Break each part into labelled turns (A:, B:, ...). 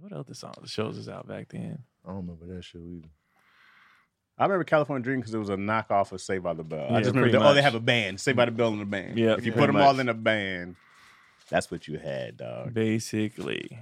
A: what other songs shows was out back then?
B: I don't remember that show either.
C: I remember California Dream because it was a knockoff of Saved by the Bell.
A: Yeah,
C: I just remember,
A: pretty
C: that, oh, they
A: much.
C: have a band, Saved by the Bell in a band.
A: Yeah,
C: if you
A: yeah.
C: put them
A: pretty
C: all
A: much.
C: in a band, that's what you had, dog.
A: Basically,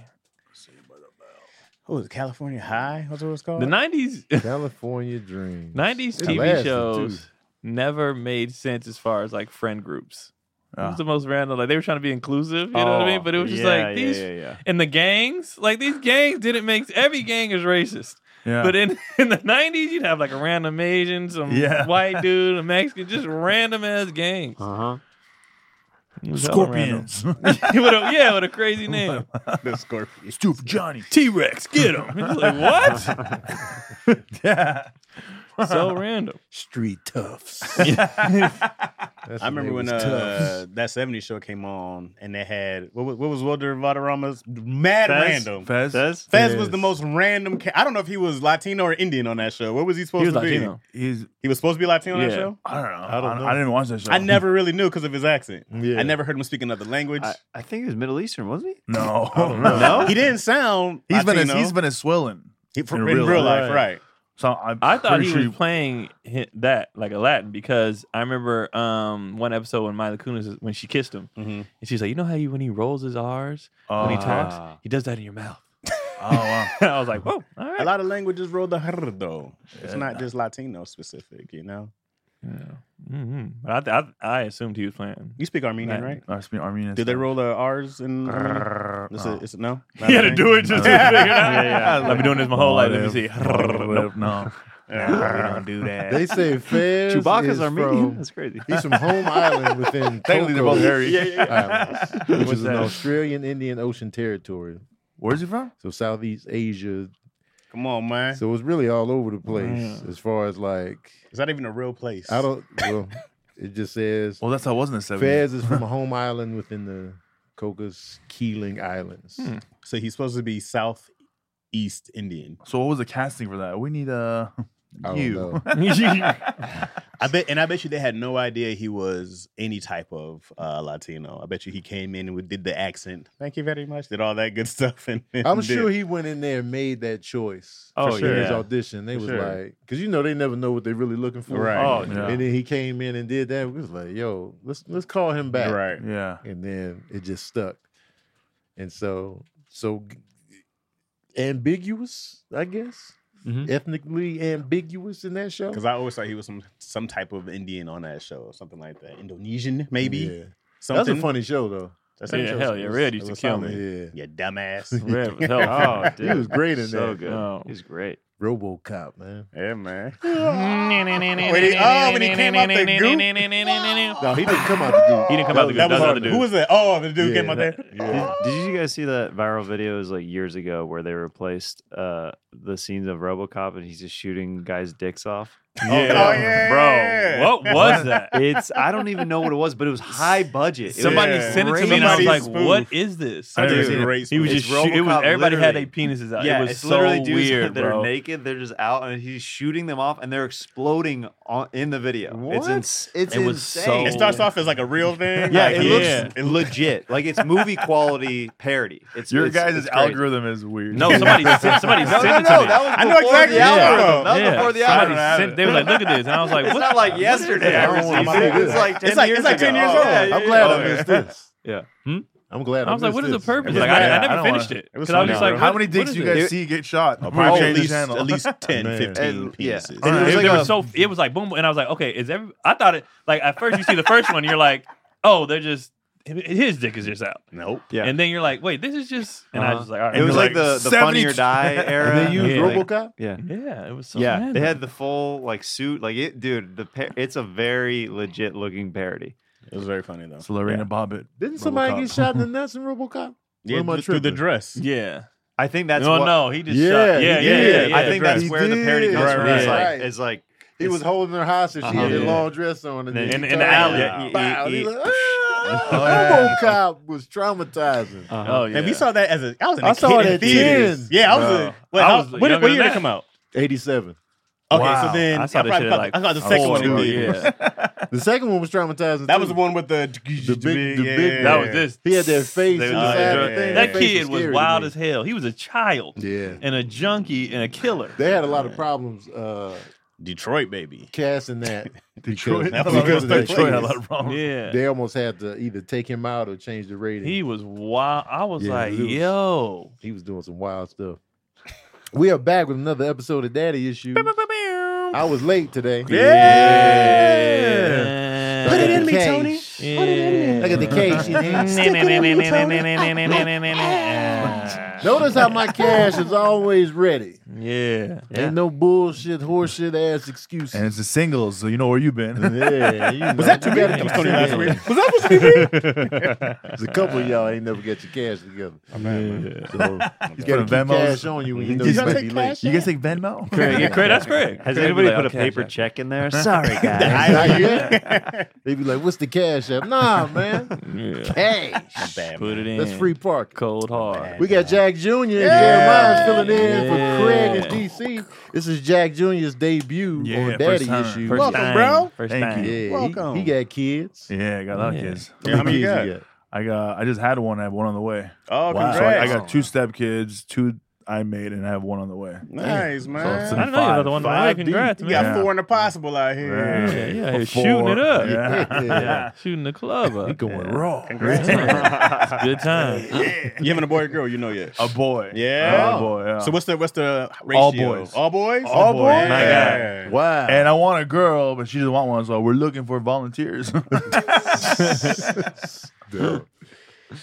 C: Oh, was it California High? That's what it was
D: Uh,
C: called.
A: the nineties
B: California Dreams.
A: nineties
B: It lasted,
A: TV
B: too.
A: shows never made sense as far as like friend groups. It was the most random. Like they were trying to be inclusive, you know what I mean? But it was
C: Oh,
A: just like these
D: Ah. Oh, Yeah, yeah,
A: and the gangs, like these gangs didn't make every gang is racist.
D: yeah.
A: But in in the nineties, you'd have like a random Asian, some
D: Yeah.
A: white dude, a Mexican, just random ass gangs.
D: uh
A: It
D: huh.
A: was hella random.
D: Scorpions. Oh
A: with a, yeah, with a crazy name.
C: the Scorpions.
D: Stupid Johnny.
A: T Rex, get him. like, what?
D: yeah.
A: so random.
D: Street toughs.
B: That's
C: I remember
B: they
C: when
B: was
C: uh, that '70s show came on, and they had what was, what was Wilder Valderrama's mad random. Fez,
D: Fez. Fez.
C: was the
B: Fez.
C: most random. Ca- I don't know if he was Latino or Indian on that show. What was he supposed
A: He was
C: to
A: Latino.
D: He's.
C: be? He was supposed to be Latino on that
A: Yeah.
C: show.
D: I don't know.
B: I
D: I,
B: don't
D: don't
B: know.
D: I didn't watch that show.
C: I never really knew because of his accent.
B: Yeah.
C: I never heard him speak another language.
E: I, I think he was Middle Eastern, wasn't he?
D: No.
E: No?
C: he didn't sound.
D: He's
C: Latino.
D: been a, he's Venezuelan.
C: He- for-
D: in
C: in,
D: real
C: real, life,
D: life.
C: right?
D: So I'm
A: I thought
D: pretty
A: he
D: sure
A: was playing hi- that like a Latin because I remember um, one episode when Mila Kunis when she kissed him
C: Mhm.
A: and she's like, you know how you when he rolls his R's when he
D: Uh,
A: talks, he does that in your mouth.
D: Oh wow.
A: I was like, whoa, all
C: A
A: right.
C: lot of languages roll the r though. It's
D: Yeah.
C: not just Latino specific, you know.
A: hmm I, th- I I assumed he was playing.
C: You speak Armenian,
A: Latin.
C: right?
D: I speak Armenian.
C: Do they
D: stuff.
C: roll the R's in? Armenian? It's a,
D: No.
C: it's a, no. Not
A: He had
C: a
A: to
C: thing?
A: do it just to figure it out.
D: Yeah, yeah.
A: I've been doing this my whole life. Let me see.
D: Nope. No. Nah, we don't do that.
B: They say Fez.
E: Chewbacca's
B: is
E: Armenian.
B: From,
E: That's crazy.
B: he's from Home Island within
D: Technically, they're
B: Coco's
D: both hairy. Yeah,
B: Islands, which
A: What's
B: is an
A: that?
B: Australian Indian Ocean territory.
D: Where's he from?
B: So Southeast Asia.
C: Come on, man.
B: So it's really all over the place
A: Yeah.
B: as far as like
C: Is that even a real place?
B: I don't. Well, it just says
D: Well, that's how it was in the seventies.
B: Fez is from a home island within the Cocos Keeling Islands.
A: Hmm.
C: So he's supposed to be Southeast Indian.
D: So what was the casting for that? We need uh, a
B: I don't
D: you.
B: know.
C: I bet, and I bet you they had no idea he was any type of uh, Latino. I bet you he came in and we did the accent. Thank you very much. Did all that good stuff. And, and
B: I'm
C: did-
B: sure he went in there and made that choice.
A: Oh,
B: in his
A: yeah.
B: audition. They
C: For
B: was
C: sure.
B: like, because you know they never know what they're really looking for.
C: Right.
A: Oh,
D: yeah.
B: And then he came in and did that. We was like, yo, let's let's call him back.
C: right.
D: Yeah.
B: And then it just stuck. And so so g- ambiguous, I guess.
E: Mhm.
A: Mm-hmm.
B: Ethnically ambiguous in that show.
C: Because I always thought he was some some type of Indian on that show, or something like that. Indonesian, maybe.
B: Yeah.
C: Something.
B: That's a funny show though.
C: That's
A: Yeah, hell yeah, Red used to kill me.
B: Yeah.
C: You dumbass.
A: Red was
E: Oh,
A: hell.
E: dude.
B: was great in
E: so
B: that.
E: good.
A: Oh.
E: He was great.
B: RoboCop, man.
C: yeah, man.
A: when
C: he- oh, when he came out the
B: No, he didn't come out the dude.
A: He didn't come out the good.
C: That was
A: That
C: on-
A: was the
C: who was that? Oh, the dude
B: Yeah,
C: came out there.
A: that-
B: Yeah.
E: Did, did you guys see that viral video? It was like years ago where they replaced uh, the scenes of RoboCop and he's just shooting guys' dicks off.
C: Oh, yeah.
A: Bro, what was that?
E: It's I don't even know what it was, but it was high budget. It
A: Somebody
C: Yeah.
A: sent it to
E: great.
A: me, and I was
C: Somebody
A: like,
C: spoofed.
A: "What is this?"
D: I
C: That
D: never
C: dude's
D: seen it.
C: great.
A: He was
E: It's
A: just shoot, it was
E: RoboCop,
A: everybody had their
E: literally.
A: penises out.
E: Yeah,
A: it was
E: it's
A: so
E: literally dudes
A: weird,
E: that are
A: bro.
E: naked. They're just out, and he's shooting them off, and they're exploding on, in the video. It's ins- it's
A: It was
E: insane.
A: so-
C: It starts off as like a real thing.
E: yeah,
C: like,
E: it
C: he-
E: looks
A: yeah.
E: legit. Like it's movie quality parody. It's
D: Your
E: it's,
D: guys'
E: it's crazy.
D: algorithm is weird.
A: No, somebody sent, somebody
E: No,
A: sent
E: no,
A: it to
E: no,
A: me.
E: that was
C: I know
E: before
C: exactly
E: the
C: what you're talking
E: algorithm.
C: about.
E: That was
A: yeah,
E: before the
A: somebody
E: algorithm.
D: hour.
A: sent, they were like, "Look at this," and I was like,
E: It's
A: "What?"
E: not like yesterday.
B: I don't
E: It's
B: want my-
E: it's like ten
C: It's like-
E: years
C: it's like 10
E: ago.
C: years
E: Yeah,
C: old.
E: yeah,
B: I'm glad
E: yeah.
B: I missed this.
E: Yeah.
B: I'm glad
A: I was like,
B: missed
A: "What is the
B: this.
A: purpose?"
C: It was
A: Like, I,
C: bad.
A: I
D: I
A: never
D: don't
A: finished
D: wanna-
A: it
C: it was
A: because I was
C: funny.
A: just like,
D: How
A: what-
D: many dicks
A: what
D: you
A: is
D: guys
A: this?
D: see get shot?
C: Probably
D: Change
C: at
D: the
C: least,
D: channel.
C: at least 10,
B: Man.
C: 15
E: And- yeah.
C: pieces.
E: And
D: it was
A: It,
D: like
A: it
D: a-
A: was so. It was like boom, boom, and I was like, "Okay, is every?" I thought it like at first you see the first one, you're like, "Oh, they're just his dick is just out,"
C: Nope.
E: Yeah.
A: and then you're like, "Wait, this is just," and I was just like, "All right."
E: It was
D: you're
E: like the
D: like,
E: the Funny or
D: 70
E: Die era.
B: And they used
A: Yeah.
E: Like,
B: RoboCop.
E: Yeah.
A: yeah, it was so.
E: yeah,
A: random.
E: they had the full like suit, like it, dude. The par- it's a very legit looking parody.
C: It was very funny, though.
D: It's Lorena Bobbitt.
B: Didn't somebody get
D: RoboCop.
B: shot in the nuts in RoboCop?
C: Yeah,
B: am I
C: just through the
B: tripping?
C: dress.
A: yeah.
E: I think that's
A: no,
E: what,
A: no, he just
B: Yeah,
A: shot.
B: he
A: Yeah, yeah, yeah,
B: did.
A: yeah.
E: I think that's
B: He
E: where the parody
B: did.
E: comes from. It's
B: Right,
E: like,
B: right.
E: it's like
B: He was holding her hostage. She had
A: Uh-huh.
B: a long dress on. And
E: In-
B: then
A: in-
B: he
A: in the
B: tied
A: alley.
B: it.
E: Yeah, he-
B: Bow.
E: he-
B: He like,
D: yeah.
B: "Ah." RoboCop was traumatizing.
A: Oh yeah.
C: And we saw that as a. I was in
B: I
C: a
B: saw
C: kid
B: it
C: in
B: at
C: theaters.
B: 10.
C: Yeah, I was.
D: Bro.
C: A, what,
A: I
C: how-
A: was
C: what,
A: younger
C: what
A: than
C: year did
A: that.
C: it come out?
B: Eighty-seven.
C: Okay, so
D: Wow.
C: then
A: I saw
C: I
A: this
C: probably
A: shit at
C: caught-
A: like
C: I caught the second
A: four,
C: one.
A: bro,
C: he did.
A: Yeah,
B: The second one was traumatizing.
C: That was
B: too.
C: the one with the
B: The big- the
C: yeah.
B: big-
A: that was this.
B: He had that
A: They
B: face. with
A: was
B: the
C: Oh,
B: side
C: yeah.
A: drunk.
B: thing.
A: That
B: That face
A: kid was
B: scary to
A: wild
B: me.
A: as hell. He was a child
B: Yeah,
A: and a junkie and a killer.
B: they had a lot of problems uh,
C: Detroit baby.
B: casting that.
D: Detroit.
C: That was
D: Because
C: the first
D: Detroit had a
C: place.
D: lot of problems.
A: yeah,
B: They almost had to either take him out or change the rating.
A: he was wild. I was
B: Yeah,
A: like,
B: he was-
A: yo,
B: he was doing some wild stuff. We are back with another episode of Daddy Issues. I was late today.
C: Yeah.
B: Put it in me,
A: Yeah.
B: Tony.
A: Put it in
B: Look at the cash in hand. Notice how my cash is always ready.
A: Yeah.
B: Ain't no bullshit, horseshit ass excuses.
D: And it's a single, so you know where you've been.
B: yeah, you know,
C: Was that too
B: you
C: big?
B: gotta
C: That was
B: keep
C: Tony
B: it
C: last
B: in.
C: week. Was that supposed to be me?
B: There's a couple of y'all ain't never got your cash together. So you
D: Put a
B: gotta keep
D: Venmos.
B: cash on you when you know
D: You
B: you
D: gotta
B: might
D: take
B: be late.
D: you guys take Venmo?
A: Craig, yeah, Craig, that's Craig.
E: Has
A: Craig
E: anybody
A: be like,
E: put a
A: "Okay,
E: paper
A: okay."
E: check in there? Sorry, guys.
C: I-
B: Not yet. They be like, "What's the cash app?" Nah, man,
A: Yeah.
B: cash.
C: Bad,
A: Put it in.
B: That's free parking.
A: Cold hard.
B: We got Jack Jr. and
C: Yeah.
B: Jeremiah filling in
A: Yeah.
B: for Craig and DC. This is Jack Jr.'s debut
D: Yeah,
B: on
D: first
B: Daddy
D: time.
B: Issues.
A: First
C: Welcome,
A: time.
C: bro.
A: First
D: Thank
A: time.
D: you.
B: Yeah, he-
C: Welcome.
B: He, got kids.
D: Yeah, I got a lot of
A: Yeah.
D: kids.
C: Yeah, how many you
B: kids
C: got?
D: I got. I just had one. I have one on the way.
C: Oh,
B: Wow.
C: congrats.
D: So I, I
B: Wow.
D: got two step kids, two I made, and I have one on the way.
C: nice, man.
A: I don't know you're the one. Five,
C: Five
A: congrats,
C: deep. You
A: man.
D: Yeah.
C: got four in the possible out here.
A: Yeah, yeah,
D: Four.
A: you're shooting it up.
D: Yeah.
B: Yeah.
A: Shooting the club
B: He
A: up.
B: going
A: Yeah.
D: Raw.
C: Congrats.
A: Good time.
C: You having a boy or girl? You know yet.
D: A boy.
C: Yeah.
D: A boy. Yeah.
C: So what's the what's the ratio?
D: All boys.
C: All boys. Oh,
D: All boys.
A: My
C: Yeah.
B: Wow.
D: and I want a girl, but she doesn't want one, so we're looking for volunteers.
B: Damn.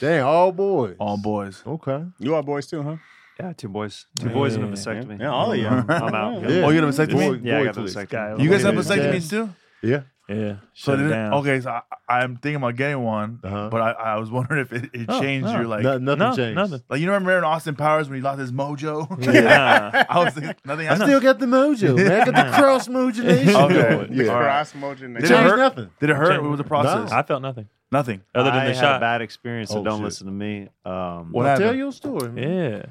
B: Dang, all boys.
D: All boys.
B: Okay.
C: You are boys too, huh?
E: Yeah, two boys. Two boys and a
A: Yeah.
E: vasectomy.
C: Yeah, all of you.
E: I'm out.
B: Yeah.
D: Oh, you got a vasectomy?
E: Yeah, I got a
B: Boy,
E: vasectomy.
D: You guys have
B: Yeah.
D: vasectomies too?
B: Yeah.
A: Yeah.
D: So
A: Shut it
D: then-
A: down.
D: okay, so I, I'm thinking about getting one,
B: Uh-huh.
D: but I, I was wondering if it, it
A: Oh,
D: changed.
A: no.
D: You're like,
B: No- nothing
A: No,
B: changed.
A: nothing.
D: like you know, remember in Austin Powers when he lost his mojo?
A: Yeah.
D: I was thinking nothing.
B: I still got the mojo, man. I got the cross mojo nation.
D: Okay.
B: going. Yeah.
D: All right.
C: Cross motion.
B: It
D: Did it
B: changed
D: hurt?
B: nothing.
D: Did it hurt? What was the process?
A: I felt nothing
D: Nothing.
A: other than
E: I
A: the
E: had a
A: shot.
E: bad experience, so
B: Oh,
E: don't
B: shit.
E: listen to me. Um,
D: What
B: Well, tell
D: happened?
B: your story, man.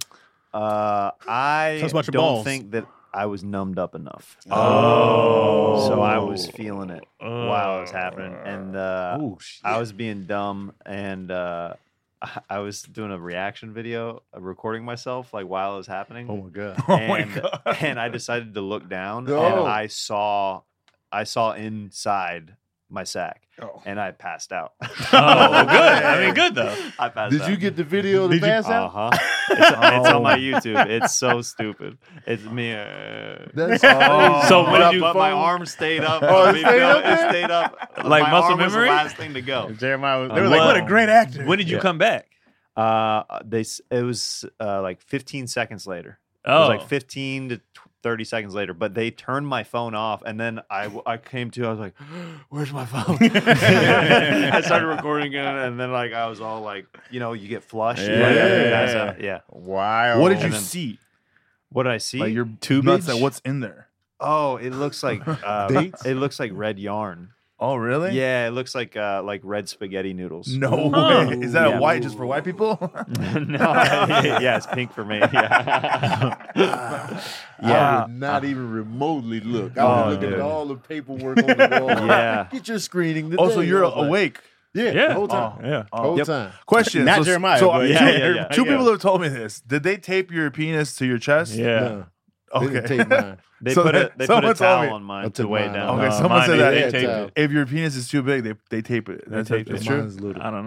A: Yeah.
E: Uh, I
C: Tell us about your
E: don't
C: balls.
E: think that I was numbed up enough.
D: Oh.
E: So I was feeling it while it was happening, and uh,
B: Oh, shit.
E: I was being dumb, and uh, I- I was doing a reaction video, uh, recording myself like while it was happening,
B: Oh, my God.
D: Oh my
E: and
D: god.
E: and I decided to look down,
B: Oh.
E: and I saw, I saw inside my sack, and I passed out. oh, good.
A: Oh, good. I mean, good though.
E: I passed
B: Did
E: out.
B: you get the video of the
D: Did you-
B: pass
E: Uh
B: out?
E: huh. It's, it's
D: Oh.
E: on my YouTube. It's so stupid. It's me. uh,
B: That's
D: Oh.
A: So when
E: but,
A: did you-
E: but my arm stayed up.
B: Oh, it
E: Me
B: stayed
E: feel-
B: up there?
E: It stayed up.
A: Like
E: my
A: muscle
E: arm was the
A: memory?
E: last thing to go.
C: Jeremiah. Was,
E: Uh,
C: they were like,
A: well-
C: "What a great actor."
A: When did you
E: Yeah.
A: come back?
E: Uh, they s- it was uh, like 15 seconds later. It
A: Oh,
E: was like 15 to tw- 30 seconds later. But they turned my phone off, and then I w- I came to. I was like, "Where's my phone?" I started recording it, and then like I was all like, you know, you get flushed. you, like,
C: Yeah.
E: pass out. yeah.
C: Wow.
D: What did you
E: then-
D: see?
E: What did I see?
D: Like your tube nuts and what's in there?
E: oh, it looks like uh,
B: Dates?
E: it looks like red yarn.
D: Oh really?
E: Yeah, it looks like uh, like red spaghetti noodles.
D: No
A: Huh.
D: way. Is that
E: Yeah.
D: a white just for white people?
E: no, yeah, it's pink for me. Yeah.
B: I
D: Ah.
E: Yeah.
B: would not even remotely look. I was
E: Oh,
B: looking
E: dude.
B: at all the paperwork on the wall.
E: Yeah.
B: Get your screening. Today.
D: oh, so you're
B: I was like,
D: awake.
B: Yeah,
A: Yeah.
B: The whole time.
A: yeah.
D: Oh.
B: whole
E: Yep.
B: time.
D: Question.
C: Not
D: so,
C: Jeremiah,
D: So
C: but
D: two,
E: yeah, yeah, yeah.
D: two
C: Yeah.
D: people have told me this. Did they tape your penis to your chest?
A: yeah.
B: No, they
D: Okay.
B: didn't take mine.
E: They
D: So
E: put a
D: that-
E: they put a
D: someone told me-
E: towel on mine
B: took
E: to weigh it
B: mine
E: down.
B: off.
D: Okay,
A: Uh,
D: someone
A: mine,
D: said
A: they-
D: that.
A: they
B: Yeah,
A: taped
B: child.
A: it.
D: If your penis is too big, they they tape it. That's
A: taped it.
D: It's true.
B: Mine's little.
A: I don't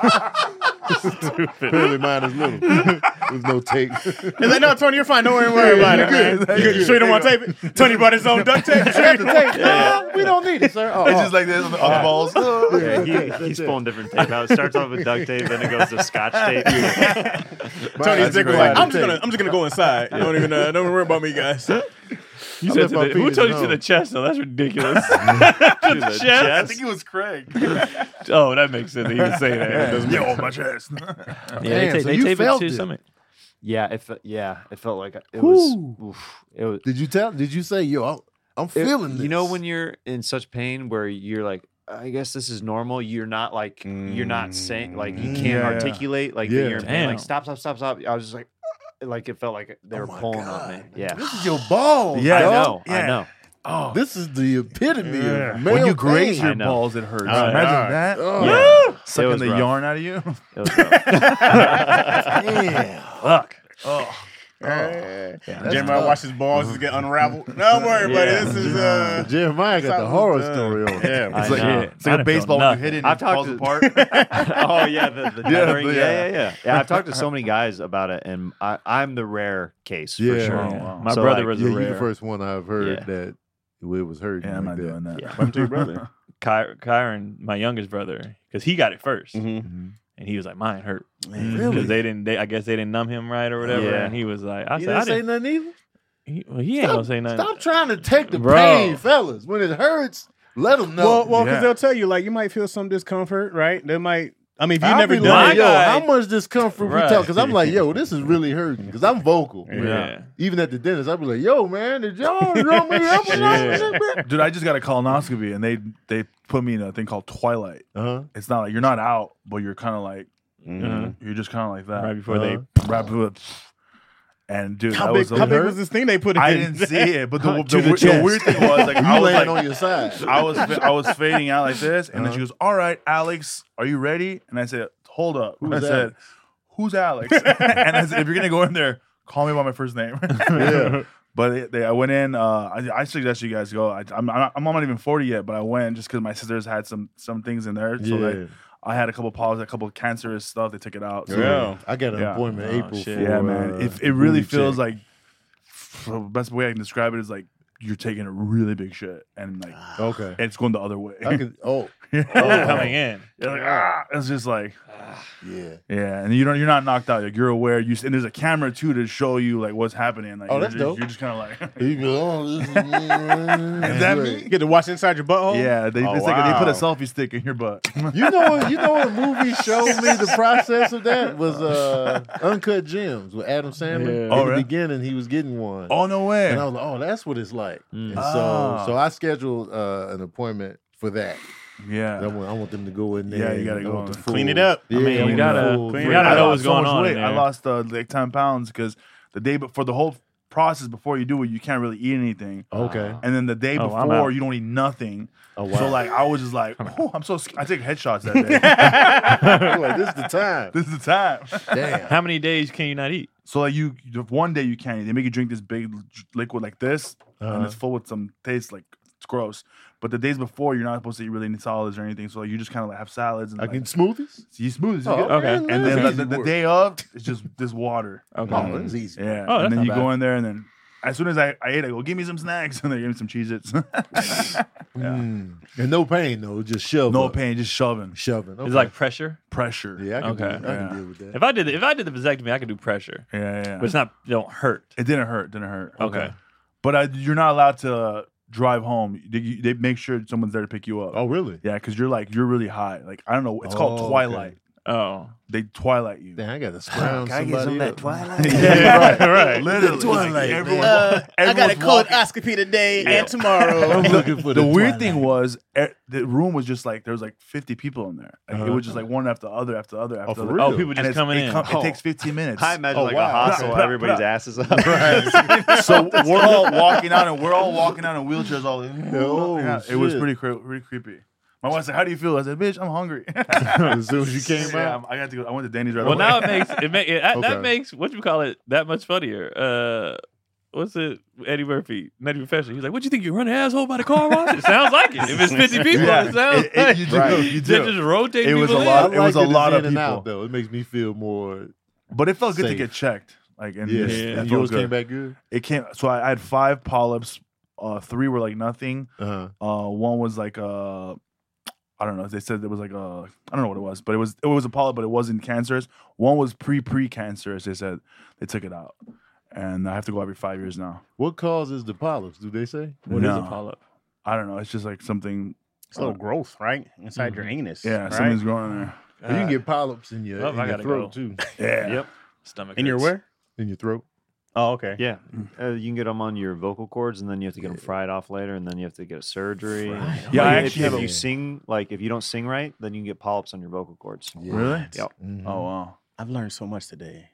A: know. Stupid.
B: Apparently mine is little. There's no tape.
C: He's like, no, Tony, you're fine. Don't worry, worry about it. man.
D: You're good.
C: You, you sure you don't want to tape it? Tony brought his own duct tape. Sure.
B: the tape. No, we don't need it, sir. Oh,
D: It's just like this on the, on the balls.
E: Yeah, he,
B: That's
E: he's
B: it.
E: pulling different tape out. It starts off with duct tape, then it goes to scotch tape.
B: oh,
C: Tony's dick was
D: great.
C: like, I'm just gonna, I'm just gonna go inside. You don't even, uh, don't even worry about me, guys.
A: You
B: I
A: said
B: left
A: to
B: my
A: the, who
B: penis
A: told you to
B: alone.
A: the chest? though? that's ridiculous.
E: the
A: chest?
D: I think it was Craig.
A: Oh, that makes sense. that He would say that. It doesn't
D: Yo, my chest.
A: Yeah, they
B: Damn,
A: take,
B: so
A: they
B: you
A: tape it
B: felt
A: to
B: it.
A: something.
E: Yeah, it fe- yeah, it felt like it
B: Whew.
E: was. Oof, it was.
B: Did you tell? Did you say, yo, I'm, I'm
E: it-
B: feeling this?
E: You know when you're in such pain where you're like, I guess this is normal. You're not like you're not saying like you
D: Mm,
E: can't
D: yeah, yeah.
E: articulate like
B: Yeah.
E: that you're in pain.
A: Damn.
E: Like stop, stop, stop, stop. I was just like, like it felt like they
B: Oh
E: were
B: my
E: pulling on me.
B: God.
E: Yeah.
B: This is your balls.
D: Yeah,
E: I
D: dog.
E: know. I
D: Yeah.
E: know.
D: Oh,
B: This is the epitome
C: Yeah.
B: of male
D: when you graze
B: pain.
D: your
E: I know.
D: balls, it hurts.
C: All right,
D: Imagine
C: all right.
D: that.
B: Oh.
E: Yeah. It
D: Sucking
E: was
D: the
E: rough.
D: yarn out of you.
E: It was rough.
B: Damn.
D: Fuck. Oh,
B: that's
C: Jeremiah
B: tough.
C: watches balls just get unraveled. Don't worry, buddy.
E: Yeah.
C: This is uh,
B: Jeremiah got the
C: something's
B: horror
C: done.
B: story on.
C: Yeah,
E: I
D: it's like,
E: know.
D: it's like a baseball when you hit it and
E: I've
D: it falls
E: talked to-
D: apart.
E: oh yeah, the, the
D: Yeah,
E: tethering.
D: the-
E: yeah, yeah, yeah, yeah, I've talked to so many guys about it, and I, I'm the rare case for
B: Yeah.
E: sure.
D: Oh, wow.
A: My
E: So,
A: brother
E: like,
A: was
B: Yeah,
A: a
B: you're
A: rare.
B: the first one I've heard
E: Yeah.
B: that it was hurting.
D: yeah, I'm not
B: like that.
D: doing that.
E: Yeah.
C: What happened to your brother?
A: Ky- Kyron, my youngest brother, because he got it 1st
C: Mhm.
D: Mhm.
A: and he was like, "Mine hurt."
B: Really?
A: Because they didn't. They, I guess they didn't numb him right or whatever.
E: Yeah.
A: And he was like, "I
B: You
A: said, I
B: didn't say
A: didn't."
B: nothing either.
A: He, well, he ain't gonna say nothing.
B: Stop trying to take the
A: Bro.
B: pain, fellas. When it hurts, let them know.
C: Well, well, because
D: Yeah.
C: they'll tell you like you might feel some discomfort, right? They might. I mean, if you
B: I'll
C: never
B: be
C: done
B: like,
A: it.
C: it,
B: yo,
A: My
B: how
A: guy-
B: much discomfort we
A: Right.
B: talk? Because I'm like, yo, this is really hurting. Because I'm vocal.
A: Yeah.
B: Even at the dentist, I'd be like, yo, man, did y'all drum me up?
A: Yeah.
D: Dude, I just got a colonoscopy and they they put me in a thing called twilight.
B: Uh-huh.
D: It's not like you're not out, but you're kind of like
A: Uh-huh.
D: you're just kind of like that. Uh-huh.
A: Right before they.
D: Right before- and dude,
C: how
D: that
C: big,
D: was a-
C: how big was this thing they put?
D: I
C: in?
D: didn't see it, but the, the,
B: To the
D: weird- the
B: chest.
D: weird thing was like
B: You
D: I was
B: laying
D: like
B: on your side.
D: I was I was fading out like this, and then
B: Uh-huh.
D: she goes, "All right, Alex, are you ready?" And I said, "Hold up."
B: Who's
D: I said, "Who's Alex?" and I said, "If you're gonna go in there, call me by my first name."
B: Yeah.
D: But they, they, I went in. Uh, I, I suggest you guys go. I, I'm, I'm not- I'm not even 40 yet, but I went just because my sisters had some some things in there. So like,
B: yeah.
D: I had a couple polyps, a couple cancerous stuff. They took it out. So,
C: Yeah.
B: I got an
D: Yeah.
B: appointment
A: Oh,
B: April.
A: shit.
B: For,
D: yeah, man.
B: uh,
D: It, it really
B: booty
D: feels
B: check.
D: like the best way I can describe it is like you're taking a really big shit and like
B: okay.
D: it's going the other way.
B: Ah. I could. Oh,
A: Oh, coming in.
D: You're like, ah, it's just like,
B: yeah.
D: yeah, and you don't, you're not knocked out. Like you're aware. You s- and there's a camera too to show you like what's happening. Like,
B: Oh,
D: you're
B: that's
D: just,
B: dope.
D: You're just kind of like,
B: You go, oh, this is, that
C: You get to watch inside your butthole.
D: yeah. They,
C: Oh,
D: it's like they put a
C: wow.
D: selfie stick in your butt.
B: You know, what- you know what movie showed me the process of that was uh, Uncut Gems with Adam Sandler.
A: Yeah.
B: In
D: Oh,
B: the
D: really?
B: beginning, he was getting one,
D: oh no way.
B: and I was like, "Oh, that's what it's like."
E: Mm.
B: And so,
D: Ah.
B: so I scheduled uh, an appointment for that. I
D: yeah.
B: want, I want them to go in there.
D: Yeah, you
B: and
D: gotta
B: I
D: go
B: want
D: in.
B: the full-
C: Clean it up.
B: Yeah,
A: I mean,
B: I
A: you
B: want the
A: gotta-
B: full-
A: you gotta
D: I
A: know
D: lost
A: what's
D: so
A: going
D: much
A: on in
D: weight. I
A: there.
D: lost uh, like 10 pounds because the day before the whole process before you do it, you can't really eat anything.
B: Okay.
D: And then the day
A: Oh, I'm
D: before,
A: out.
D: you don't eat nothing.
B: Oh, wow.
D: So like I was just like, oh, I'm so. Sc-. I take headshots that day.
B: I'm like, this is the time.
D: this is the time.
B: Damn.
A: How many days can you not eat?
D: So like you, you- one day you can't. eat. They make you drink this big l- liquid like this, and
A: Uh-huh.
D: it's full with some taste like it's gross. But the days before, you're not supposed to eat really any solids or anything. So like, you just kind of like have salads and
B: I
D: like,
B: can smoothies.
D: you smoothies. you get-
A: okay.
D: And then
B: Oh, that's
D: like, the,
B: easy
D: the
B: work.
D: day of, it's just this water.
A: Okay.
B: Oh, that's easy.
D: Yeah.
A: Oh, that's
D: and
A: not
D: then you go in there, and then as soon as I, I ate, I go, give me some snacks, and they give me some Cheez-Its.
B: Mm. And no pain though, just shoving.
D: no pain, just shoving,
B: shoving. Okay.
A: It's like pressure.
D: pressure.
B: yeah, I can,
A: Okay.
B: do, I
D: Yeah.
B: can deal with that.
A: If I did the, if I did the vasectomy, I could do pressure,
D: yeah, yeah.
A: but it's not it don't hurt.
D: It didn't hurt. Didn't hurt.
A: Okay.
D: But I, you're not allowed to drive home. They, you- they make sure someone's there to pick you up.
B: Oh, really?
D: Yeah, because you're like you're really high. Like I don't know. It's
B: Oh,
D: called
B: okay.
D: Twilight.
A: Oh,
D: They Twilight you.
B: Damn, I got to scrounge somebody up.
E: Twilight?
D: Yeah, right, right.
B: The
D: Literally,
B: Twilight, man.
D: like, everyone-
C: Uh, I got a
D: everyone's
C: cold
D: walking-
C: endoscopy today
A: Yeah.
C: and tomorrow.
B: I'm looking for
D: the,
B: the,
D: weird
B: Twilight.
D: thing was e- the room was just like there was like 50 people in there. Like, It was just like one after the other after the other after
B: Uh-huh. for
D: the other.
B: real?
A: oh,
B: Really?
A: people
D: And
A: just
D: it's-
A: coming
D: it
A: in.
D: com-
E: Oh.
D: It takes 15 minutes.
E: I imagine
B: Oh,
E: like
B: wow.
E: a hostel,
D: Blah, blah,
E: everybody's
D: blah.
E: asses up.
D: so we're all walking out and we're all walking out in wheelchairs. All
B: Oh,
D: yeah, it was
B: shit.
D: pretty cre- pretty creepy. My wife said, "How do you feel?" I said, "Bitch, I'm hungry."
B: as soon as you came out.
D: Yeah, I'm- I got to go. I went to Danny's right
A: well,
D: away.
A: now it makes it, ma- it that,
B: Okay.
A: that makes what you call it that much funnier. Uh, what's it? Eddie Murphy, Nutty Professional. He's like, "What you think you run an asshole by the car wash?" It sounds like it. If it's fifty people,
D: Yeah.
A: it sounds
D: It- it-
A: like
D: you
A: it.
D: do,
B: Right.
D: you
A: Just,
D: do.
A: rotate.
D: It was
A: people
D: a
A: in.
D: lot
B: I
D: it was
B: like
D: a
B: that
D: lot
B: it's
D: of
B: in and out,
D: people.
B: though. It makes me feel more.
D: But it felt good
B: Safe.
D: to get checked. Like and
B: Yeah,
D: just- it
B: and
D: felt
B: yours
D: good.
B: came back good.
D: It came. So I, I had five polyps. Uh, three were like nothing.
B: Uh-huh.
D: Uh, one was like uh, I don't know. They said it was like a, I don't know what it was, but it was it was a polyp, but it wasn't cancerous. One was pre pre cancerous. They said they took it out, and I have to go every five years now.
B: What causes the polyps? Do they say?
A: What is a
D: No.
A: polyp?
D: I don't know. It's just like something.
C: It's a little growth, right? Inside your anus.
D: Mm-hmm. Yeah,
C: right?
D: something's growing in there.
B: Well,
A: Uh,
B: you can get polyps in your,
A: Oh,
B: in
A: I
B: your
A: gotta
B: throat
A: go.
B: too.
D: Yeah.
A: Yep. Stomach.
C: In your
A: hurts.
C: where?
B: In your throat.
C: Oh, okay.
E: Yeah, uh, you can get them on your vocal cords, and then you have to get them fried off later, and then you have to get a surgery.
B: Fried
D: Yeah,
E: Like,
D: I
E: if-
D: actually
E: if,
D: have a-
E: you sing like if you don't sing right, then you can get polyps on your vocal cords.
B: Yeah.
D: Really?
E: Yep.
B: Mhm.
D: Oh wow.
C: I've learned so much today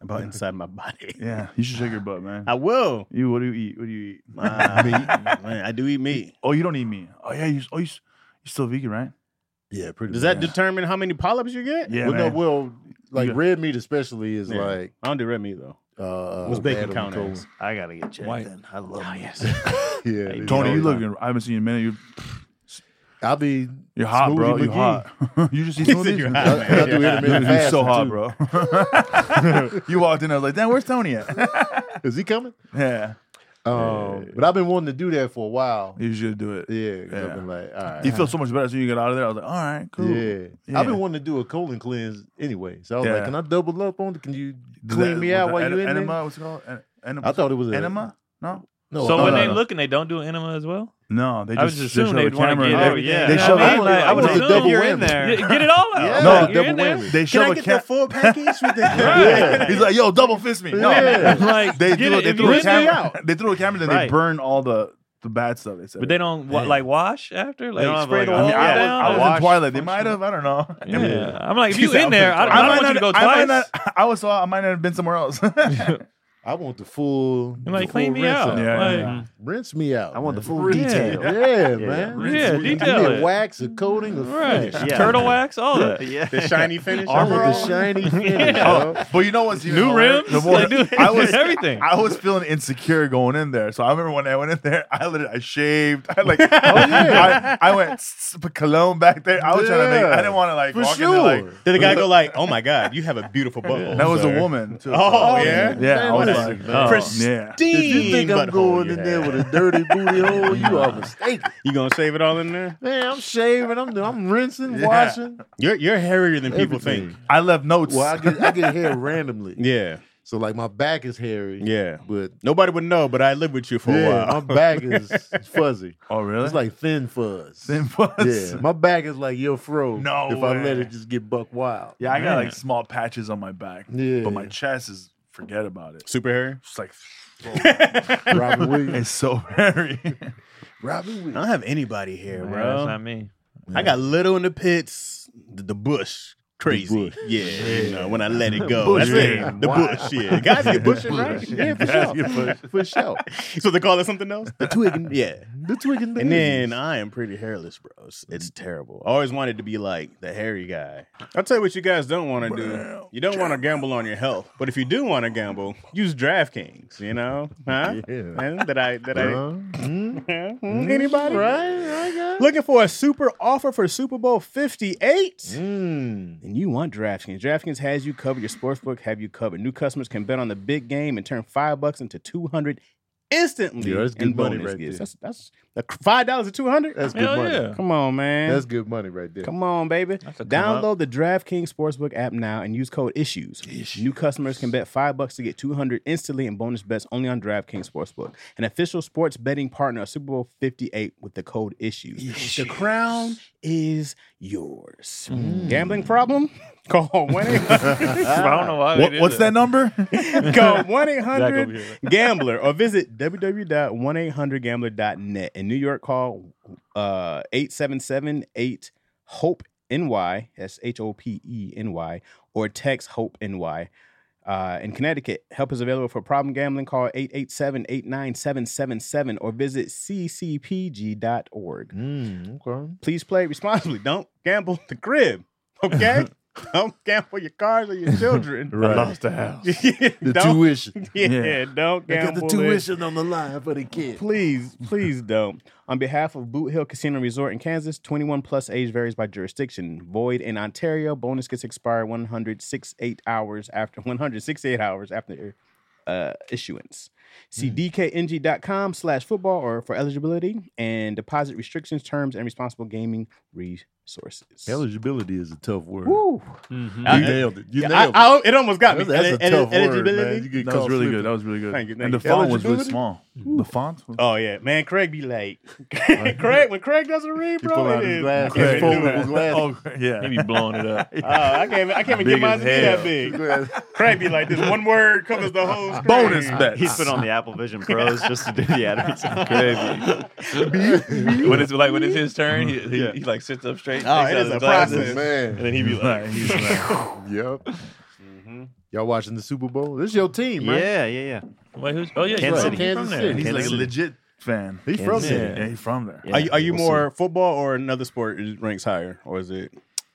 C: about inside my body.
D: Yeah, you should shake your butt, man.
C: I will.
D: you what do you eat? What do you eat?
C: Uh, man, I do eat meat.
D: Oh, you don't eat meat. Oh yeah, you oh you you still vegan, right?
B: Yeah, pretty.
C: Does that
D: Yeah.
C: determine how many polyps you get?
D: Yeah,
B: well, no,
D: man.
B: well, like
D: Yeah.
B: red meat especially is
C: Yeah.
B: like
C: I don't do red meat though.
D: Oh,
B: uh,
C: What's
B: uh,
C: bacon
B: Adam
C: count
B: Cole.
C: as?
E: I gotta get checked.
A: White.
E: then. I love.
C: Oh,
E: it.
C: yes.
B: Yeah,
E: Hey,
B: they
D: Tony,
B: all
D: you
B: the
D: looking? I haven't seen you in a minute. You
B: time. I'll be.
D: you're hot,
B: Smoothie
D: bro. You're
B: McGee.
D: hot. you just eat
C: He said
D: smoothies.
C: you're
D: You're
C: hot,
B: I, I do intermittent fasting
D: so hot,
B: too.
D: bro. you walked in, I was like, "Damn, where's Tony at?"
B: Is he coming?
D: yeah,
B: Um, but I've been wanting to do that for a while.
D: you should do it.
B: Yeah, 'cause I've
D: Yeah.
B: been like, all right.
D: You feel so much better as soon as you get out of there. I was like, "All right, cool."
B: Yeah.
D: Yeah.
B: I've been wanting to do a colon cleanse anyway. So I was
D: Yeah.
B: like, can I double up on it? Can you
D: Does
B: clean
D: that-
B: me
D: was
B: out
D: that
B: while
D: en-
B: you're in
D: enema,
B: there?
D: What's it called? En- enema?
B: I thought it was a,
D: enema. Oh, No,
B: No,
A: so
B: no,
A: when
B: no,
A: they
B: no.
A: looking, they don't do enema as well.
D: no. They
A: I was just
D: just, they
A: assuming they'd
D: shove the
A: want to
D: camera
A: get
D: in
A: it.
D: there.
E: Oh yeah.
B: They
E: I
B: shove
E: mean,
B: it in
E: like,
B: there.
E: I would
B: It was a
E: assume
B: double
E: you're in
B: whammy.
E: there.
A: Get, get it all out.
B: Yeah.
D: No,
A: Like,
D: double
A: you're in there.
D: They
C: Can
D: shove
C: I
D: a
C: get
D: camera.
C: the full package with the
B: Yeah.
D: He's like, yo, double fist me. No,
B: Yeah.
A: Like,
D: they
A: get
D: threw,
A: it,
D: they
A: if
D: threw
A: you
D: a
A: in there.
D: camera. They threw a camera, then they
E: Right.
D: burn all the the bad stuff. They said,
A: But they don't wa-
B: Yeah.
A: like wash after, like
E: don't have,
A: spray
E: like,
A: the
E: a-
D: I
A: wall
D: mean,
A: down.
D: I, was, I was
E: Wash
D: in Twilight. They might
E: function.
D: have. I don't know.
A: yeah. I'm like, if you
D: She's
A: in there, I,
D: I,
A: I don't
D: might
A: want
D: not,
A: you to go
D: I might
A: twice.
D: not. I was. I might not have been somewhere else.
B: I want the full.
A: I'm
B: the
A: like,
B: full
A: clean me
B: rinse
A: out.
D: Yeah,
A: Like,
D: yeah.
B: Rinse me out.
E: I want the
B: man.
E: full
A: Yeah.
E: detail.
B: Yeah,
E: Yeah,
B: man.
E: rinse
A: Yeah,
B: me.
A: detail
B: I need
A: it.
B: wax, a coating, a
A: Right.
B: finish.
E: Yeah.
A: Turtle wax, all that.
E: Yeah.
C: The shiny finish.
B: I want the
C: overall?
B: shiny finish.
A: Yeah.
B: yo.
D: but you know what's even
A: New
D: more-
A: rims.
D: the more-
A: They do
D: I was
A: everything.
D: I was feeling insecure going in there, so I remember when I went in there, I literally I shaved, I like,
B: yeah.
D: I, I went s- s- put cologne back there. I was trying to make, I
B: Yeah.
D: didn't want to like
B: For
D: walk
B: sure.
D: in there like
C: Did the guy go like, "Oh my god, you have a beautiful butthole"?
D: that was
C: sir.
D: a woman. Too,
C: Oh, yeah?
D: yeah. I was
B: listen,
D: like,
B: man.
A: Oh.
D: yeah.
C: Pristine
B: If you think I'm
C: butthole
B: going
C: you
B: in there
C: have.
B: with a dirty booty hole, you are mistaken.
C: you gonna save it all in there?
B: Man, I'm shaving, I'm I'm rinsing,
D: Yeah.
B: washing.
C: You're you're hairier than people
B: Everything.
C: think.
D: I left notes.
B: Well, I get I get hair randomly.
C: Yeah,
B: So like my back is hairy.
C: yeah.
B: But
C: Nobody would know, but I lived with you for
B: yeah,
C: a while.
B: my back is fuzzy.
D: oh, really?
B: It's like thin fuzz.
D: Thin fuzz.
B: Yeah. My back is like your fro.
D: No
B: If I let
D: way.
B: it just get buck wild.
D: Yeah, I got like small patches on my back,
B: Yeah.
D: but my chest is forget about it.
C: Super hairy.
D: It's like
B: Robin Williams.
D: it's so hairy.
B: Robin
C: I don't
B: Williams.
C: have anybody here,
A: Yeah,
C: bro.
A: That's not me.
C: I got little in the pits, the, the bush, crazy.
B: bush.
C: Yeah, you know, when I let it go.
D: Bush,
C: That's it.
D: yeah.
C: The
B: Wow.
C: bush, yeah. Guys get bushing, right?
B: Bush.
C: Yeah, for
B: Guys
C: sure.
B: get bush. For sure.
C: So they call it something else? The twigging. Yeah.
B: The twigging
C: And then I am pretty hairless, bro. It's, it's terrible. I always wanted to be like the hairy guy. I'll tell you what you guys don't want to do. You don't want to gamble on your health. But if you do want to gamble, use DraftKings, you know? Huh?
B: Yeah.
C: Huh? Did I, did I,
B: Mhm.
C: Huh? Hmm? anybody?
B: Right? I got
C: Looking for a super offer for Super Bowl 58?
B: Mm.
C: And you want DraftKings. DraftKings has you covered. Your sportsbook have you covered. New customers can bet on the big game and turn five bucks into two hundred instantly.
B: Yeah, that's
C: in
B: good money
C: bonus
B: right
C: gifts.
B: there.
C: That's that's like five dollars to two hundred.
B: That's good
A: Hell
B: money.
A: yeah.
C: Come on, man.
B: That's good money right there.
C: Come on, baby.
A: That's a come
C: Download the DraftKings Sportsbook app now and use code ISSUES. New customers can bet 5 bucks to get 200 instantly in bonus bets only on DraftKings Sportsbook, an official sports betting partner of Super Bowl 58 with the code ISSUES. Mm. The crown is yours. Gambling problem? Call 1
A: I don't know why. they
D: What-
A: did
D: what's that number?
C: Call 1
A: Zach over here.
C: 800 Gambler or visit www.1800gambler.net. In New York, call uh, 877 8 HOPE NY, that's H O P E N Y, or text HOPE NY. Uh, in Connecticut, help is available for problem gambling. Call 887 89777 or visit ccpg.org.
B: Mm, okay.
C: Please play responsibly. Don't gamble at the crib, okay? Don't gamble your cars or your children.
D: I
B: Right.
D: lost the house.
B: The
C: Don't-
B: tuition.
C: yeah,
D: Yeah.
C: don't
B: I got
C: gamble.
B: the
C: it.
B: tuition on the line for the kid.
C: Please, please don't. On behalf of Boot Hill Casino Resort in Kansas, 21 plus age varies by jurisdiction. Void in Ontario. Bonus gets expired 168 hours after 168 hours after uh, issuance. See
B: Mm.
C: dkng.com slash football or for eligibility and deposit restrictions, terms, and responsible gaming resources.
B: Eligibility is a tough word.
C: Woo.
E: Mm-hmm.
A: Mhm.
B: You
C: I-
B: nailed it. You
C: Yeah, I-
B: nailed it.
C: I- it almost got me.
B: That's, that's a
C: Eli-
B: tough word,
C: eligibility?
B: man. You get
D: That
B: caught
D: was really
B: slipping.
D: good. That was really good.
C: Thank you, thank
D: and the
C: you.
D: font was really
B: Eligibility?
D: small. The font. Was,
C: Oh yeah, man. Craig be like, Craig when Craig doesn't read,
B: He
C: bro,
B: pull
C: it
B: out his
C: is-
B: glass,
C: I can't
B: his
C: even do
B: foldable
C: it.
B: glass.
D: oh yeah.
A: He be blowing it up.
C: Oh, I can't. I can't even get
D: Big
C: mine
D: as
C: to be that
D: hell.
C: big. Craig be like this one word covers the whole screen.
D: Bonus bets.
E: He's been on the Apple Vision Pros just to do the advertising.
A: when it's like when it's his turn, he, he,
D: Yeah.
A: he like sits up straight.
C: Oh,
A: takes out
C: it is
A: his
C: a
A: glasses,
C: process.
B: Man.
A: And then he be like,
D: He's like,
B: Yep.
C: Mm-hmm.
B: Y'all watching the Super Bowl? This is your team, right?
E: Yeah, yeah, yeah.
A: Wait, who's? Oh yeah, Kansas
E: Kansas
A: City.
E: City.
A: From
B: Kansas
A: there.
B: City.
D: He's like
E: Kansas
D: a
E: City.
D: legit fan.
B: He's from
E: Kansas City.
B: there.
D: Yeah, he's from there.
E: Yeah.
C: Are you, are you
B: we'll
C: more football or another sport is- ranks higher, or is it?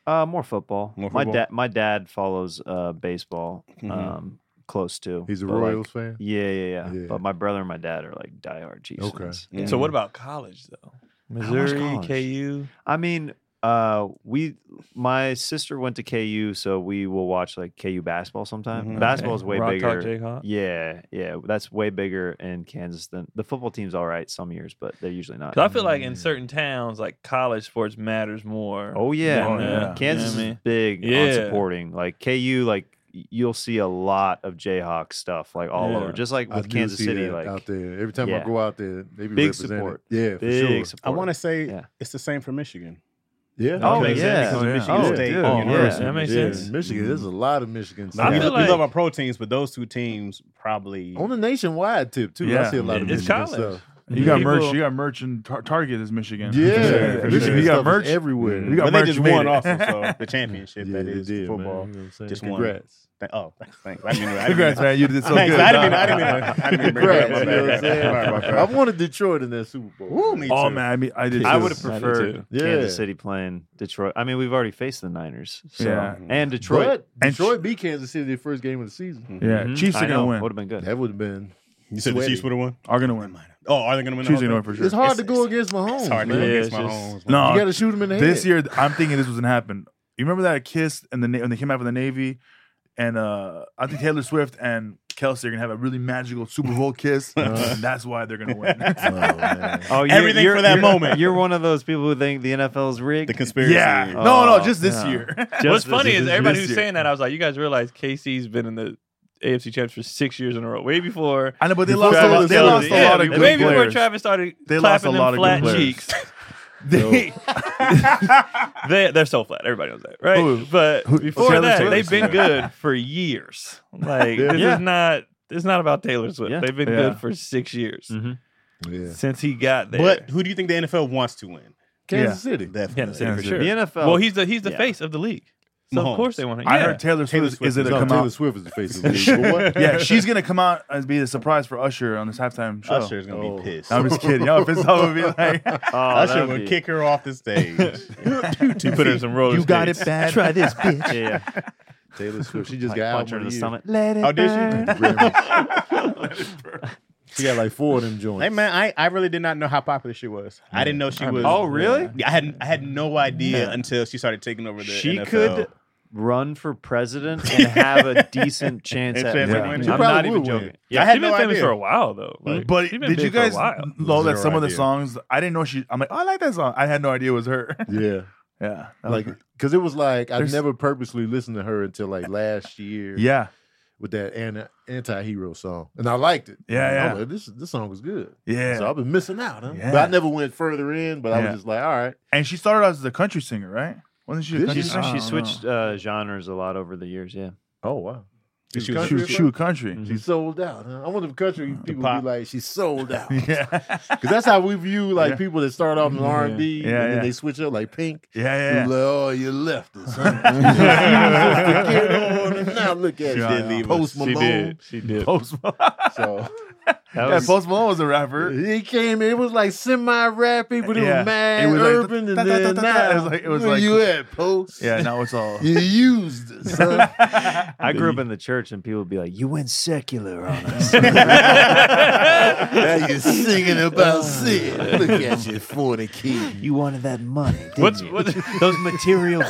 E: Uh, more football.
C: More
E: My
C: football.
E: dad, my dad follows uh baseball,
C: Mhm.
E: um, close to.
B: He's a
E: but, like,
B: Royals fan.
E: yeah, yeah, yeah,
B: Yeah.
E: But my brother and my dad are like diehard Chiefs.
B: Okay.
E: fans.
C: Mm.
A: So what about college though?
E: much
A: Missouri,
E: college?
A: KU.
E: I mean, uh, we my sister went to KU, so we will watch like KU basketball sometime.
C: Mhm.
E: Basketball is
A: Okay.
E: way
A: Rock
E: bigger.
A: Talk, Jayhawk.
E: Yeah, yeah, that's way bigger in Kansas than the football team's. All right, some years, but they're usually not.
A: 'Cause I feel like in certain towns, like college sports matters more.
E: Oh yeah,
D: Oh,
E: man.
D: yeah.
E: Kansas
A: Yeah, I
E: is
A: mean-
E: big on
A: Yeah.
E: supporting. Like KU, like y- you'll see a lot of Jayhawk stuff like all
A: Yeah.
E: over, just like
B: I
E: with
B: do
E: Kansas
B: see
E: City,
B: that out
E: like
B: there. Every time I
E: yeah.
B: go out there, they be
E: Big
B: represented.
E: support.
B: Yeah, for
E: big
B: sure.
E: support.
C: I want to say
E: Yeah.
C: it's the same for Michigan.
B: Yeah.
E: Oh,
A: Makes
E: yeah.
A: sense.
D: Oh, yeah.
C: Michigan
E: Oh,
C: State
E: dude.
A: Oh,
C: University.
A: yeah, that makes
B: Yeah,
A: sense.
B: Michigan, there's a lot of Michigan.
A: I
C: We
B: State.
A: feel
C: love- we love
A: like-
C: our pro teams, but those two teams probably.
B: on the nationwide tip too. I
D: Yeah.
B: see a lot of
A: It's
B: Michigan
A: college.
B: stuff.
D: You got merch.
A: People-
D: You got merch in tar- Target is Michigan.
B: Yeah,
D: For sure, for
B: Michigan
D: sure. You
B: stuff
D: got
B: is
D: merch.
B: everywhere.
D: You got
C: but they
D: merch,
C: just
D: you made
C: won
D: it.
C: also, so the championship
B: Yeah,
C: that
B: they
C: is
B: did, man. You
C: football.
B: know what I'm saying?
C: Just one.
B: Congrats.
C: Thank- Oh, thanks, thanks. I didn't, I didn't,
D: Congrats, man. You did so
C: Thanks.
D: good.
C: I didn't mean. I didn't mean. to- I didn't mean. to bring it up.
B: Congrats.
C: My
B: You know what I'm
C: bad. Sorry, my
B: saying? I
C: bad.
B: wanted Detroit in that Super Bowl.
C: Ooh, me
D: Oh
C: too.
D: man, I mean, I did.
E: I
D: too.
E: would have
A: I do
E: preferred
A: too.
B: Yeah.
E: Kansas City playing Detroit. I mean, we've already faced the Niners, so
D: Yeah.
C: Mm-hmm.
E: and Detroit.
B: But
D: And
B: Detroit Mm-hmm. beat Kansas City the first game of the season.
D: Yeah,
E: Mhm.
D: Chiefs
E: I
D: are
E: know.
D: gonna win.
E: Would have been good.
B: That would have been.
C: You said the
B: Sweaty.
C: Chiefs would have won.
D: Are gonna win.
C: Oh, are they going to win?
D: Chiefs
C: the
D: are gonna win
C: whole
D: for
C: thing?
D: sure.
B: It's hard to
C: It's-
B: go against Mahomes.
C: It's hard to
B: man.
C: go
A: Yeah,
C: against
A: it's
C: Mahomes. man.
D: No,
B: You got to shoot him in the head.
D: this year I'm thinking this was gonna happen. You remember that kiss and the na- when they came out of the Navy, and uh, I think Taylor Swift and Kelsey are gonna have a really magical Super Bowl kiss, and that's why they're gonna win.
B: Oh, man.
E: Oh,
C: Everything for that moment.
E: You're one of those people who think the NFL is rigged.
C: The conspiracy.
D: yeah,
E: Oh,
D: no, no, just this
E: yeah.
D: year.
A: What's
E: Just this-
A: funny
D: this-
A: is
D: this-
A: everybody
D: this
A: who's
D: year.
A: saying that, I was like, you guys realize KC's been in the AFC Championship for six years in a row, way before.
D: I know, but they
B: Before
D: lost. A lot,
B: Travis
D: they lost a
B: Kelce.
D: lot
A: yeah,
D: of good
A: way before
D: players.
A: Travis started
D: They lost
A: clapping
D: a lot
A: them
D: of good
A: flat
D: players.
A: cheeks.
D: They-
A: They they're so flat. Everybody knows that, right?
D: Who?
A: But
D: Who-
A: before
D: Taylor
A: that,
D: Swift?
A: they've been good for years. Like
B: Yeah.
A: this
E: Yeah.
A: is not. It's not about Taylor Swift.
E: Yeah.
A: They've been
D: Yeah. Mm.
A: good for six years
E: Mhm.
B: Yeah.
A: since he got there.
C: But who do you think the NFL wants to win?
B: Kansas City.
A: Kansas
C: Definitely.
A: City for
D: Kansas
A: sure.
E: The NFL.
A: Well, he's the he's the
E: Yeah.
A: face of the league, so
C: Mahomes.
A: of course they want to. Yeah.
D: I heard Taylor Swift,
C: Taylor
D: is
C: Swift
D: gonna
B: No,
D: come
B: Taylor
D: out.
B: Swift is the face of the league. But what?
D: Yeah, she's gonna come out and be a surprise for Usher on this halftime show.
C: Usher's going to
B: Oh.
C: be pissed.
D: I'm just kidding. Y'all pissed off would be like,
E: Oh,
C: Usher
E: that'd
C: would
E: be-
C: kick her off the stage.
A: you put her in some roller skates.
D: bad.
E: Try this, bitch. yeah, yeah.
B: Taylor Swift. She just
E: Like,
B: got
E: punch her
B: album
E: in
B: of
E: the
B: the year.
E: stomach. Let it
C: Oh, did she?
E: burn.
B: Grammys. she got like four of them joints.
C: Hey man, I, I really did not know how popular she was. I didn't know she was.
E: Oh, really?
C: Yeah, I had I had no idea until she started taking over the.
E: She
C: NFL.
E: could run for president and have a decent chance
C: And
E: at
C: chance
E: winning.
C: at winning.
B: She
E: I'm
B: probably
E: not even
B: would
E: joking.
B: win.
E: Yeah,
C: I had
A: She's been
C: no
A: famous
C: idea.
A: for a while though. Like,
D: Mm, but
A: she's been
D: did
A: big
D: you guys
A: For a while.
D: know that
C: Zero
D: some of the
C: idea.
D: songs I didn't know she? I'm like, oh, I like that song. I had no idea it was her.
B: Yeah.
D: yeah, I
B: Like,
D: her.
B: because it was like, I
D: There's-
B: never purposely listened to her until like last year
D: yeah,
B: with that an- anti hero song. And I liked it.
D: Yeah,
B: I
D: yeah.
B: was like, this, this song was good.
D: yeah.
B: So I've been missing out, huh?
D: Yeah.
B: But I never went further in, but I
D: Yeah.
B: was just like, all right.
D: and she started out as a country singer, right? Wasn't she? A
B: Did
D: country
B: She's-
E: She,
D: singer? I
E: she
D: don't
E: switched
D: know.
E: uh, genres a lot over the years. Yeah.
B: Oh, wow.
C: She
B: She's
C: was-
D: She
B: country Mm-hmm.
D: was,
B: as
D: she
B: well?
D: was country.
B: She's sold out, huh? I wonder if country people
C: pop.
B: be like, she's sold out. Because
D: Uh, Yeah, yeah,
B: that's how we view like
D: Yeah.
B: people that start off in R&B
D: Yeah,
B: and
D: yeah.
B: then they switch up like Pink.
D: yeah.
B: You
D: yeah.
B: like, oh, you left us. Huh? You supposed to get on and now look at
D: She
B: you.
D: did leave
B: Post
A: She
B: Malone.
A: did. She did.
D: Post Malone.
B: So
E: That
D: yeah,
E: was-
D: Post Malone was a rapper.
B: he came. It was like semi-rappy, but it
D: Yeah.
B: was mad
D: It was like,
B: urban.
D: da-
B: and
D: da- da-
B: then
D: da- da.
B: now,
D: It was like- it was
B: where
D: like-
B: you at, Post?
D: Yeah, now it's all.
B: You used us. Huh?
E: I grew up in the church, and people would be like, "You went secular on us."
B: now you singing about sin. Look at you, fornicating.
E: you wanted that money. didn't
A: What's
E: you?
A: what's
E: those material
B: The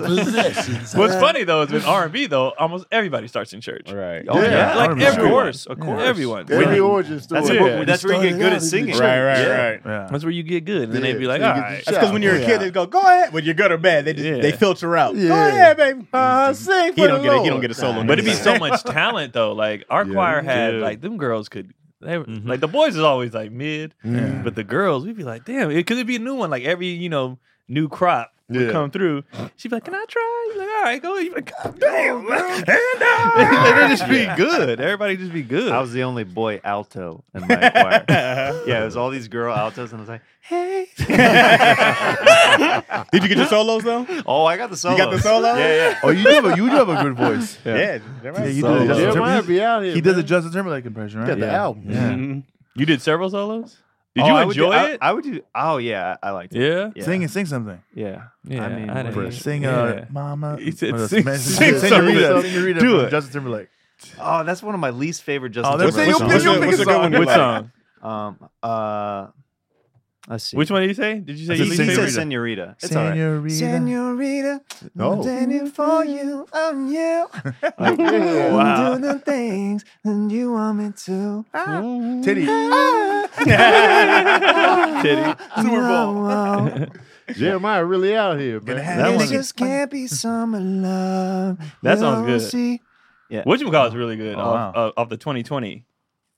B: possessions.
A: What's
B: huh?
A: funny though is in R and B though, almost everybody starts in church.
C: Right.
E: Oh,
B: Yeah.
E: yeah.
A: Like
D: Of
A: everyone,
E: course, of course.
A: everyone.
B: Every
A: When-
B: origin story.
E: That's,
A: Yeah.
E: where, that's where you get good at singing.
C: Right. Right.
A: Yeah.
C: Right.
D: Yeah.
A: That's where you get good, and then they'd be
B: Yeah,
A: like, "Ah, "All
B: so you get
A: right,
B: the
C: That's because when you're a
B: Yeah.
C: kid, they go, "Go ahead." When you're good or bad, they just
A: Yeah.
C: they filter out. Go
B: Yeah. Uh,
C: ahead, baby.
B: I sing
C: He
B: for
C: don't
B: the
C: get a- he
B: Lord.
C: don't get a solo
A: But it'd be
C: Yeah.
A: so much talent though. Like our
B: Yeah.
A: choir had
E: Yeah.
A: like them girls could. They, were
E: Mhm.
A: Like the boys is always like mid,
B: Mm.
A: but the girls we'd be like, damn, it could be a new one. Like every you know new crop would
B: Yeah.
A: come through. She'd be like, "Can I try?" He's like, "All right, go." He'd be like, "God damn!" man."
D: uh,
A: like, they just be good. Everybody just be good.
E: I was the only boy alto in my choir. yeah, it was all these girl altos, and I was like, "Hey,
C: Did you get your solos though?
E: oh, I got the solo.
C: You got the solo?
E: Yeah, yeah.
D: Oh, you do have a, you do have a good voice.
C: Yeah.
D: Yeah, you
B: So,
D: do.
B: yeah,
D: Justin
B: Jeremiah
D: Timberlake-
B: be out here.
D: He does a
B: man.
D: Justin Timberlake impression, right?
B: Got the album.
D: Yeah.
C: Mhm.
A: you did several solos. Did
E: Oh,
A: you
E: I would do-
A: enjoy
E: I-
A: it?
E: I, would do. Oh yeah, I liked it.
A: yeah.
E: Yeah.
D: Sing and sing something.
E: Yeah,
A: Yeah,
E: I mean,
A: I didn't
E: what-
A: Yeah.
D: Sing,
A: Yeah.
D: uh, Mama.
A: He said
D: uh,
A: sing-
D: Sma-
A: sing
D: Senorita.
A: something.
D: Senorita
A: Do
D: from
A: it.
D: Justin Timberlake.
E: oh, that's one of my least favorite Justin
D: Oh, that's
E: Timberlake
C: your-
E: songs.
C: that's your- what's a good one you
A: What
C: like?
A: song?
E: Um, uh, let's see.
A: Which one did you say? Did you say
D: I
E: He,
A: your
D: said
A: least
E: he
D: Senorita.
E: said
A: favorite?
E: "Senorita." It's all right.
D: Senorita.
E: Senorita,
B: Oh.
E: standing for you, on you.
A: Wow.
E: Do the things that you want me to.
D: Titty.
A: Titty.
E: Super Bowl.
B: Jeremiah really out here, man.
D: have
A: That
E: It
A: one-
E: just can't be summer love.
A: That sounds
E: You'll
A: good.
E: see.
A: What you call is really good.
D: Oh,
A: off,
D: wow.
A: of, of the 2020.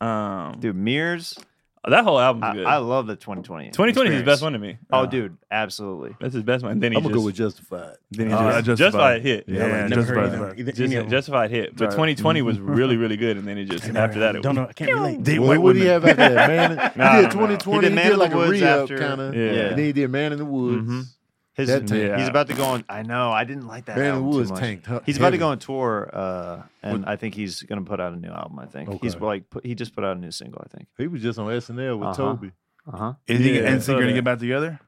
A: Um,
E: Dude, Mirrors,
A: that whole album's
E: I,
A: good.
E: I love the 2020.
A: 2020 is his
E: experience.
A: best one to me. Uh,
E: Oh, dude, absolutely.
A: That's his best one. And then he
B: I'm gonna go
A: just-
B: with Justified.
D: Then he
A: Oh,
D: just-
A: Justified. hit.
D: Yeah,
C: Yeah,
D: just
C: never
D: about
C: heard
D: that.
C: either- either-
A: Just,
C: any of them.
A: justified hit, but
D: Sorry.
A: 2020 was really, really good, and then it just after that it
C: don't
A: was
C: know. I can't relate.
D: Date
B: what
D: white
B: would he
D: women.
B: have after that? Man, in-
A: Nah,
B: he
A: I don't
B: did
A: know.
B: 2020. He
E: He did
B: did,
E: Man in the
B: like a
E: Woods
B: re up
E: after-
B: kind of.
A: Yeah.
B: And then he did Man in the Woods.
E: Mhm. His,
B: That tank.
E: He's
A: Yeah.
E: about to go on. I know. I didn't like that.
B: Man in the
E: album
B: Woods
E: too much.
B: tanked.
E: He's about to go on tour, uh, and I think he's gonna put out a new album. I think he's
B: Okay.
E: like put, he just put out a new single. I think.
B: He was just on SNL with
E: Uh-huh.
B: Toby.
E: Uh huh.
D: Is he
A: Yeah, I
D: and
A: saw
D: Sing gonna
A: that.
D: get back together?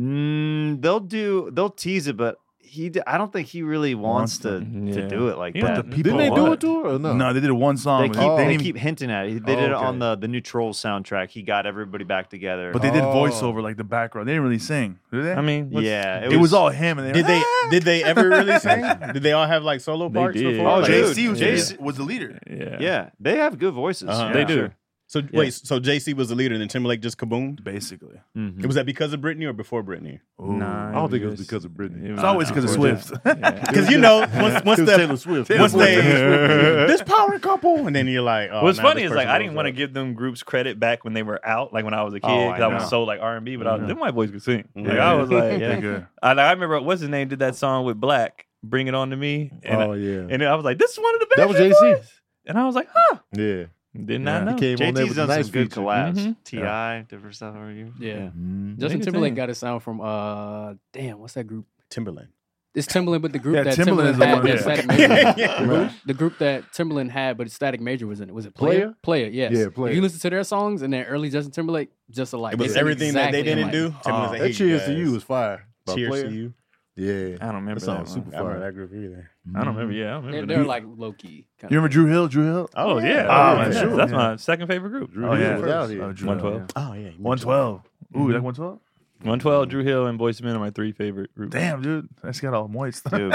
E: Mm, they'll do. They'll tease it, but he. d- I don't think he really
D: Wants
E: wants, to
A: to.
E: to
A: Yeah.
E: do it like
A: Yeah.
E: that.
A: But
D: People
B: Didn't they do
D: want
B: it to her or no?
D: No, they did one song.
E: They
D: but
E: keep
B: Oh.
D: didn't
E: they
D: even-
E: keep hinting at it. They did it on
B: Okay.
E: the the new Troll soundtrack. He got everybody back together.
D: But they did
B: Oh.
D: voiceover like the background. They didn't really sing, did they?
A: I mean, what's-
E: yeah,
D: it was, all him. And they
C: Did they? Did they ever really sing? Did they all have like solo
A: They
C: parts
A: did.
C: before?
E: Oh,
C: Like-
E: dude.
D: JC was,
E: Yeah.
D: was- was the leader.
A: yeah,
E: Yeah, they have good voices.
C: Uh-huh.
E: yeah,
A: They do.
E: sure.
C: So wait, so JC was the leader, and then Timberlake just kaboomed.
D: Basically,
E: Mhm.
C: Was that because of Britney or before Britney?
D: Ooh.
A: Nah,
B: I don't think it was
A: just-
B: because of Britney.
A: it
D: It's always because of
A: was-
D: Swift.
A: Yeah.
C: Because you know, once once
B: It was
C: the
B: Taylor Swift.
C: once
B: Taylor
C: they
B: Swift.
C: this power couple, and then you're like, oh,
A: What's
C: now
A: funny
C: this
A: is like
C: person
A: I didn't
C: blows
A: want to
C: up.
A: give them groups credit back when they were out, like when I was a kid,
E: Oh, I
A: 'cause I, was
E: know.
A: so like R and B, but I was,
D: Mhm.
A: them white boys could sing. Like
C: Yeah.
A: I was like,
D: They're good.
A: I, I remember what's his name did that song with Black, "Bring It On to Me," and
B: Oh yeah,
A: and I was like, this is one of the best.
B: that was
A: Brit
B: JC.
A: boys. and I was like, huh,
B: Yeah,
A: did
D: Yeah.
A: not know.
B: he came on there
E: JT's
B: with a
E: done
B: nice
E: some good
B: feature.
E: collabs.
A: Mhm.
E: Ti different stuff over you.
F: Yeah.
D: Mm-hmm.
B: Mhm.
F: Justin
A: Nigga
F: Timberlake
A: thing.
F: got his sound from uh damn, what's that group?
C: Timberland.
F: It's Timberland, but the group
D: Yeah,
F: that
D: Timberland
F: Timberland,
D: is the one,
F: had that
D: yeah.
F: Static Major was in.
B: Right.
F: The group that Timberland had, but Static Major was in it. Was it
B: Player?
F: Player? Player, yes.
B: Yeah,
F: If
B: Player.
F: you listen to their songs and their early Justin Timberlake, just alike.
C: It was
F: It's
C: everything that they didn't
F: exactly alike.
C: do. Timberland was like,
B: Oh, That
C: "Hey,
B: cheers to
C: guys,
B: you was fire. by
C: Cheers
B: Player.
C: to you.
B: Yeah,
A: I don't remember
B: that
A: that,
B: song
A: one.
B: super
C: I remember
B: fire.
C: that group either.
A: I don't remember. Yeah, I don't
F: They're,
A: remember.
F: they're
A: that.
F: like low key.
D: You remember Drew Hill? Drew Hill?
A: oh yeah,
D: Oh,
A: yeah,
D: for sure.
A: that's
D: Yeah.
A: my second favorite group.
B: Drew
D: Oh
B: Hill
D: yeah,
B: was out here.
D: Oh, Drew Hill,
A: 112.
C: Oh yeah,
D: One twelve. Ooh, you like one twelve?
A: 112, Drew Hill, and Boyz II Men are my three favorite groups.
D: Damn, dude, that's got all moist.
E: Dude.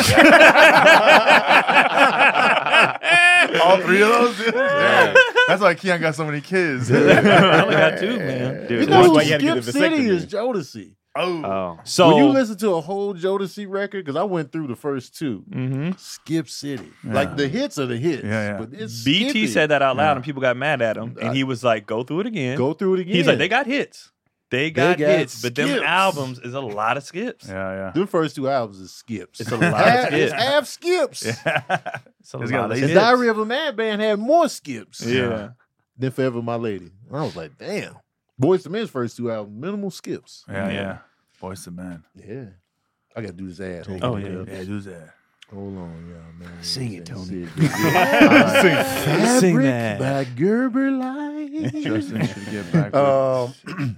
D: all three of those. Dude.
E: Yeah.
D: That's why Keon got so many kids.
A: I only got two, man.
E: Dude,
B: You
E: that's
B: know
C: why
B: who
C: you had to
B: Skip
C: get the
B: City
C: vasectomy.
B: is Jodeci.
D: Oh,
E: Oh,
A: So
B: when you listen to a whole Jodeci record, because I went through the first two,
A: Mhm.
B: Skip City.
D: Yeah.
B: Like the hits are the hits.
D: Yeah, yeah.
B: But it's
A: BT
B: skippy.
A: said that out loud,
D: Yeah.
A: and people got mad at him, and he was like, "Go through it again."
B: Go through it again.
A: He's like, "They got hits, they got,
B: got
A: hits, but them
B: skips.
A: albums is a lot of skips.
D: yeah, yeah.
B: the first two albums is skips.
A: It's a lot of
B: Half-
A: skips.
B: It's half skips.
D: yeah.
A: It's a
D: It's got
A: lot of
D: lazy-
B: The
A: skips.
B: Diary of a Mad Band had more skips
A: yeah,
B: than Forever My Lady. And I was like, damn. Boys to Men's first two albums, minimal skips.
D: Yeah,
A: Yeah.
D: yeah. Boys to man.
B: Yeah. I gotta do this ad. Hold
A: Oh,
B: on,
A: yeah.
B: y'all.
D: Yeah, do that.
B: Hold on, y'all, man.
E: Sing it, Tony.
B: Fabric
A: Sing that.
B: by Gerber Light.
D: Justin should get back. with-
B: Um,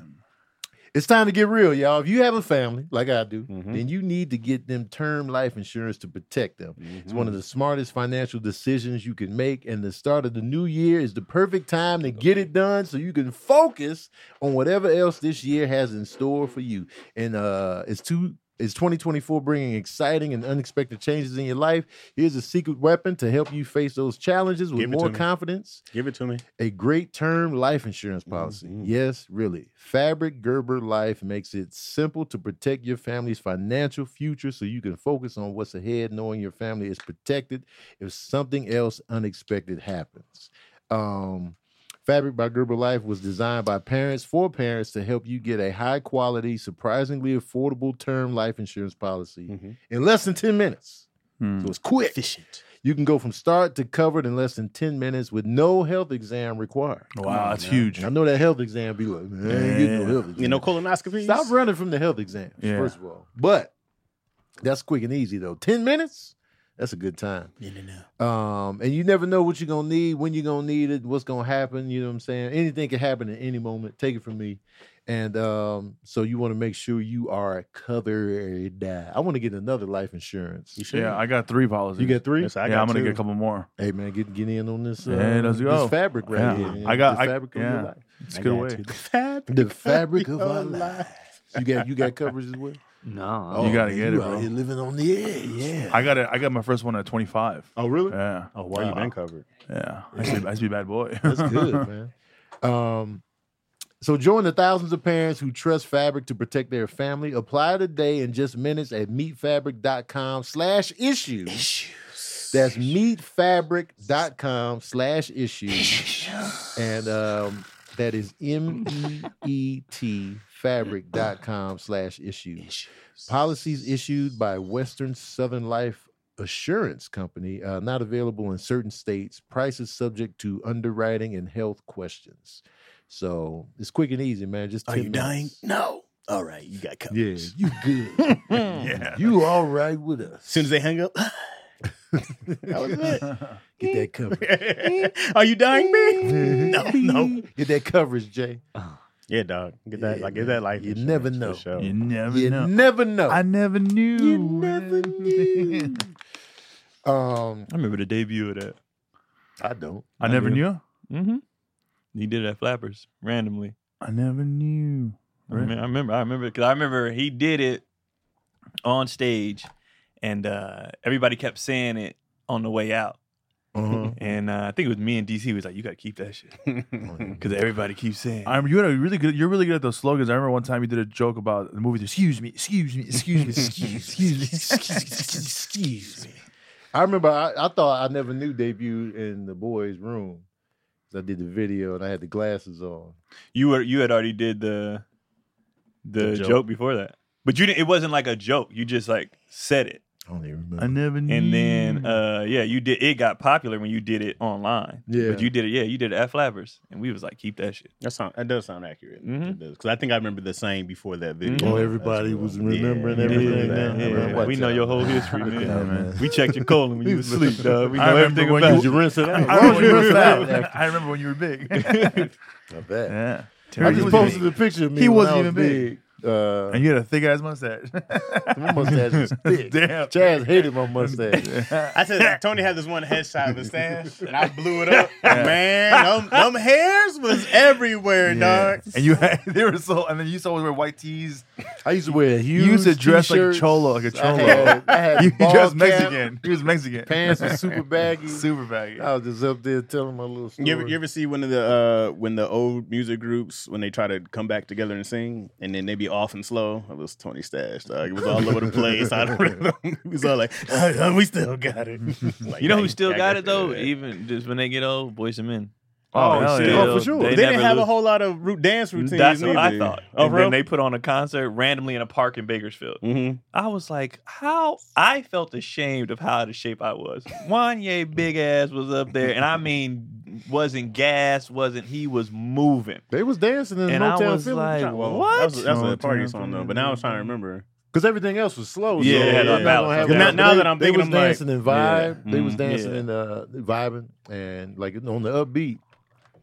B: It's time to get real, y'all. If you have a family, like I do,
E: Mm-hmm.
C: Mhm.
B: then you need to get them term life insurance to protect them. It's one of
C: Mm-hmm.
B: the smartest financial decisions you can make, and the start of the new year is the perfect time to get it done so you can focus on whatever else this year has in store for you. And uh, it's two. Is 2024 bringing exciting and unexpected changes in your life? Here's a secret weapon to help you face those challenges with
C: Give it
B: more
C: to me.
B: confidence
C: Give it to me.
B: a great term life insurance policy.
C: Mhm.
B: Yes, really. Fabric Gerber Life makes it simple to protect your family's financial future so you can focus on what's ahead, knowing your family is protected if something else unexpected happens. Um, Fabric by Gerberlife was designed by parents for parents to help you get a high quality, surprisingly affordable term life insurance policy
C: Mhm.
B: in less than 10 minutes.
D: Hmm.
B: So it's quick.
C: Efficient.
B: You can go from start to covered in less than 10 minutes with no health exam required.
D: Wow, that's huge.
B: And I know that health exam be like, man, I ain't getting no
D: Yeah.
B: health exam.
C: You know, colonoscopies.
B: Stop running from the health exams,
D: Yeah.
B: first of all. But that's quick and easy though. 10 minutes? That's a good time.
C: No, no, no.
B: Um, and you never know what you're gonna need, when you're gonna need it, what's gonna happen, you know what I'm saying? Anything can happen at any moment. Take it from me. And um, so you want to make sure you are covered. I want to get another life insurance.
C: You should.
D: Yeah, I got three policies.
B: You get three?
C: Yes, I
D: yeah,
C: got
D: I'm gonna
C: two.
D: get a couple more.
B: Hey man, get get in on this. Uh,
D: Yeah, let's go.
B: This fabric right
D: Yeah.
B: here. man.
D: I got-
B: the
D: I-
B: fabric of
D: yeah.
B: your life.
D: Let's
C: I
D: get
C: got
D: away.
C: you. The fabric,
B: The fabric of our
C: life.
B: You got you got coverage as well.
E: No,
D: You gotta get
B: Oh, you
D: it,
B: out
D: bro.
B: Here living on the edge. Yeah.
D: I got it. I got my first one at 25.
B: oh really?
D: Yeah,
C: Oh, wow. you been covered.
D: yeah. I used to be, I used to be a bad boy.
B: That's good, Hmm. man. Um, so join the thousands of parents who trust Fabric to protect their family. Apply today in just minutes at meetfabric.com slash issues. That's meetfabric.com slash issues. And um, that is E M-E-E-T fabric.com slash issues. Policies issued by Western Southern Life Assurance Company, uh, not available in certain states. Prices subject to underwriting and health questions. So it's quick and easy, man. Just 10 minutes.
C: No. All right, you got
B: Yeah,
C: coverage.
B: you good.
D: yeah.
B: you all right with us?
C: As soon as they hung up,
B: Get that coverage.
C: are you dying, man? no,
B: Mhm.
C: no.
B: Get that coverage, Jay.
C: Yeah, dog. Get that.
B: Yeah,
C: like, get that life.
B: You
C: insurance
B: never
C: for
B: know.
C: sure.
D: You never
B: You
D: know.
B: never know.
D: I never knew.
B: You never knew. um,
A: I remember the debut of that.
B: I don't.
D: I never
A: do.
D: knew.
A: Mm-hmm. He did it at Flappers randomly.
D: I never knew.
A: I, mean, I remember. I remember because I remember he did it on stage, and uh, everybody kept saying it on the way out.
B: Uh-huh.
A: And uh, I think it was me and DC was like, "You got to keep that shit,"
B: Oh,
A: because everybody keeps saying.
D: I remember you had a really good. You're really good at those slogans. I remember one time you did a joke about the movie. Excuse me, excuse me, excuse me, excuse me, excuse me, excuse me, excuse me.
B: I remember I, I thought I never knew debuted in the boys' room. 'Cause I did the video and I had the glasses on.
A: you were you had already did the the,
C: The
A: joke.
C: joke.
A: before that, but you didn't. It wasn't like a joke. You just like said it,
B: I don't even remember.
D: I never knew.
A: and then uh, yeah, you did. It got popular when you did it online.
B: Yeah.
A: but you did it. Yeah, you did it at Flappers, and we was like, "Keep that shit."
C: That sound that does sound accurate.
A: Mhm.
C: It does because I think I remember the same before that video.
A: Mhm.
B: Oh, Mm-hmm. everybody was remembering
C: Yeah,
B: everything.
C: yeah,
B: now.
C: yeah,
B: I remember
C: yeah.
B: what
A: We know
B: time.
A: your whole history, man.
B: Yeah, man.
A: We checked your colon when you was asleep, dog. We know
D: I remember
A: everything
D: when
A: about
D: you-
B: Did you rinse it out?
A: uh,
D: I remember, when you were
B: Rinse it out
D: fat. I remember when you were big.
B: I bet.
D: yeah.
B: I just
D: Terry
B: posted
D: was
B: a picture of me.
D: He
B: when I
D: wasn't
B: was
D: even big.
B: Uh,
D: And you had a thick ass mustache.
B: my mustache is thick.
D: Damn.
B: Chaz hated my mustache.
C: I said that Tony had this one headshot of his stash, and I blew it up. Man, them, them hairs was everywhere,
D: Yeah.
C: dog.
D: And you had, they were so, and then you used to always wear white tees.
B: I used to wear a huge.
D: You used to dress like a
B: t-shirts.
D: cholo, like a cholo.
B: I had, I had
D: you
B: ball
D: just
B: cap,
D: Mexican. He was Mexican.
B: Pants Uh, were super baggy.
D: Super baggy.
B: I was just up there telling my little story.
C: You ever, you ever see one of the uh, when the old music groups when they try to come back together and sing and then they be off and slow? It was Tony Stash. Dog. It was all over the place. I don't rhythm. It was all like, "Uh, uh, we still got it. Like,
A: You know
C: yeah,
A: who still
C: yeah, I
A: got
C: guess
A: it though?
C: yeah.
A: Even just when they get old, boys and men.
D: Oh, hell
A: still-
D: yeah.
B: Oh, for sure.
C: They,
A: They,
C: didn't
A: never
C: have a
A: lose.
C: whole lot of root dance routines.
A: That's what I
C: either.
A: thought.
C: Oh,
A: and
C: bro.
A: then they put on a concert randomly in a park in Bakersfield.
C: mm-hmm.
A: I was like, how I felt ashamed of how out of shape I was. Wanye big ass was up there, and I mean, wasn't gas, wasn't he was moving.
B: They was dancing in
A: And I
B: Motown
A: was
B: Philly.
A: like,
C: Well,
A: What?
C: That's, that's
D: No,
C: a party
D: it's
C: song
D: not-
C: though, but now I was trying to remember.
B: Because everything else was slow.
A: Yeah,
B: so
A: it had
B: you're
A: a
B: not
A: balance.
B: gonna have
A: Yeah.
B: that.
C: Now- now that I'm
B: they
C: thinking,
B: was
C: I'm like,
B: dancing in vibe.
C: yeah.
B: They was
C: Mhm.
B: dancing
A: Yeah.
B: in uh, vibing and like on the upbeat.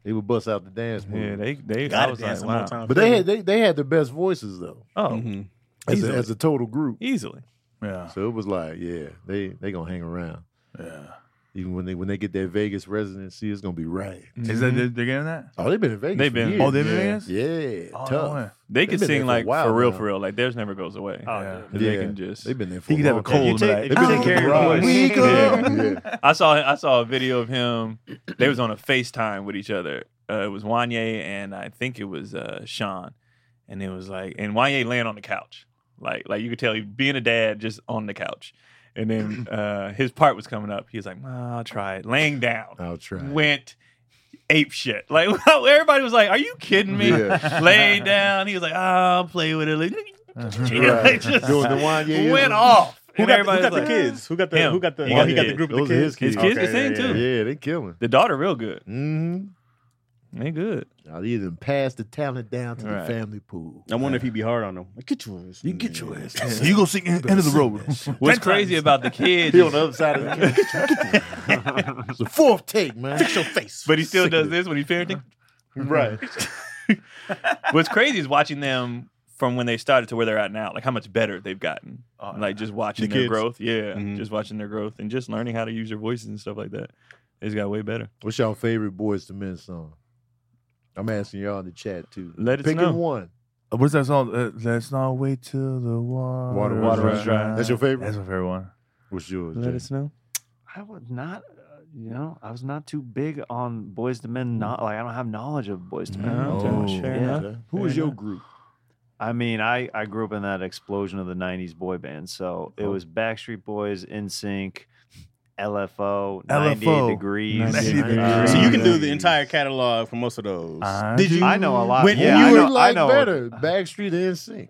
B: They would bust out the dance.
A: Yeah,
B: move.
A: they they I
C: Gotta
A: was
C: dance
A: like,
C: some
A: wow.
C: more time.
B: but they had they, they had the best voices though,
A: Oh,
C: Mhm.
B: as a,
A: Easily.
B: as a total group.
A: easily.
D: Yeah.
B: So it was like, yeah, they they gonna hang around.
D: Yeah.
B: Even when they when they get their Vegas residency, it's gonna be right.
D: Is that, they're getting that?
B: Oh, they've been in Vegas.
A: They've
B: for
A: been-
B: years.
D: Oh, they've been in Vegas?
B: Yeah,
D: Oh, no
B: tough.
D: way.
A: They
B: They've
A: could
B: been there
A: sing
B: for a
A: like for
B: while
A: real,
B: now.
A: for real. Like theirs never goes away.
E: Oh,
D: yeah.
E: dude.
A: They
B: Yeah.
A: can just.
B: They've been there for.
D: He
B: a Oh,
D: could have a
B: long time.
D: cold.
E: take-
D: like,
E: if you
B: They've been
E: take
B: there
E: care
B: for
E: of
B: a
E: your
B: while.
E: voice.
D: We go.
B: Yeah.
A: I saw I saw a video of him. They was on a FaceTime with each other. Uh, it was Wanye and I think it was uh, Sean, and it was like and Wanye laying on the couch, like like you could tell he being a dad just on the couch, and then uh, his part was coming up. He was like, "Nah, "I'll try it," laying down,
B: I'll try.
A: went ape shit. Like everybody was like, "Are you kidding me?"
B: Yeah.
A: Laying down, he was like, "Ah, "I'll play with it." Like,
B: Right.
A: just
B: Doing the one, yeah, yeah.
A: went off.
C: Who
A: And
C: got, the- who
A: everybody's
C: got the
A: like,
C: kids? Who got the
A: Him.
C: who got the?
A: He
C: oh,
A: got
C: he got
A: the
C: the group of the
B: Those are his
C: kids.
A: His kids
B: kids.
C: Okay,
A: can sing
C: yeah,
A: too.
B: Yeah, they killing.
A: The daughter real good.
B: Mm-hmm.
A: They good.
B: Now they didn't pass the talent down to
A: Right.
B: the family pool.
C: I wonder if he'd be hard on them. Like, get your ass.
B: You get your ass.
D: So you go sing end of the road.
A: What's crazy about the kids?
B: He on
A: is-
B: the other side of the camera. Get your- get your- it's the fourth take, man. Fix your face.
A: but he still
B: Sick
A: does
B: of
A: this when he's parenting.
B: Right.
A: What's crazy is watching them from when they started to where they're at now. Like how much better they've gotten. like just watching
C: The
A: their
C: kids.
A: growth. Yeah,
C: Mhm.
A: just watching their growth and just learning how to use their voices and stuff like that. It's got way better.
B: What's y'all favorite Boys to Men song? I'm asking y'all in the chat too.
A: Let us
B: Picking
A: know.
B: one.
D: What's that song? Uh, Let's not wait till the water
B: Water
A: runs
D: runs
A: dry.
B: That's your favorite?
D: That's my favorite one.
B: What's yours?
A: Let
B: Jay?
A: us know.
E: I was not, uh, you know, I was not too big on Boys to Men. Not like I don't have knowledge of Boys to Men.
A: Okay,
B: Oh,
A: fair
E: yeah.
A: enough.
B: Who was
A: Fair
B: your
A: enough.
B: group?
E: I mean, I I grew up in that explosion of the '90s boy bands, so it
B: Oh.
E: was Backstreet Boys, NSYNC, LFO, 98
D: LFO.
E: Degrees.
D: 98
E: Uh,
D: Degrees.
C: So you can do the
B: Jeez.
C: entire catalog for most of those.
D: I
C: Did you?
E: I know a lot.
C: When
E: yeah,
B: you
E: I
B: were
E: know,
B: like
E: I know.
B: better, Backstreet and Sync.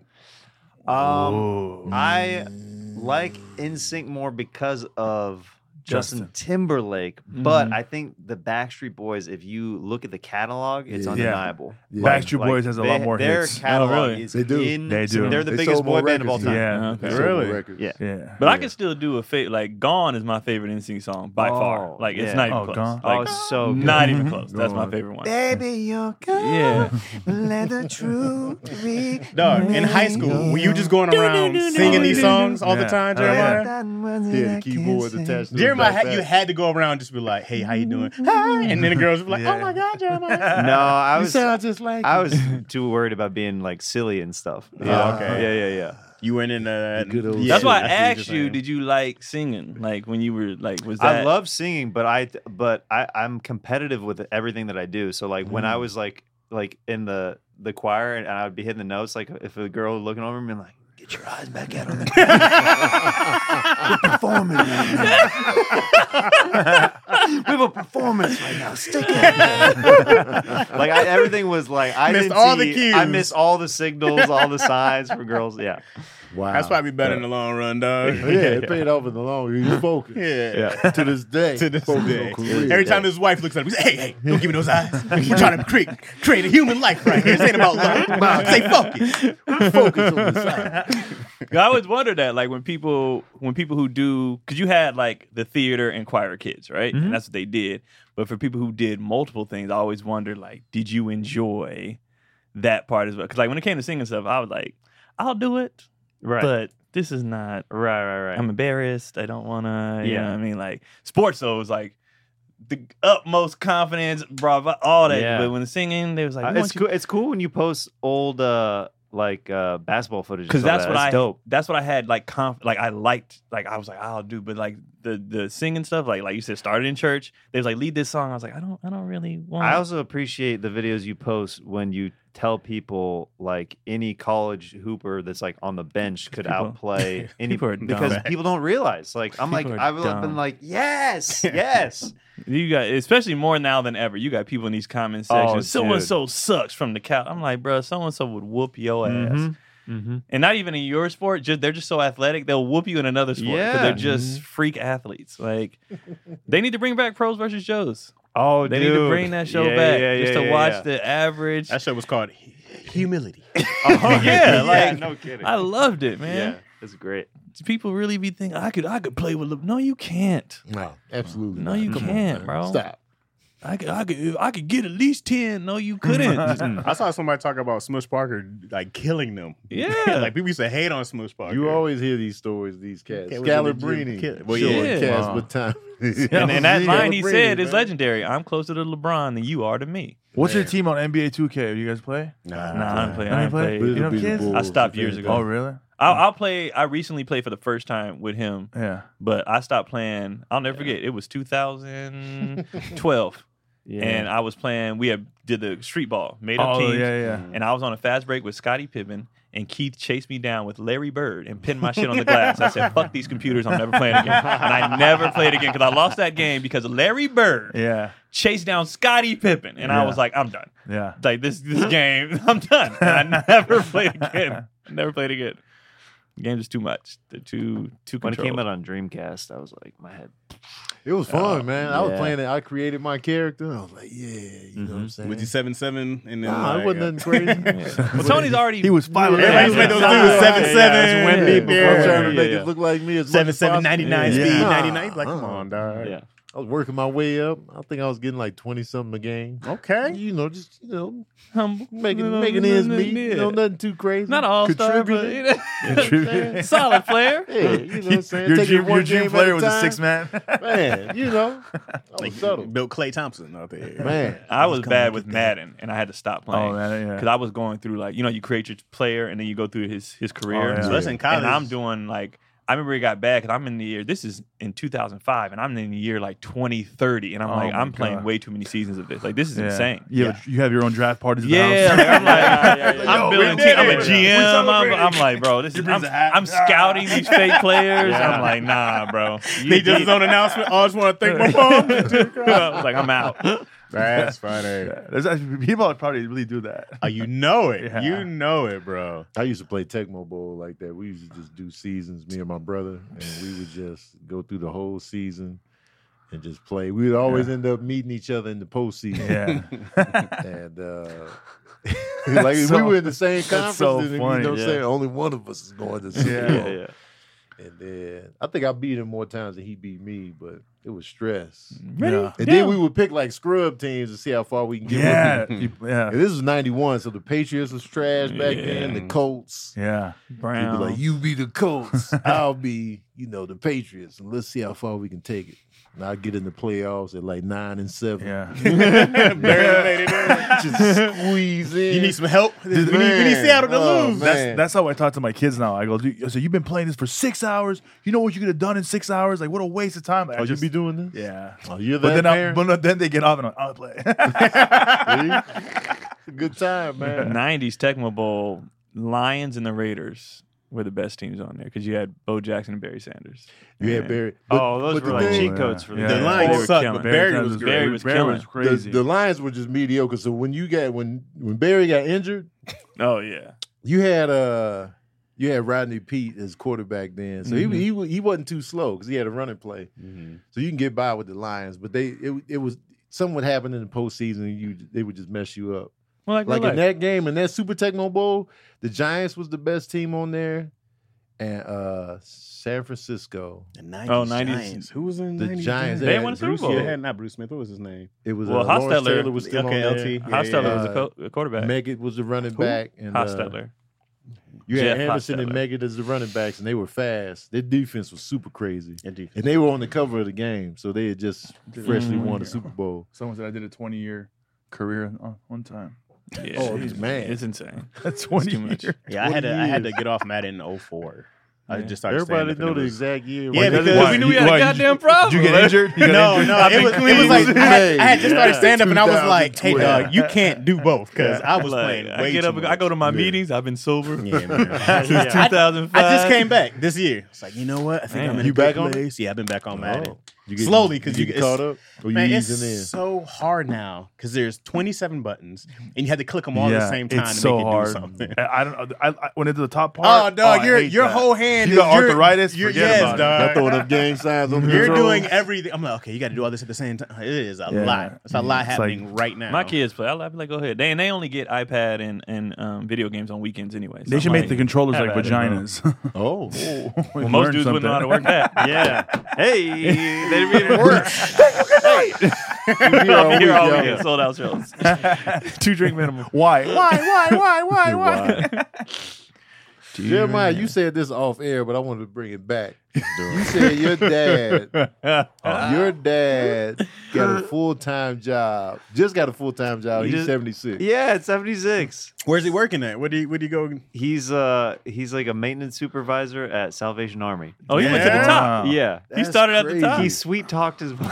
E: Um,
D: Oh.
E: I
B: Mm.
E: like NSYNC more because of Justin,
D: Justin. Mm-hmm.
E: Timberlake, but
A: Mhm.
E: I think the Backstreet Boys, if you look at the catalog, it's
B: Yeah.
D: Yeah.
E: undeniable.
B: Yeah.
D: Backstreet
E: Like,
D: Boys has a
E: they-
D: lot more
E: their
D: hits.
E: catalog
A: Oh, really?
E: is
B: They do.
D: They do.
E: They're the
B: They
E: biggest
B: sold more
E: boy band of all
B: records
E: time.
B: than-
D: Yeah.
A: Okay.
B: Sold more
C: Really?
B: records.
E: Yeah.
D: Yeah.
A: But I
B: Yeah.
A: can still do a fake like "Gone" is my favorite NSYNC song by far.
E: Oh,
A: Like it's
E: yeah.
A: not even
D: Oh,
A: close.
D: Gone.
E: Oh,
A: Like,
E: it's so good. Mm-hmm.
A: not even
D: Mhm.
A: close. That's my
B: Gone.
A: favorite one.
E: Baby, you're
A: Yeah,
E: Let the truth be.
C: Dog, in high school, were you just going around singing these songs all the
D: Yeah.
C: time,
D: Oh, yeah.
C: Jeremiah?
B: Yeah, the keyboard attached. To the
C: Jeremiah,
B: back-
C: had, you had to go around and just be like, "Hey, how you doing?" Hi. And then the girls would be like, "Oh my god, Jeremiah!"
E: No, I
B: You
E: was
B: sound just like.
E: I was too worried about being like silly and stuff.
C: Yeah,
E: Yeah,
C: okay.
E: yeah, yeah, yeah.
C: You went in uh,
B: The good old
A: that's why I
C: I see what you're
A: asked you.
C: saying.
A: Did you like singing? Like when you were like, was that?
E: I love singing, but I but I I'm competitive with everything that I do. So like when I
C: Mm.
E: was like like in the the choir and I would be hitting the notes, like if a girl was looking over me, I'm like, get your eyes back out on the performing. we have a performance right now. Stick it. like I, everything was like I
C: Missed
E: didn't
C: all the
E: see-
C: cues.
E: I missed all the signals, all the signs for girls. Yeah.
B: wow.
C: That's probably better in the long run, dog.
B: Yeah, it paid off in the long. run. You focused.
C: Yeah.
B: To this day.
C: To this
B: focus on
C: day.
B: career.
C: Every time his wife looks at him, he says, "Hey, hey, don't give me those eyes. We're trying to create create a human life right here. This ain't about love. Stay focused.
B: focus on the side.
A: I always wondered that, like when people when people who do, because you had like the theater and choir kids, right?
E: Mm-hmm.
A: And that's what they did. But for people who did multiple things, I always wondered, like, did you enjoy that part as well? Because like when it came to singing stuff, I was like, I'll do it,
E: Right.
A: but this is not.
E: right, right, right.
A: I'm embarrassed. I don't want to.
E: Yeah.
A: Yeah, I mean, like sports though was like the utmost confidence, bravo, all that.
E: Yeah.
A: But when singing, they was like,
E: Uh,
A: we
E: it's
A: want you
E: cool. It's cool when you post old uh like uh basketball footage. and
A: because
E: stuff
A: that's
E: like
A: what
E: that.
A: I
E: It's dope.
A: that's what I had like conf like I liked like I was like I'll do but like the the singing stuff like like you said started in church they was like lead this song I was like I don't I don't really want
E: I also appreciate the videos you post when you tell people like any college hooper that's like on the bench could
A: People-
E: outplay any
A: people are dumb.
E: because people don't realize. Like I'm
A: People
E: like
A: are
E: I've been
A: dumb.
E: like yes, yes.
A: you got especially more now than ever you got people in these comment
E: Oh,
A: sections so and so sucks from the couch I'm like bro so and so would whoop your
E: Mm-hmm.
A: ass and not even in your sport just they're just so athletic they'll whoop you in another sport 'cause
E: Yeah. Mm-hmm.
A: they're just freak athletes like they need to bring back pros versus Joes
E: Oh,
A: they need to bring that show back just to watch the average
C: That show was called Humility.
E: Oh,
A: Yeah, like,
E: no kidding.
A: I loved it man.
E: yeah, it's great.
A: people really be thinking I could I could play with Le- no you can't
B: No, absolutely.
A: No,
B: not.
A: you
B: Come on,
A: can't,
B: man.
A: bro.
B: Stop.
A: I could I could I could get at least ten no you couldn't
C: I saw somebody talk about Smush Parker like killing them.
A: Yeah.
C: like people used to hate on Smush Parker.
B: You always hear these stories, these cats.
C: Cat was in the gym.
B: Scalabrini.
C: Cat- well,
B: showing
A: yeah.
B: Cats
D: Wow.
B: what time.
A: and, and that line he
B: Scalabrini,
A: said is
B: man.
A: legendary I'm closer to LeBron than you are to me
D: What's your
B: Man.
D: team on NBA 2K? Do you guys play?
C: Nah,
A: nah I don't play I
D: Don't
A: don't
D: you
A: play
D: play? You
B: Little
D: know
B: Bit of
D: kids?
A: I
B: Bulls,
A: stopped
B: if
A: years ago.
D: Oh, really?
A: I'll, I'll play I recently played for the first time with him
D: Yeah.
A: but I stopped playing I'll never forget it was 2012
E: Yeah.
A: and I was playing we had did the street ball made up
D: Oh,
A: teams
D: yeah, yeah.
A: and I was on a fast break with Scottie Pippen And Keith chased me down with Larry Bird and pinned my shit on the glass. I said, "Fuck these computers! I'm never playing again." And I never played again because I lost that game because Larry Bird
D: Yeah,
A: chased down Scottie Pippen, and I
D: Yeah.
A: was like, "I'm done.
D: yeah.
A: Like this this game, I'm done." And I never played again. Never played again. The game's just too much. They're too too
E: When it
A: controlled.
E: came out on Dreamcast, I was like, my head.
B: It was fun, man. I was
E: yeah.
B: playing it. I created my character. I was like, yeah, you know what I'm saying.
C: With you seven seven and then
B: Nah,
C: like,
B: it wasn't
C: uh,
B: nothing crazy.
A: well, Tony's already
D: He was five.
C: Everybody's made those
A: Yeah.
C: dudes seven
A: Yeah,
C: seven.
A: it's Wendy
B: People were trying to
E: Yeah,
B: make
E: yeah.
B: it look like me as
C: Seven
B: much as
C: seven
B: possible.
C: ninety nine
D: Yeah.
C: speed
D: Nah,
C: ninety nine. Like come
B: uh-uh.
C: on, dog.
E: Yeah.
B: I was working my way up. I think I was getting like twenty something a game.
C: Okay.
B: You know, just you know,
A: humble,
B: making making ends meet. You know, nothing too crazy.
A: Um, Not all star, but
B: Contributing.
D: Contributing.
A: solid player.
B: Yeah, you know what I'm saying.
D: Your
B: Taking
D: dream,
B: one
D: your dream
B: game at
D: player was a
B: time.
D: six man.
B: Man, you know, I was
C: Like
B: subtle.
C: Bill Clay Thompson out there.
B: Man,
A: I was
C: Come
A: bad
C: look
A: with
C: at that.
A: Madden, and I had to stop
D: Oh
A: playing
D: man,
A: because
D: yeah.
A: I was going through like you know you create your player and then you go through his his career.
D: Oh, yeah.
C: So that's in college.
A: And I'm doing like I remember it got bad because I'm in the year. This is in 2005, and I'm in the year like 2030, and I'm
D: Oh
A: like
D: my
A: I'm playing
D: God.
A: way too many seasons of this. Like this is
D: yeah.
A: insane.
D: You have, you have your own draft parties. at the
A: Yeah,
D: house.
A: like, I'm like, I'm
D: Yo, we
A: building.
D: did
A: Team, I'm a
D: it. We
A: GM. I'm,
D: celebrated.
A: I'm like, bro, this is. I'm,
D: brings a hat.
A: I'm scouting these fake players.
D: Yeah.
A: I'm like, nah, bro.
C: He does his own announcement. Oh, I just want to thank my mom.
A: I was like, I'm out.
C: That's funny.
D: Yeah, There's actually people that probably really do that.
C: Oh, you know it.
D: Yeah.
C: You know it, bro.
B: I used to play Tecmo Bowl like that. We used to just do seasons, me and my brother, and we would just go through the whole season and just play. We would always
D: Yeah.
B: end up meeting each other in the postseason.
D: Yeah.
B: And uh like if we
D: so-
B: were in the same conference,
D: that's so
B: then, you know
D: funny,
B: what I'm
E: yeah.
B: saying? Only one of us is going to Super
D: Yeah.
B: Bowl.
E: Yeah, yeah.
B: And then I think I beat him more times than he beat me, but it was stress.
A: Ready?
D: Mm. Yeah.
B: And then we would pick like scrub teams to see how far we can get. with them.
D: Yeah. you- yeah.
B: And this was 91, so the Patriots was trash back then, the
C: Yeah.
B: Colts.
D: Yeah.
B: He'd be
A: Brown.
B: like, "You be the Colts, I'll be, you know, the Patriots, and let's see how far we can take it." And I get in the playoffs at like nine and seven,
D: Yeah.
B: just squeeze in.
C: You need some help. We need, we need
B: Man.
C: Seattle to
B: Oh, man.
C: lose.
D: That's that's how I talk to my kids now. I go, Dude, I say, you've been playing this for six hours. You know what you could have done in six hours? Like, what a waste of time. Like, I
B: Oh,
D: just-
B: you be doing this?
D: yeah.
B: Oh, you're
D: But
B: that
D: then, I,
B: parent?
D: but then they get off and I'm, I'll play.
B: See? Good time, man.
A: 90s Tecmo Bowl, Lions and the Raiders were the best teams on there because you had Bo Jackson and Barry Sanders.
B: You
A: Yeah.
B: had Barry.
E: oh, those
B: but
E: were
B: the
E: like
B: thing-
E: cheat codes for
D: Yeah.
C: The
E: the
C: Lions
A: They were
C: sucked,
A: killing.
C: but Barry was
D: Sanders
C: great.
A: Barry was
D: Barry was
A: killing.
B: The,
D: crazy.
B: the Lions were just mediocre. So when you got when when Barry got injured,
A: Oh, yeah.
B: you had uh you had Rodney Pete as quarterback then. So
D: Mhm.
B: he,
A: Mm-hmm.
B: he wa- he wasn't too slow because he had a running play. So you can get by with the Lions, but they it, it was something would happen in the postseason. And you they would just mess you up.
A: Well, like,
B: Like
A: like
B: in that game in that Super Tecmo Bowl, the Giants was the best team on there, and uh San Francisco.
C: The 90s,
A: Oh, 90s.
C: Giants. Who was in
B: The
C: 90s?
B: Giants,
A: They
B: had
A: won a Super
C: Bruce,
A: Bowl.
C: yeah, had not Bruce Smith. What was his name?
B: It was
A: Well,
B: uh, Lawrence
A: Hostetler-
B: Taylor was still
C: okay,
B: on
C: LT.
B: there.
C: Yeah,
A: Hostetler
B: yeah.
A: was a, co- a quarterback.
B: Meggett was the running back, and uh,
A: Hostetler.
B: you had
A: Jeff
B: Anderson and
A: Hostetler.
B: Meggett as the running backs, and they were fast. Their defense was super crazy,
C: That defense.
B: and they were on the cover of the game, so they had just freshly won the Super Bowl.
D: Someone said I did a 20 year career on one time.
A: Yeah.
B: Oh, he's mad.
A: It's insane.
D: That's 20
A: too much.
D: year.
C: Yeah, I had to,
B: What
C: I had to
B: years?
C: get off Madden in 04. I
D: Yeah.
C: just started
B: Everybody
C: stand-up
B: know
C: and
B: the
C: it was-
B: exact year.
C: Yeah,
B: Why-
C: because Why,
A: we knew we had
D: why,
A: a
D: you-
A: goddamn problem.
D: Did you get injured? You got
C: No,
D: injured?
C: no, it was, it was like I had, I had just started stand up and I was like, "Hey,
B: 2012.
C: dog, you can't do both because I was
A: Like,
C: playing.
A: I
C: way
A: get
C: too
A: up. I
C: much.
A: go to my meetings. I've been sober
C: Yeah, man.
A: since
C: Yeah. I-
A: 2005.
C: I just came back this year. It's like, you know what? I think
A: Man.
C: I'm in
B: You
C: a good
B: back on it?
C: place. Yeah, I've been back on Madden.
B: Oh. You get-
C: Slowly, 'cause you
B: get
C: get-
B: caught up or you
C: Man, it's
B: easing in.
C: so hard now because there's 27 buttons and you had to click them all at the
D: Yeah,
C: same time
D: it's
C: to
D: so
C: make it
D: hard.
C: do something.
D: I, I don't. I, I went into the top
C: Oh,
D: part.
C: dog,
D: I
C: your
D: hate
C: your
D: that.
C: whole hand.
D: You got
C: is- you're-
D: arthritis?
C: You're,
D: Forget
C: yes,
D: about it.
C: dog.
B: Y'all throwing up gang signs on the
C: You're
B: controls.
C: doing everything. I'm like, okay, you got to do all this at the same time. It is a
D: Yeah.
C: lot. It's a lot
D: It's like-
C: happening right now.
A: My kids play. I'll I'll be like, go ahead. They and they only get iPad and and um, video games on weekends anyway. so
D: They should
A: I'm
D: make the
A: like,
D: controllers
A: have
D: like
A: at it, bro.
D: vaginas.
B: Oh,
A: Well, most dudes wouldn't know how to work that.
E: Yeah. Hey, they didn't mean it work.
B: we here all
A: I'll be here
B: week,
A: all
B: y'all.
A: weekend. Sold out shows. Two drink minimum.
D: Why? Why? Why? Why? Why?
B: Jeremiah, you said this off air, but I wanted to bring it back. You said your dad, uh, your dad got a full time job. Just got a full time job.
E: He
B: He's
E: just-
B: seventy six.
E: Yeah, it's 76.
C: Where's he working at? Where do you, where do you go?
E: He's uh he's like a maintenance supervisor at Salvation Army.
A: Oh, he went to the
D: Yeah.
A: top.
E: Yeah.
A: He started at the top.
E: He
A: He
E: sweet talked his way.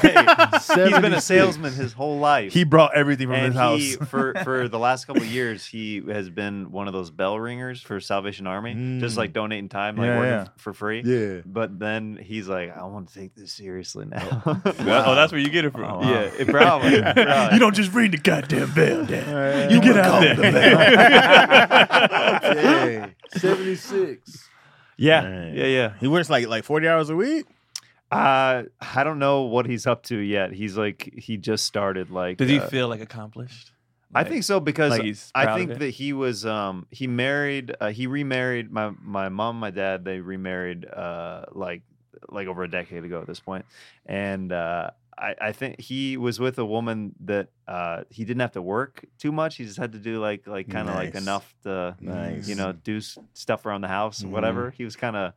E: He's been a salesman his whole life.
D: He brought everything from
E: and
D: his house.
E: he for for the last couple of years he has been one of those bell ringers for Salvation Army, just
B: Mm.
E: like donating time, like
D: Yeah,
E: working
D: yeah.
E: f- for free.
B: Yeah.
E: But then he's like, I want to take this seriously now.
A: That- oh, that's where you get it from.
E: yeah, it probably. probably.
D: you don't just ring the goddamn bell, Dad. you
A: You
D: get
A: wanna
D: out
A: call
D: there.
A: the bell.
B: Dang. Seventy six.
E: yeah, yeah, yeah.
C: He works like like forty hours a week.
E: Uh, I don't know what he's up to yet. He's like he just started. Like,
A: Does he
E: uh,
A: feel like accomplished?
E: I think so because
A: like he's
E: I
A: proud
E: think
A: of it?
E: that he was um he married uh, he remarried my my mom my dad they remarried uh like like over a decade ago at this point and uh I, I think he was with a woman that uh he didn't have to work too much he just had to do like like kind of like
C: Nice.
E: enough to
C: Nice.
E: you know do s- stuff around the house or
C: Mhm.
E: whatever he was kind of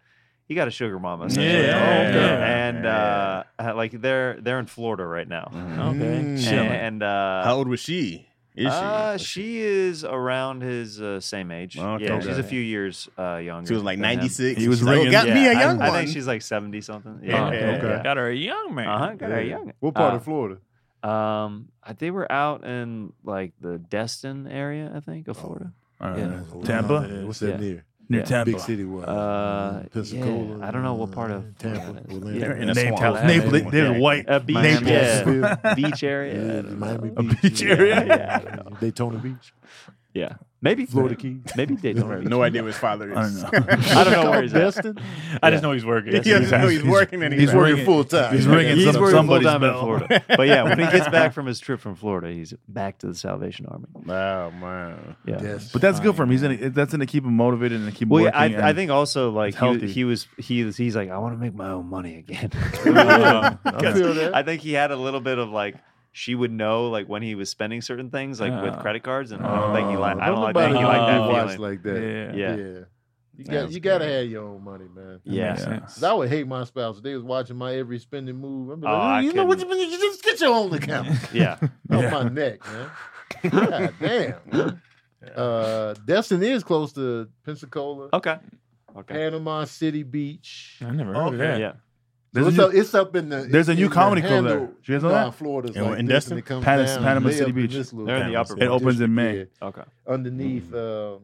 E: he got a sugar mama
A: Mm-hmm. Yeah.
E: essentially.
A: Yeah.
E: and uh like they're they're in Florida right now
A: Okay.
E: and,
A: Chilling.
E: and, uh
C: How old was she? Is she?
D: Ah,
E: uh,
C: Was
E: she? is around his uh, same age.
C: Okay.
E: Yeah, she's
C: Okay.
E: a few years uh, younger.
C: She was like
E: than him.
C: ninety six.
D: He was ringing-
C: got me a
E: I-
C: young
E: I,
C: one.
E: think she's like seventy something.
A: Oh,
E: Yeah.
A: okay.
E: yeah,
B: Okay.
A: Got her a young man.
E: yeah. Uh-huh, got her young.
B: What part
E: Uh,
B: of Florida?
E: Um, I- they were out in like the Destin area, I think, of
B: Oh.
E: Florida.
D: All right.
E: Yeah.
D: Tampa?
B: What's that
E: Yeah.
B: near?
D: Near
E: Yeah.
D: Tampa.
B: Big city was.
E: Uh,
B: Pensacola.
E: yeah, I don't know what part of Florida
B: Tampa.
E: that is.
B: Orlando.
E: Yeah.
C: They're in a
D: Naples.
C: swamp.
D: Naples. They-
C: Yeah.
D: They're white.
E: A beach,
D: Naples.
E: yeah.
B: Naples.
E: beach area. I
B: Yeah,
E: don't
B: Miami
E: know.
D: A
B: Beach.
D: beach area?
E: Yeah, I don't
B: Daytona Beach.
E: Yeah, maybe
B: Florida Keys.
E: Maybe Daytona.
C: no idea where his father is.
D: I don't know.
E: I don't know where he's at.
B: Destin.
A: I just know he's working.
C: He doesn't know he's,
D: He's-
C: working and he's,
D: he's
C: working.
D: working.
B: full time.
D: He's ringing
E: He's
D: some-
E: working
D: somebody's
E: full-time in
D: bell.
E: Florida. But yeah, when he gets back from his trip from Florida, he's back to the Salvation Army.
C: Wow, man.
E: Yeah.
D: But that's good for him. He's in. it- That's going to keep him motivated and keep
E: Well, yeah,
D: working. and-
E: I, I think also like he,
D: healthy.
E: was- he was he was, he's like I want to make my own money again.
B: I feel that.
E: I think he had a little bit of like she would know like when he was spending certain things like with
A: Oh.
E: credit cards and I don't think he
D: Oh.
E: like I
B: Don't
E: don't like
B: nobody
E: think he liked
A: Oh.
E: that
B: watch
E: feeling.
B: like that.
A: Yeah.
E: Yeah.
B: You got you gotta have your own money, man.
E: Yeah.
A: Makes sense.
B: 'Cause I would hate my spouse. if They was watching my every spending move. I'd be
E: Oh, I
B: like, "Ooh, you know what you
E: couldn't.
B: mean? You just get your own account.
E: Yeah.
B: Off
D: Yeah.
B: my neck, man. God damn. man. Uh, Destin is close to Pensacola,
E: Okay. Okay.
B: Panama City Beach.
A: I never heard of
E: Yeah.
A: that.
B: So
D: There's
B: it's,
D: a
B: up, it's up in the.
D: there's a new
B: in the
D: comedy club
B: handle.
D: there. Did you guys know
B: Nah,
D: that?
B: Florida's
C: In-
B: like
C: in
B: this,
C: Destin?
B: and it comes
D: Pan-
B: down
D: Panama
B: way
D: City
B: up in
D: Beach.
B: this little
E: They're in the
B: Panama
E: upper
B: City
D: It opens in May.
B: District,
E: Okay.
B: yeah, underneath um,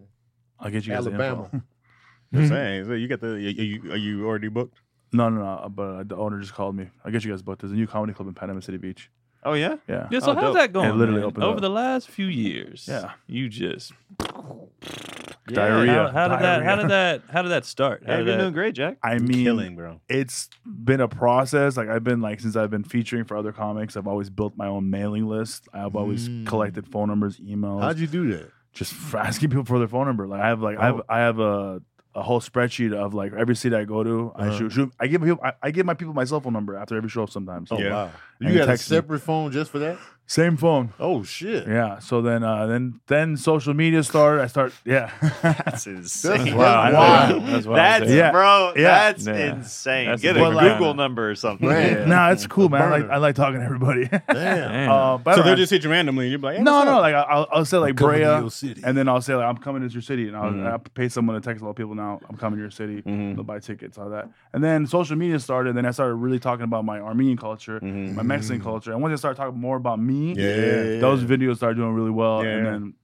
D: I'll get you guys the info.
B: Alabama.
C: I'm saying, so you got the. Are you, are you already booked?
D: No, no, no. But uh, the owner just called me. I guess you guys booked. There's a new comedy club in Panama City Beach.
E: Oh yeah.
D: Yeah.
A: Yeah, so
E: Oh,
A: how's
E: dope.
A: that going?
D: It literally
A: man?
D: opened
A: Over
D: up.
A: the last few years.
D: Yeah.
A: You just Yeah,
D: Diarrhea.
A: How, how did that? How
D: Diarrhea.
A: did that? How did that start? How
E: Hey, you've
A: did
E: been
A: that-
E: doing great, Jack.
D: I mean,
C: Killing, bro.
D: it's been a process. Like I've been like since I've been featuring for other comics, I've always built my own mailing list. I've always
B: Mm.
D: collected phone numbers, emails.
B: How'd you do that?
D: just f- asking people for their phone number. Like I have like I
B: Oh.
D: have I have a a whole spreadsheet of like every city I go to. I
B: Uh-huh.
D: shoot, shoot I give people I, I give my people my cell phone number after every show up sometimes.
B: Oh wow!
D: And
B: You got a
D: text me.
B: separate phone just for that?
D: Same phone.
B: Oh shit!
D: Yeah. So then uh then then social media started. I start yeah.
E: That's
B: That's
E: insane.
B: wow.
E: Wow.
A: That's wild.
E: That's
D: Yeah.
E: bro.
D: Yeah.
E: That's
A: Yeah.
E: insane.
A: That's
E: Get a
D: a
E: Google
D: good
A: one.
E: number or something.
B: Man.
D: no, nah, it's cool,
B: The
D: man. I like
B: burner.
D: I like talking to everybody.
B: Damn.
A: Damn.
D: uh, but I
C: So
D: don't-
C: they just hit you randomly, and you're like, hey,
D: no,
C: what's
D: no.
C: up?
D: Like I- I'll, I'll say like
B: Coming to
D: Brea,
B: your city.
D: and then I'll say like I'm coming to your city, and I'll,
C: Mhm.
D: I'll pay someone to text a lot of people now. I'm coming to your city.
C: Mhm.
D: They'll buy tickets, all that. And then social media started. And then I started really talking about my Armenian culture,
C: Mhm.
D: my Mexican culture, and once I started talking more about me,
C: Yeah.
D: those videos started doing really well.
C: Yeah,
D: and
C: yeah.
D: then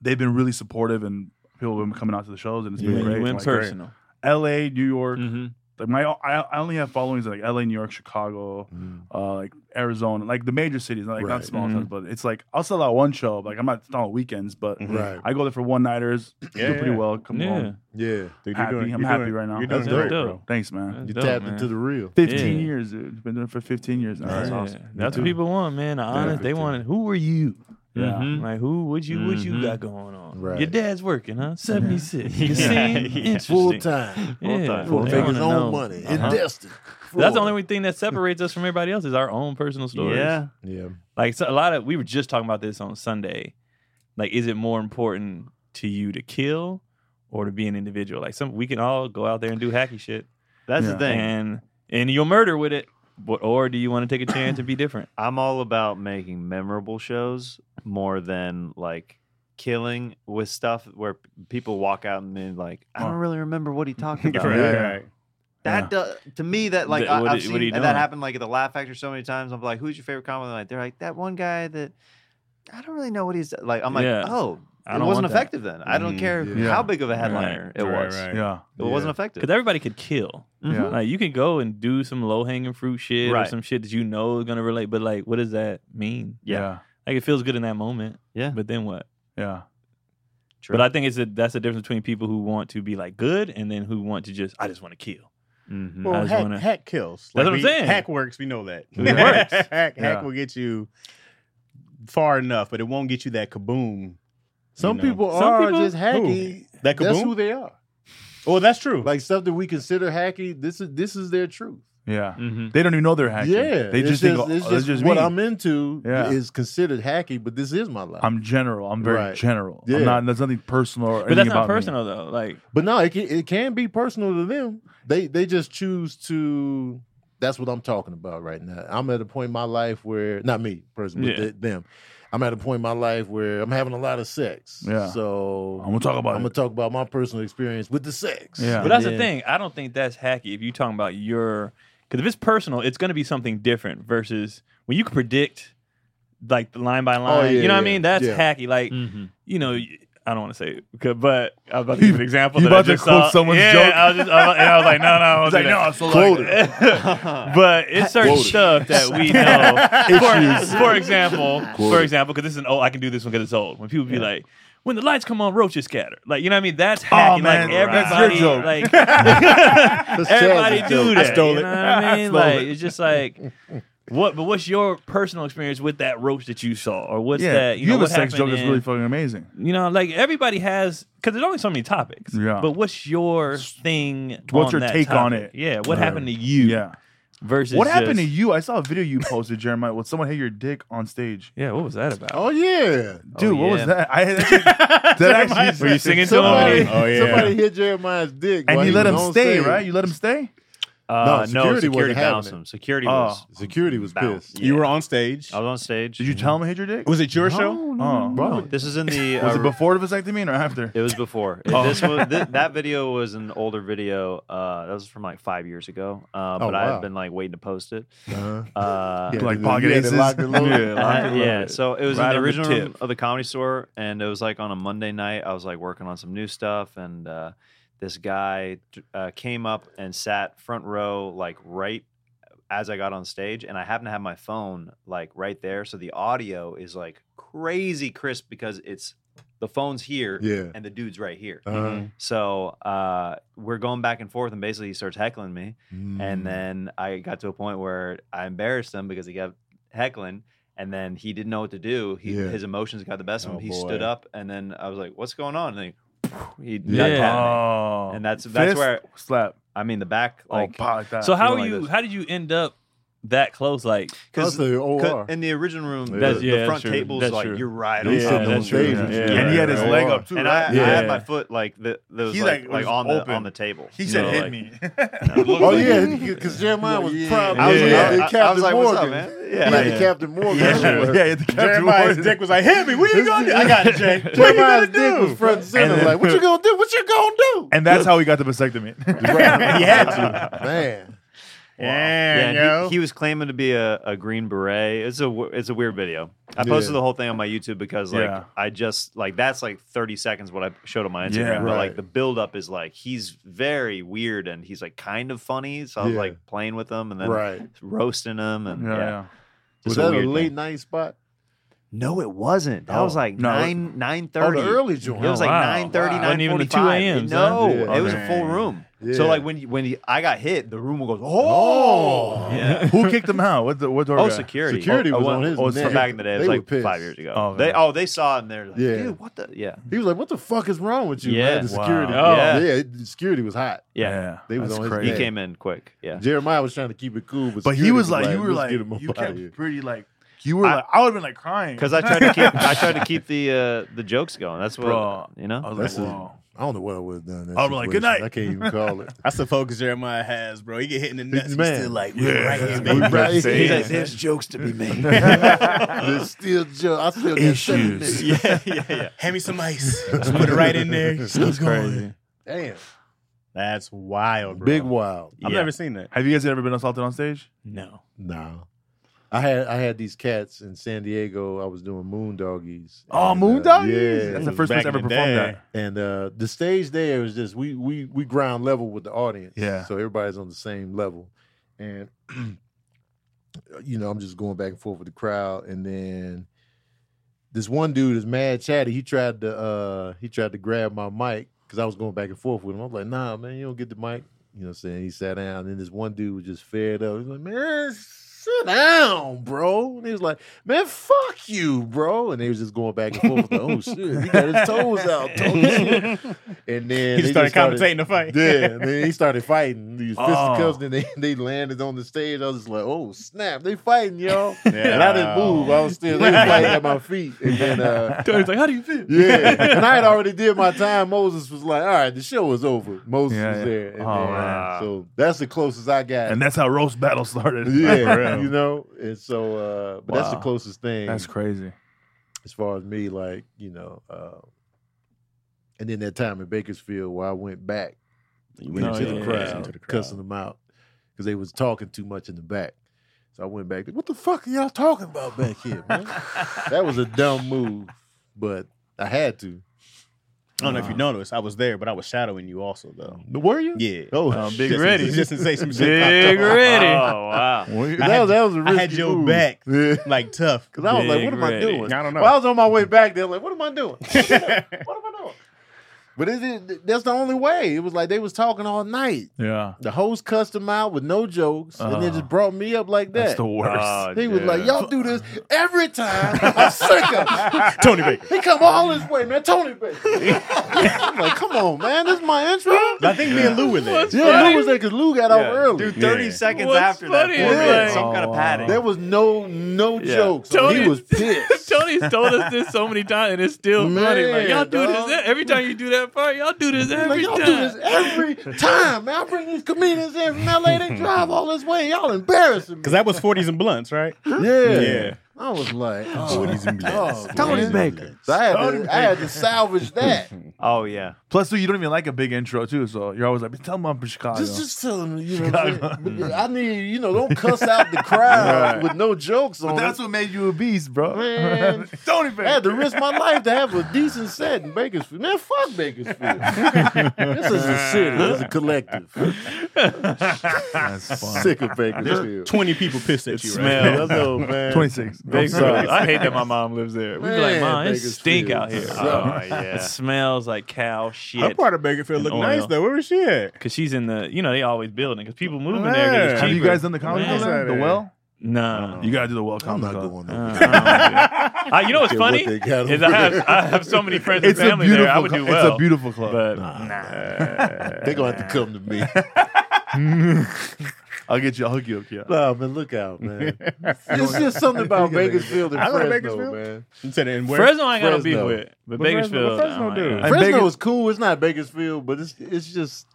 D: they've been really supportive, and people have been coming out to the shows, and it's
A: Yeah,
D: been great.
A: you went
D: It's like,
A: personal.
D: L.A., New York.
E: Mm-hmm.
D: Like my, I, I only have followings in like L.A., New York, Chicago,
B: Mm-hmm.
D: uh, like Arizona, like the major cities, not like
B: Right.
D: not small
A: Mhm.
D: towns, but it's like I'll sell out one show. Like I'm not it's not on weekends, but
C: Mhm.
B: Right.
D: I go there for one nighters.
C: Yeah,
D: do pretty
C: yeah.
D: well. Come
A: Yeah.
D: home.
B: Yeah.
C: Dude,
D: Happy.
C: you're doing,
D: I'm
C: you're
D: happy
C: doing-
D: right now.
C: You're doing
A: That's
C: great,
A: dope.
C: bro.
D: Thanks, man.
A: That's
B: You
A: dope,
B: tapped
A: man.
B: into the real.
D: Fifteen
A: Yeah.
D: years, dude. Been doing it for fifteen years now.
A: Yeah.
D: That's
A: That's,
D: awesome.
A: what
D: too.
A: people want, man. The Honest. They
B: too.
A: wanted. Who were you?
D: Yeah.
E: Mhm.
A: Like who? What you? What you
E: Mhm.
A: got going on?
B: Right.
A: Your dad's working, huh? Seventy six.
E: Yeah.
A: You seem
E: Yeah.
A: interesting.
B: Full time.
A: Yeah. Full
E: Full-time. Full-time.
A: time.
B: Make
A: They
B: his
A: wanna
B: own
A: know.
B: money.
A: Uh-huh.
B: In Destin.
A: That's the only thing that separates us from everybody else is our own personal stories.
E: Yeah.
B: Yeah.
A: Like so a lot of we were just talking about this on Sunday. Like, is it more important to you to kill or to be an individual? Like some we can all go out there and do hacky shit.
E: That's
D: Yeah.
E: the thing.
A: and and you'll murder with it. But, or do you want to take a chance and be different?
E: I'm all about making memorable shows more than like killing with stuff where p- people walk out and then like I don't
D: Huh.
E: really remember what he talked about.
D: Right,
E: That-
D: right.
E: That do- to me that like
A: Th-
E: I,
A: what
E: have
A: are-
E: seen
A: what are you
E: and that
A: doing?
E: happened like at the Laugh Factory so many times. I'm like, who's your favorite comic? of the night?" They're like that one guy that I don't really know what he's like. I'm like,
A: Yeah.
E: oh,
A: I
E: it
A: don't
E: wasn't
A: want that.
E: effective then. I don't
C: Mhm.
E: care
D: Mm-hmm. Yeah.
E: how big of a headliner it
C: Right,
E: was.
C: right.
E: It
D: Yeah.
A: Because
E: wasn't effective.
A: everybody could kill.
E: Mhm.
D: Yeah.
A: Like you can go and do some low hanging fruit shit or
E: Right.
A: some shit that you know is gonna relate. But like, what does that mean?
D: Yeah.
A: Like it feels good in that moment.
E: Yeah.
A: But then what?
D: Yeah.
E: True.
A: But I think it's a that's the difference between people who want to be like good and then who want to just I just want to kill.
B: Mm-hmm.
E: Mhm.
A: I
C: Well,
A: just
C: hack,
A: wanna-
C: hack kills.
A: That's what I'm
C: we-
A: saying.
C: Hack works. We know that.
A: It works.
C: hack,
D: Yeah.
C: hack will get you far enough, but it won't get you that kaboom.
B: Some
C: You know.
B: people
A: Some
B: are
A: people-
B: just hacky.
C: That kaboom.
B: That's who they are.
C: oh, that's true.
B: Like stuff that we consider hacky. This is this is their truth.
D: Yeah.
E: Mhm.
D: They don't even know they're hacking.
B: Yeah,
D: They
B: it's
D: just think,
B: it's
D: oh,
B: just,
D: that's just
B: what
D: me.
B: I'm into
D: Yeah.
B: is considered hacky, but this is my life.
D: I'm general. I'm very
B: Right.
D: general.
B: Yeah.
D: I'm not. There's nothing personal. Or
A: But
D: anything
A: that's not
D: about me.
A: personal though. Like
B: but no, it can, it can be personal to them. They they just choose to. That's what I'm talking about right now. I'm at a point in my life where not me personally, but
A: Yeah.
B: th- them. I'm at a point in my life where I'm having a lot of sex.
D: Yeah.
B: So
D: I'm gonna talk about
B: I'm
D: it.
B: gonna talk about my personal experience with the sex.
D: Yeah.
A: But
B: And
A: that's the
B: then-
A: thing. I don't think that's hacky if you're talking about your. Because if it's personal, it's going to be something different versus when you can predict, like the line by line.
B: yeah,
A: you know what I
B: yeah,
A: mean? That's
B: yeah.
A: hacky. Like
E: Mhm.
A: you know, y- I don't want to say, it, 'cause- but I was about to give an example.
D: you
A: that I
D: about to
A: just
D: quote
A: saw.
D: someone's
A: yeah,
D: joke?
A: I was just, I was, and I was like, no, no, I
D: It's
A: was
D: like, no,
A: like,
D: it's so
B: Quoted.
D: like-
A: but it's certain
B: Quoted.
A: stuff that we know.
B: Issues.
A: for, for example, for
B: Quoted.
A: example, because this is an old, I can do this one because it's old. When people be like, when the lights come on, roaches scatter. Like, you know what I mean? That's
D: Oh
A: hacking.
D: man,
A: like, everybody,
D: that's your joke.
A: like,
B: That's
A: Everybody
B: Chaz's
A: do
B: joke.
A: that.
C: I stole
A: you
C: it.
A: know what I
D: I
A: mean?
D: stole
A: like
D: it.
A: it's just like what but what's your personal experience with that roach that you saw? Or what's
D: yeah,
A: that you,
D: you,
A: know,
D: have a
A: what
D: sex
A: happened
D: joke that's
A: in-
D: really fucking amazing.
A: you know, like everybody has because there's only so many topics.
D: Yeah.
A: But what's your thing?
D: What's
A: on
D: your
A: that
D: take on
A: topic?
D: it?
A: Yeah. What
D: Yeah.
A: happened to you?
D: Yeah.
A: Versus
D: What happened to
A: just-
D: you? I saw a video you posted, Jeremiah. With someone hit your dick on stage,
A: Yeah. What was that about?
B: Oh yeah.
D: dude. what was
A: yeah.
D: that? I that actually.
A: Were you singing to
B: Somebody,
A: him?
C: Oh, yeah.
B: somebody hit Jeremiah's dick.
D: And
B: while
D: you
B: he
D: let
B: was
D: him
B: on
D: stay,
B: stage.
D: right? You let him stay.
B: No,
E: Uh, no,
B: security wasn't
E: security
B: having
E: bounced
B: it.
E: him. Security
D: Oh.
E: was.
B: Security was
E: Bounce.
B: pissed.
C: You were on stage.
E: I was on stage. Mm-hmm.
D: Did you tell him to hit your dick?
C: Was it your show?
D: Oh,
B: Bro.
E: This is in the.
D: Was
E: uh,
D: it before the vasectomy or after?
E: It was before.
D: Oh.
E: This was, th- that video was an older video. Uh, that was from like five years ago.
D: Oh,
E: Uh, but
B: wow.
E: I've been like waiting to post it.
B: Uh-huh.
E: Uh,
B: Yeah,
D: Like
B: you
D: pocket
B: had to
D: aces?
B: lock it low.
D: Uh-huh, Yeah.
E: uh,
D: Lock it
E: yeah,
D: low.
E: so it was
D: Right
E: in the
D: on the
E: original room
D: tip.
E: of the comedy store, and it was like on a Monday night. I was like working on some new stuff, and uh, this guy uh, came up and sat front row, like right as I got on stage, and I happen to have my phone like right there, so the audio is like crazy crisp because it's the phone's here
B: Yeah.
E: and the dude's right here.
B: Uh-huh.
E: So uh, we're going back and forth, and basically he starts heckling me. Mm-hmm.
B: Mm. Mm-hmm.
E: And then I got to a point where I embarrassed him because he kept heckling, and then he didn't know what to do. He,
B: Yeah.
E: His emotions got the best of him.
C: Oh,
E: He stood
C: boy.
E: up, and then I was like, "What's going on?" And he, he
B: Yeah.
E: yeah.
D: Oh.
E: And that's- that's
D: Fist,
E: where-
D: slap.
E: I mean, the back
D: Oh,
E: like
D: pop like that.
A: So how
E: Feeling like
A: you?
E: this.
A: how did you end up that close? Like
B: That's
E: because
B: the OR.
E: in the original room, the,
B: That's-
E: the
A: yeah, that's
E: front
A: true.
E: table's
A: That's
E: like
A: true.
E: you're right
B: They
E: on
A: Yeah,
E: top
B: sitting
E: of
B: on
E: the
A: that's true.
B: stage
E: room.
B: with you.
A: Yeah.
D: and he had his leg
B: OR.
D: up too.
E: And I,
D: right?
E: I had
B: Yeah.
E: my foot like the, that was
D: He,
E: like,
D: like,
E: like
D: was
E: on the
D: open.
E: on the table.
D: He
E: you
D: said,
E: know,
D: "Hit
E: like-
D: me."
B: Oh yeah, because Jeremiah was probably
E: I was,
A: Yeah.
B: the
E: I- I-
B: Captain
E: I was like,
B: Morgan.
E: "What's up, man?"
B: He
E: Yeah,
B: had
E: like-
B: the Captain Morgan.
D: Yeah, sure. yeah, the Captain
C: Jeremiah's
D: Morgan.
C: dick was like, "Hit me! What are you gonna do?" I got it, Jake. What are you
B: Jeremiah's
C: gonna
B: dick was
C: do?
B: front and center.
D: And then-
B: like, what you gonna do? What you gonna do?
D: And that's how he got the vasectomy.
C: he had to.
B: Man,
E: Yeah,
C: Yeah,
E: and
C: yo.
E: he, he was claiming to be a, a green beret. It's a w- it's a weird video. I posted
B: Yeah.
E: the whole thing on my YouTube because like
D: Yeah.
E: I just like that's like 30 seconds what I showed on my Instagram.
D: Yeah.
E: But
B: Right.
E: like the build up is like he's very weird and he's like kind of funny. So I was
B: Yeah.
E: like playing with him and then
B: right?
E: roasting him and yeah.
D: yeah, yeah.
B: Was
E: Just
B: that a
E: weird
B: late
E: thing.
B: night spot?
E: No, it wasn't. That
B: Oh.
E: was like
D: No, it-
E: nine nine
B: Oh,
E: thirty.
B: the early joint.
E: It was like
A: Wow.
E: nine thirty,
A: Wow. Wasn't
E: nine
A: even the
E: forty-five.
A: 2 a.m.
E: No,
B: son. Yeah.
E: it was a full
C: Man.
E: room.
B: Yeah.
E: So like when you, when you, I got hit, the room goes
B: Oh.
E: oh yeah.
D: Who kicked him out? What the what door
E: Oh,
D: guy?
E: security.
B: Security
E: oh,
B: was
E: oh,
B: on his
E: Oh, it's
B: neck.
E: from back in the day.
B: They
E: It was like
B: were pissed.
E: five years ago.
D: Oh,
E: they
D: okay.
E: oh they saw him. They're like,
B: Yeah.
E: dude, what the? Yeah,
B: He was like, "What the fuck is wrong with you,
E: Yeah.
B: man?" The
D: Wow.
B: security.
A: Oh.
B: yeah, the security was hot.
E: yeah.
B: They was
D: that's
B: on his
E: He
D: crazy.
B: Yeah.
E: came in quick. Yeah,
B: Jeremiah was trying to keep it cool, but
D: But he
B: security
D: was like, you were
B: "Let's
D: like,
B: get him up
D: you
B: outta
D: kept
B: here."
D: pretty like You were
E: I-
D: like, I would have been like crying
E: Because I tried to keep I tried to keep the uh, the jokes going. That's what
D: Bro,
E: you know.
D: I was
B: This
D: like,
B: is-
D: wow.
B: I don't know what I would have done. in that
D: I'll be like, "Good
B: situation.
D: night."
B: I can't even call it.
C: That's the focus Jeremiah has, bro. He get hit in the nuts. He's
B: Man.
C: still like,
D: Yeah.
C: we're right here,
B: We
C: baby.
B: right
E: He's
B: here.
E: like, there's jokes to be made.
B: There's still ju- I still got seven minutes.
D: Issues.
E: yeah, yeah, yeah.
C: Hand me some ice. Just put it right in there. Just keep going.
B: Damn,
C: That's
D: Oh,
C: wild, bro.
B: big wild.
C: I've
E: Yeah.
C: never seen that.
D: Have you guys ever been assaulted on stage?
A: No.
B: No. I had I had these cats in San Diego. I was doing moon doggies. And,
D: Oh,
B: uh,
D: Moon Doggies?
B: yeah,
D: That's
B: it
D: the
B: was-
D: first
C: back in
D: person ever
C: the
D: performed
C: day.
D: that.
B: And uh, the stage there was just we we we ground level with the audience.
D: Yeah.
B: So everybody's on the same level, and you know I'm just going back and forth with the crowd, and then this one dude is mad chatty. He tried to uh he tried to grab my mic because I was going back and forth with him. I was like, Nah, man, you don't get the mic. You know what I'm saying? He sat down, and then this one dude was just fed up. He's like, Man, sit down, bro. And he was like, Man, fuck you, bro. And they was just going back and forth. Like, oh shit, he got his toes out. Told shit. And then
C: He
B: they
C: started
B: just started-
C: commentating the fight.
B: yeah, and then he started fighting. These
D: Oh.
B: fisticuffs, and they, they landed on the stage. I was just like, oh, snap, they fighting, y'all. And I didn't move. I was still, they was fighting at my feet. And then, uh,
A: He's like, how do you feel?
B: yeah. And I had already did my time. Moses was like, all right, the show is over. Moses
D: Yeah,
B: was
D: yeah.
B: there. And
D: Oh,
B: then-
D: man.
B: So that's the closest I got.
D: And that's how roast battle started. For
B: yeah,
D: real.
B: you know? And so, uh, but that's the
D: Wow.
B: closest thing
D: That's crazy.
B: as far as me, like, you know, uh, and then that time in Bakersfield where I went back
C: You
A: went No,
B: went into,
A: yeah,
B: the
A: yeah,
B: crowd,
A: yeah.
C: Into the crowd.
B: cussing them out because they was talking too much in the back. So I went back. What the fuck are y'all talking about back here, man? that was a dumb move, but I had to.
C: I don't know if you noticed. I was there, but I was shadowing you also, though.
B: Were you?
C: Yeah.
B: Oh,
A: Oh,
B: shit.
A: Big
C: just,
A: Reddy.
C: Just in case some shit
A: Big
C: popped up.
A: Ready. Oh wow.
B: that,
C: I had-
B: was- that was a
C: I
B: risky
C: had your
B: move.
C: back.
B: Yeah.
C: Like tough.
B: Cause I was like,
A: Big
B: "What am I
A: Reddy.
B: doing?"
C: I don't know.
B: Well, I was on my way back there, like, "What am I doing? what am I doing?" But it, it, that's the only way. It was like they was talking all night.
D: Yeah.
B: The host cussed them out with no jokes, and then
D: Uh,
B: just brought me up like that.
D: That's the worst.
B: He was
A: dude.
B: like, y'all do this every time. I'm sick of it.
C: Tony Baker.
B: He come all this way, man. Tony Baker. I'm like, come on, man. This is my intro.
C: I think me and Lou were there.
B: Yeah, Lou was there because Lou got off early.
E: Dude, 30
D: Yeah.
E: seconds
A: What's
E: after
A: funny
E: that,
A: is
E: four minutes,
A: like-
E: some kind of padding.
B: There was no no
A: Yeah.
B: jokes.
A: Tony-
B: he was pissed.
A: Tony's told us this so many times, and it's still funny.
B: Man,
A: Like y'all do
B: dog.
A: this every time you do that part. Y'all do this
B: Like,
A: every
B: y'all do this
A: time.
B: every time, man. I bring these comedians in from LA. They drive all this way. Y'all embarrassing me.
C: Because that was 40s and blunts, right?
B: Yeah.
C: Yeah.
B: I was like,
C: Oh,
B: oh,
C: he's in
B: oh,
C: blunts.
B: Tony Baker. So I had, to, I had to salvage that.
E: oh yeah,
D: Plus, dude, you don't even like a big intro, too. So you're always like, tell them I'm from Chicago.
B: Just, just tell them, you know. What
D: Chicago.
B: I'm saying? But I need, you know, don't cuss out the crowd
D: Right.
B: with no jokes on
D: but that's
B: it.
D: what made you a beast, bro.
B: Man.
D: Tony
B: I had
D: Baker.
B: to risk my life to have a decent set in Bakersfield. Man, fuck Bakersfield. this is a city. This is a collective.
D: That's fun.
B: Sick of Bakersfield.
C: 20 people pissed at you, right?
A: Smell.
B: I know, man.
D: 26.
A: Big
B: sorry.
A: Ready. I hate that my mom lives there. We be like,
B: Man,
A: mom, it
B: Bakersfield
A: stink out here.
B: sucks.
A: Oh,
E: oh
A: It
E: yeah.
A: smells like cow
C: Her
A: shit.
C: part of Bakerfield looked
A: And
C: nice,
A: oil.
C: though. Where was she at?
A: Cause she's in the, you know, they always building. Cause people moving there. 'cause it's
D: Have you
A: cheaper.
D: guys done the comedy
A: Man.
D: club? there? The
C: Saturday.
D: well?
A: No.
D: You got to do the well
B: I'm
D: comedy
B: not
D: club.
B: going
A: Uh,
B: there.
A: I don't know. I- you know what's
B: Care what
A: funny
B: they got
A: is
B: over
A: I have
B: there.
A: I have so many friends and
D: It's a
A: family
D: beautiful.
A: there. I would do
D: cl-
A: well.
D: It's a beautiful club.
A: but
B: Nah.
A: nah.
B: They're going to have to come to me.
D: I'll get you. I'll hook you up. Yeah.
B: No, man, look out, man. It's just something about Bakersfield and
C: I love
B: Fresno,
C: Bakersfield.
B: man.
C: You said it in where?
A: Fresno I ain't got to beef
B: Fresno.
A: with, but
D: What Fresno-
A: Bakersfield.
D: what Fresno
A: oh my
D: do?
A: God.
D: And
B: Fresno
D: Baker-
B: is cool. It's not Bakersfield, but it's it's just.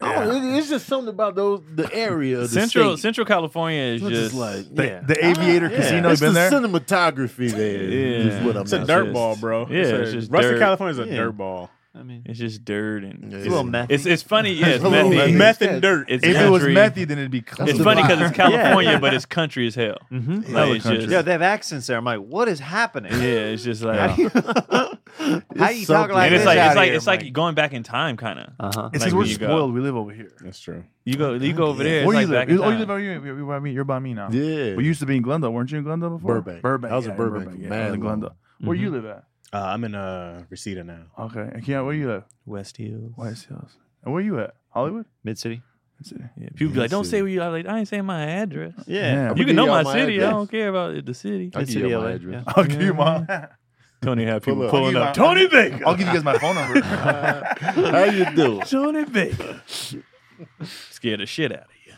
B: I don't- it- it's just something about those the area. Of the
A: Central
B: state.
A: Central California is
B: It's
A: just
B: just like
D: The,
A: yeah.
D: the Aviator
A: Yeah.
D: Casino.
B: it's
D: you been
B: the
D: there?
B: cinematography there. is
A: Yeah.
B: what I'm
C: It's a
B: not
C: dirt
B: saying.
C: ball, bro.
A: yeah,
C: a,
A: it's just
C: Ruston,
A: dirt.
C: California is a
B: Yeah.
C: dirt ball.
E: I mean,
A: it's just dirt and
B: Yeah.
E: it's a little meth.
A: it's it's funny. Yeah, it's
B: A little
A: methy.
B: meth.
C: Meth and dirt.
A: It's
D: if it was
A: country.
D: methy, then it'd be. clean.
A: It's
B: the
A: funny because
B: vibe.
A: it's California, but it's country as hell.
E: hmm
A: Like,
D: Hella
A: it's
D: country.
A: just-
E: Yeah, they have accents there. I'm like, what is happening?
A: yeah, it's just like,
E: How do you, how you talk
B: something.
E: like
A: and it's
E: this
A: like
E: out
A: it's like
E: here,
A: it's like
E: Mike?
A: going back in time, kind of.
E: Uh-huh.
D: It's
A: like
D: because we're
A: when you go-
D: spoiled. We live over here.
C: That's true.
A: You go you go over there. It's
D: Where
A: like
D: you
A: back
D: live?
A: in
D: You- Oh, you
A: time.
D: live over here. You're, by me. You're by me now.
B: Yeah,
D: But you used to be in Glendale, weren't you in Glendale before?
B: Burbank.
D: Burbank.
B: I was
D: yeah,
B: in Burbank for
D: Yeah, I
B: mad
D: was
B: long.
D: in Glendale. Where you live at?
C: Uh, I'm in uh, Reseda now.
D: Okay. And Keon, where you live?
A: West Hills.
D: West Hills. And where you at? Hollywood.
E: Mid city.
D: That's it.
A: Yeah, people be like, don't say where you. I like I ain't saying my address.
D: Yeah.
A: You
B: I'ma
A: can
B: give
A: know
B: y'all
A: my,
B: my
A: city. I
B: address.
A: don't care about the city.
B: I give
E: City,
B: you my
E: LA,
B: address.
D: I'll give you my.
A: Tony have
B: Pull
A: people
B: up.
A: pulling
D: I'll
A: up.
D: give you my-
A: Tony Baker.
D: I'll give you guys my phone number.
B: How you doing?
A: Tony Baker. Scared the shit out of you.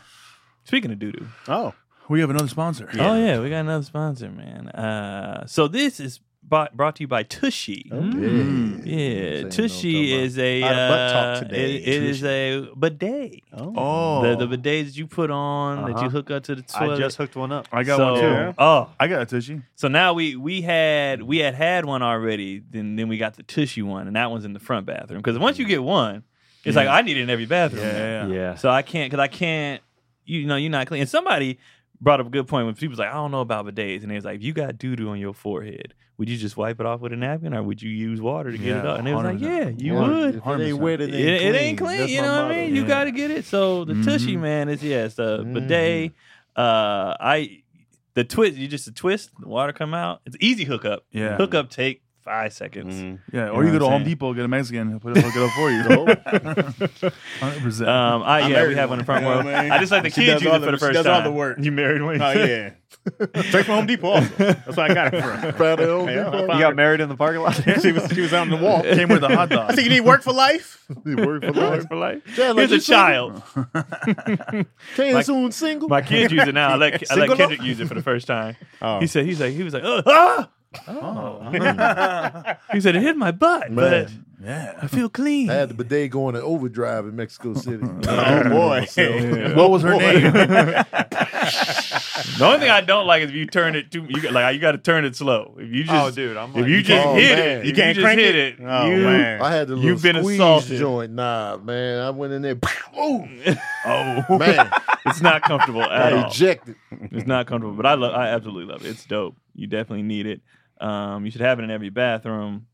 A: Speaking of doo doo,
C: Oh,
D: We have another sponsor.
A: Oh yeah, we got another sponsor, man. Uh, so this is bought, brought to you by Tushy.
D: Mm.
A: Yeah,
B: Saying
A: Tushy
B: no
A: is a
C: Out of butt
A: uh,
C: talk today.
A: it- it is a bidet.
D: Oh,
A: The, the bidets you put on that you
E: Uh-huh.
A: hook up to the toilet.
E: I just hooked one up.
D: I got
A: So-
D: one too.
A: Oh,
D: I got a tushy.
A: so now we we had we had had one already. Then then we got the Tushy one, and that one's in the front bathroom. Because once you get one, it's like I need it in every bathroom. now.
D: Yeah.
E: Yeah.
A: So I can't because I can't. You know, you're not clean. And somebody brought up a good point when people was like, I don't know about bidets, and they was like, if you got doo doo on your forehead, would you just wipe it off with a napkin, or would you use water to get it
D: Yeah,
A: out? And they was like, Yeah,
D: 100%.
A: you
D: Yeah.
A: would.
B: If it ain't wet,
A: It,
B: it ain't
A: it
B: clean.
A: ain't clean.
B: That's
A: you
B: my
A: know what
B: motto.
A: I mean? You
D: Yeah. Mm-hmm.
A: got to get it. So the tushy man is yes, the
B: Mm-hmm.
A: bidet. Uh, I the twist. You just twist. The water come out. It's easy hookup.
D: Yeah.
A: Hookup take five seconds.
C: Mm.
D: Yeah,
A: You
D: or you,
A: know
D: go to
A: what I'm
D: Home
A: saying?
D: Depot, get a Mexican, he'll put it, hook it up for you. Hundred percent.
A: Um, I,
C: I
A: yeah, we
C: married
A: have one in front row.
C: one. You know what I mean?
A: I just like the
C: She
A: kids
C: does
A: use
C: all
A: it for
C: the-
A: the
C: she
A: first
C: does all
A: time.
C: the work.
A: You married one?
C: Oh yeah. Straight from Home Depot. Also. That's where I got it from.
B: Proud of the
C: Yeah,
B: old people.
C: I
E: You
C: found
E: got married in the parking lot.
C: her. she was she was out on the wall.
D: Came with a hot dog.
C: I said, "You need work for life."
B: They work for life.
A: for life.
B: Dad, like
A: Here's a
B: you said-
A: child.
B: Taylor
A: Like-
B: soon single.
A: My kids use it now. I let, I let
C: Single
A: Kendrick use it for the first time.
C: Oh.
A: He said he's like he was like oh, ah!
C: Oh.
A: he said it hit my butt, but
B: Man.
A: I
D: yeah.
A: feel clean.
B: I had the bidet going to overdrive in Mexico City.
C: Oh boy.
D: What was her name?
A: The only thing I don't like is if you turn it too. You got- like you got to turn it slow. If you just
E: oh, dude, I'm like,
A: if you just
B: Oh,
A: hit
B: man.
A: it,
B: You
A: if
C: can't
A: you just
C: crank
A: hit
C: it?
A: it.
C: Oh,
A: you-
C: man.
B: I had the little
A: You've been
B: squeeze
A: assaulted.
B: joint. Nah, man. I went in there. Oh,
D: oh,
B: man.
A: it's not comfortable at
B: I
A: all.
B: ejected.
A: It's not comfortable, but I love. I absolutely love it. It's dope. You definitely need it. Um, you should have it in every bathroom.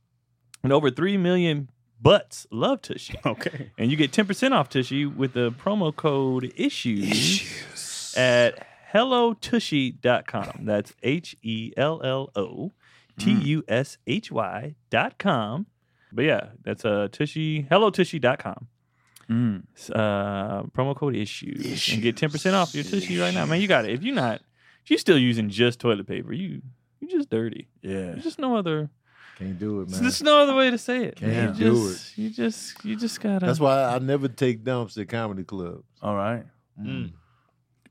A: And over three million butts love Tushy.
C: Okay.
A: And you get 10% off Tushy with the promo code ISSUES, at hellotushy.com. That's H E L L O T U S H Y dot com. But yeah, that's uh, Tushy, hellotushy.com.
D: Mm.
A: It's, Uh, promo code issues, and get 10% off your Tushy right now. Man, you got it. If you're not, if you're still using just toilet paper, you you just dirty.
D: yeah.
A: There's just no other.
B: Can't do it, man.
A: There's no other way to say it.
B: Can't
A: you
B: do
A: just, You just you just gotta.
B: That's why I never take dumps at comedy clubs.
D: All right.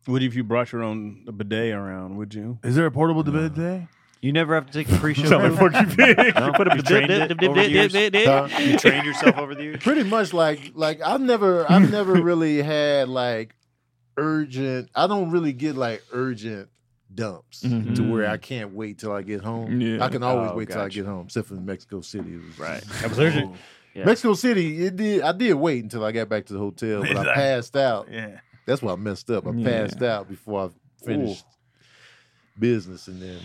C: What if you brought your own bidet around? Would you?
D: Is there a portable debate today?
E: you never have to take a pre-show.
A: Sound like Porky Pig.
E: No,
A: Put a
E: you trained it
A: dip, dip,
E: over
A: dip,
E: the years.
A: dip, dip,
B: Huh?
A: dip.
E: you trained yourself over the years.
B: Pretty much like like I've never I've never really had like urgent. I don't really get like urgent dumps to
C: Mm-hmm.
A: Mhm.
B: where I can't wait till I get home.
A: Yeah.
B: I can always
E: Oh,
B: wait till I
E: gotcha.
B: get home, except for Mexico City. It was- oh.
C: That was urgent.
E: Yeah.
B: Mexico City, it did. I did wait until I got back to the hotel, but I passed out.
D: Yeah.
B: That's why I messed up. I
A: Yeah.
B: passed out before I finished business, and then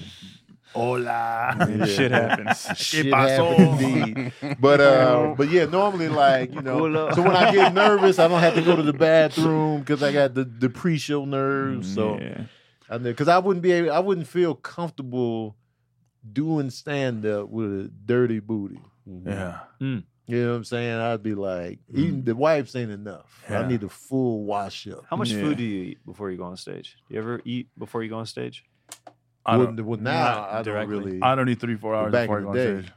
D: Hola.
B: Yeah.
A: Shit happens.
B: shit
D: pasó?
B: happened indeed. But uh, but yeah, normally like you know. So when I get nervous, I don't have to go to the bathroom because I got the, the pre-show nerves. So
A: Mm, Yeah.
B: I because I wouldn't be able, I wouldn't feel comfortable doing stand up with a dirty booty.
D: Yeah.
B: You know what I'm saying? I'd be like,
A: Mm.
B: even the wipes ain't enough.
D: Yeah.
B: I need a full wash up.
E: How much
A: Yeah.
E: food do you eat before you go on stage? Do you ever eat before you go on stage?
D: I
B: Well,
D: don't,
B: well, now
E: not
B: I don't
E: directly.
B: really.
D: I don't need three, four hours
B: back
D: before I
B: in
D: go
B: the
D: on
B: day.
D: stage.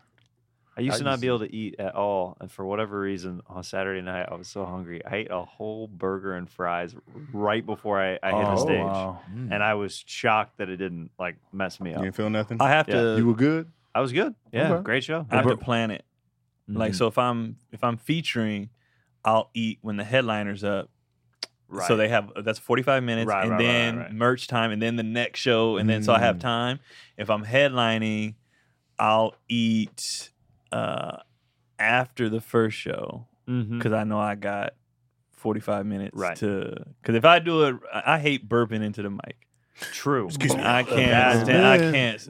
E: I used
B: I
E: to not
B: used
E: be able to eat at all, and for whatever reason, on Saturday night I was so hungry. I ate a whole burger and fries right before I, I hit the
D: Oh,
E: stage,
D: wow.
B: Mm.
E: and I was shocked that it didn't like mess me
C: You
E: up.
C: didn't feel nothing.
A: I have to.
B: you were good.
E: I was good. Yeah,
B: Okay.
E: great show.
A: I have to plan it.
D: mm-hmm.
A: Like so, if I'm if I'm featuring, I'll eat when the headliner's up.
E: Right.
A: So they have that's 45 minutes,
E: Right,
A: and
E: right, right,
A: then
E: right, right.
A: merch time, and then the next show, and then so I have time. If I'm headlining, I'll eat uh, after the first show.
E: Mhm.
A: because I know I got 45 minutes
E: Right.
A: to. Because if I do it, I I hate burping into the mic.
E: True.
C: Excuse me.
A: I can't. I can't.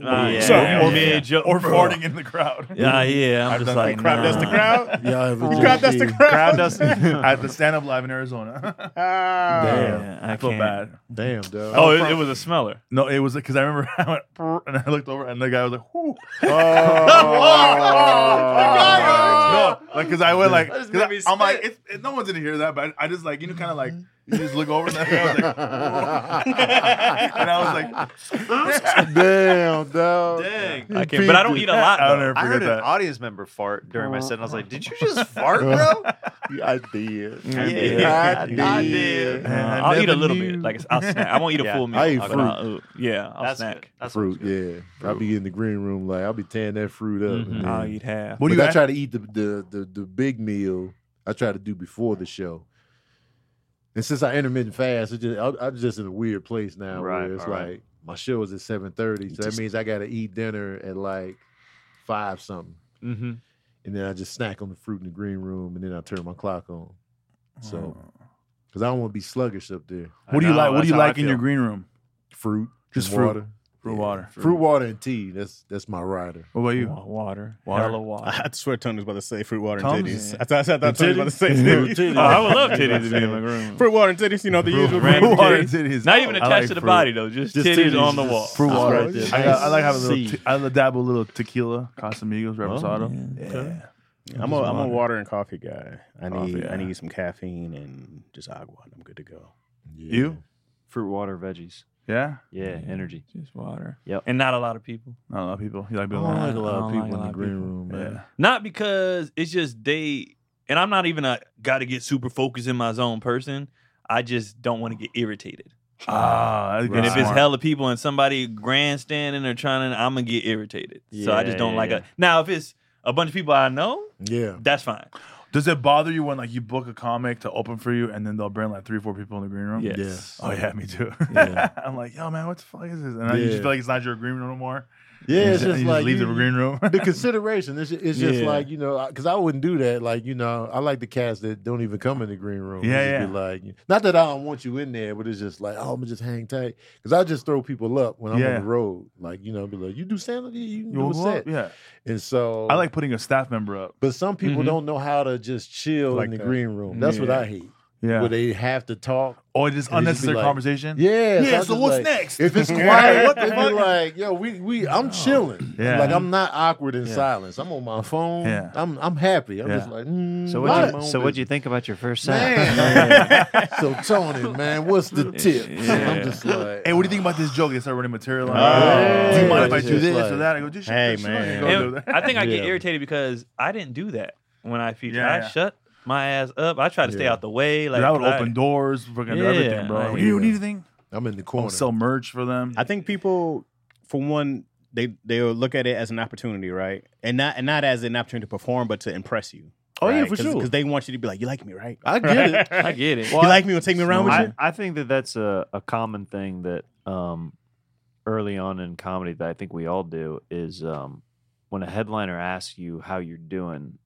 A: I can't.
E: Yeah. Sorry.
A: Or,
E: Yeah.
A: mid jo-
D: Or
A: bro.
D: farting in the crowd.
A: Yeah, yeah. I'm
D: I've
A: just
D: done
A: like
D: that.
C: Crowd
A: nah.
C: dust the crowd.
B: Yeah, I was
C: Crowd dust the crowd.
E: Crowd doesn't.
D: At the stand up live in Arizona.
C: Ah.
A: Yeah, I,
D: I feel
A: can't.
D: bad.
B: Damn, dog.
A: Oh, it, it was a smeller.
D: No, it was because I remember I went "Brr," and I looked over and the guy was like, Whoo.
B: Oh.
D: no, like because I went like
B: That just
D: 'cause
B: made me
D: I, am like
B: spit.
D: it's, it, no one's gonna hear that, but I, I just like you know kind of like
B: Mm-hmm.
D: You just look over and I was like, and I was like,
B: Damn, dog.
E: Dang.
A: I can't, but I don't eat a lot.
D: I'll
A: Though.
D: never
E: I
D: forget
E: heard an
D: that.
E: audience member fart during my set, and I was like, "Did you just fart, bro?"
B: I did.
A: Yeah,
B: I
E: I
B: did.
E: did.
A: Uh,
D: Man, I
A: I'll eat a
D: never
A: little
D: knew.
A: bit. Like I'll snack. I won't eat a
E: Yeah.
A: full meal.
B: I eat
A: but
B: fruit.
A: I'll- yeah, I'll
E: That's
A: snack.
E: good. That's
B: fruit, Mm-hmm.
E: good.
B: yeah. I'll be in the green room, like, I'll be tearing that fruit up.
A: Mhm.
B: man.
A: I'll eat half.
D: What do
B: but
D: you
B: I
D: add?
B: try to eat the, the the the big meal. I try to do before the show. And since I intermittent fast, it just, I'm, I'm just in a weird place now.
E: Right,
B: where it's
E: all
B: like
E: right.
B: my show is at seven thirty, so that means I got to eat dinner at like five something,
E: Mm-hmm.
B: and then I just snack on the fruit in the green room, and then I turn my clock on
D: Mm.
B: so- because I don't want to be sluggish up there.
D: what do you like? What do you like in your green room?
B: Fruit,
D: Just
B: and
D: fruit.
B: water,
D: Fruit water.
B: fruit. water, and tea. That's that's my rider.
D: What about you?
A: Wa- Water,
D: Water.
A: hella water.
C: I swear, Tony was about to say fruit water and
D: Tongue?
C: titties.
A: Yeah.
C: I thought, I thought Tony was about to say
B: Titties.
C: titties.
A: oh, I would love titties to be in my room.
C: Fruit water and titties, you know, the usual.
A: Random
D: Fruit water and
A: titties.
D: titties.
A: Not even
D: I
A: attached
D: like
A: to the
D: fruit.
A: body though. Just,
B: Just
A: titties,
B: titties,
A: on the
B: just
A: wall.
D: Fruit
B: That's
D: water.
B: right there.
D: I, got- I like having a
B: Nice.
D: little. Te- I dab a little tequila,
B: Oh,
D: Casamigos, Reposado. yeah.
C: I'm a, I'm a water and coffee guy. I
D: Coffee,
C: need
D: yeah.
C: I need some caffeine and just agua, and I'm good to go.
B: Yeah.
D: You?
E: fruit, water, veggies?
D: Yeah.
E: Yeah, energy.
A: Just water.
E: Yep.
A: And not a lot of people.
D: Not a lot of people. You like
B: I
D: being
B: don't
D: alone.
B: like a lot
A: I
B: of
A: don't
B: people
A: like a
B: in
A: lot
B: the
A: of
B: green
A: people.
B: room, man.
D: Yeah.
A: Not because it's just they. And I'm not even a got to get super focused in my zone person. I just don't want to get irritated.
D: Ah, that's
A: And if it's
D: smart.
A: hella people and somebody grandstanding or trying to, I'm gonna get irritated. so I
E: Yeah,
A: just don't
E: yeah,
A: like
E: yeah.
A: it. Now, if it's a bunch of people I know,
B: Yeah.
A: that's fine.
D: Does it bother you when like you book a comic to open for you and then they'll bring like three or four people in the green room?
A: Yes.
B: Yes.
D: Oh yeah, me too.
B: Yeah.
D: I'm like, yo man, what the fuck is this? And I you
B: Yeah.
D: just feel like it's not your green room no more.
B: Yeah,
D: You
B: it's
D: you
B: just like
D: leave
B: you-
D: the green room.
B: the consideration. It's just, it's just
A: Yeah.
B: like you know, because I wouldn't do that. Like you know, I like the cats that don't even come in the green room. It'd
D: Yeah,
B: just be like, not that I don't want you in there, but it's just like, oh, I'm gonna just hang tight because I just throw people up when I'm
D: Yeah.
B: on the road. Like you know, be like, you do sanity, you can
D: You
B: do a
D: wanna go up?
B: set,
D: Yeah.
B: and so
D: I like Mm-hmm. putting a staff member up.
B: But some people
A: Mhm.
B: don't know how to just chill
C: Like
B: in the
C: that.
B: green room. That's what
A: Yeah.
B: I hate.
D: Yeah.
B: Where they have to talk.
D: or just
B: And they just be
D: unnecessary
B: like-
D: conversation.
B: Yeah.
D: Yeah,
B: I'm
D: so
B: just
D: what's
B: like-
D: next?
B: If it's quiet,
D: What the
B: if you're
D: fuck?
B: like, yo, we we I'm chilling.
D: Yeah.
B: Like I'm not awkward in
E: Yeah.
B: silence. I'm on my phone.
D: Yeah.
B: I'm I'm happy. I'm just
D: Yeah.
B: like, mm,
E: So
B: I'm
E: what?
B: my
E: You,
B: own
E: so what
B: business.
E: you think about your first set?
B: Man. so Tony, man, what's the tip? I'm
A: Yeah.
B: just like
D: Hey, what do you think about this joke? They start running material. on
A: Oh.
D: it. do you mind if I
B: Yeah.
D: do this
B: Like-
D: or that? I go, just shut
C: Hey,
D: the shit up.
C: man.
D: You go
A: And
D: do that.
A: I think I get
B: Yeah.
A: irritated because I didn't do that when I featured.
D: Yeah,
A: I
D: yeah.
A: shut my ass up. I tried to stay
B: Yeah.
A: out the way. Like
D: Dude, I would
A: I-
D: open doors, fucking do
A: Yeah,
D: everything, bro.
A: like-
D: you need anything?
B: I'm in the corner.
D: I'll sell merch for them.
C: I think people, for one, they they'll look at it as an opportunity, right? And not and not as an opportunity to perform, but to impress you.
B: Oh, yeah,
C: right?
B: for sure.
C: Because they want you to be like, you like me, right?
B: I get it.
A: I get it.
C: you like me? Will take me around with
E: I,
C: you?
E: I think that that's a, a common thing that um, early on in comedy that I think we all do is um, when a headliner asks you how you're doing,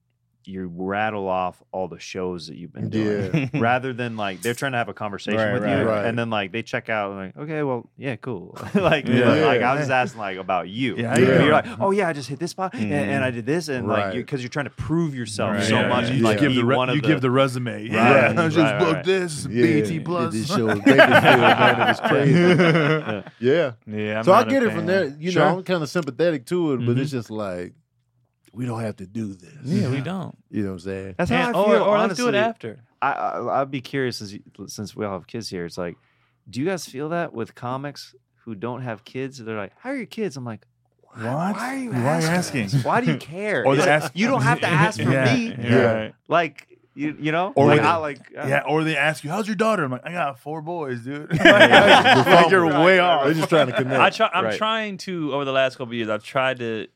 E: you rattle off all the shows that you've been doing. Rather than like they're trying to have a conversation
C: Right,
E: with
C: right,
E: you,
B: right.
E: and then like they check out and like, okay, well, yeah, cool. like,
D: Yeah.
E: like I
B: Yeah.
E: was just asking like about you.
D: Yeah, Mm.
E: You know,
B: yeah.
E: You're like, oh yeah, I just hit this spot and, and I did this, and
B: Right.
E: like because you're trying to prove yourself
D: Right.
E: so
D: Yeah,
E: much.
D: yeah.
E: You,
D: You,
E: like
D: give,
E: be
D: the re-
E: one of
D: you
E: the,
D: give the resume. Yeah,
E: Right.
D: I just
E: Right,
D: booked
E: right.
D: this.
B: Yeah.
D: BT
B: Did
D: plus.
B: This show in Bakersfield, man, it was crazy. Yeah.
A: Yeah, I'm
B: so I
A: not a
B: get it from
A: fan.
B: there. You
D: Sure.
B: know, I'm kind of sympathetic to it, but it's just like we don't have to do this.
A: Yeah, we don't.
B: You know what I'm saying?
E: That's
A: And-
E: how I feel.
A: or or let's
E: honestly.
A: do it after.
E: I, I I'd be curious since, you- since we all have kids here. It's like, do you guys feel that with comics who don't have kids? They're like, "How are your kids?" I'm like,
D: What?
E: "Why are you
D: Why are you
E: asking?
D: asking?
E: us? Why do you care?
D: Or they
E: It's like,
D: ask-
E: you don't have to ask for
D: Yeah,
E: me.
D: yeah.
A: Right.
E: Like, you you know,
D: Or
E: like,
D: they-
E: I like uh, I-
D: Yeah, or they ask you, "How's your daughter?" I'm like, "I got four boys, dude."
B: Yeah.
D: like you're way off.
B: They're just trying to
A: I
B: connect.
A: try, I'm
E: Right.
A: trying to over the last couple of years. I've tried to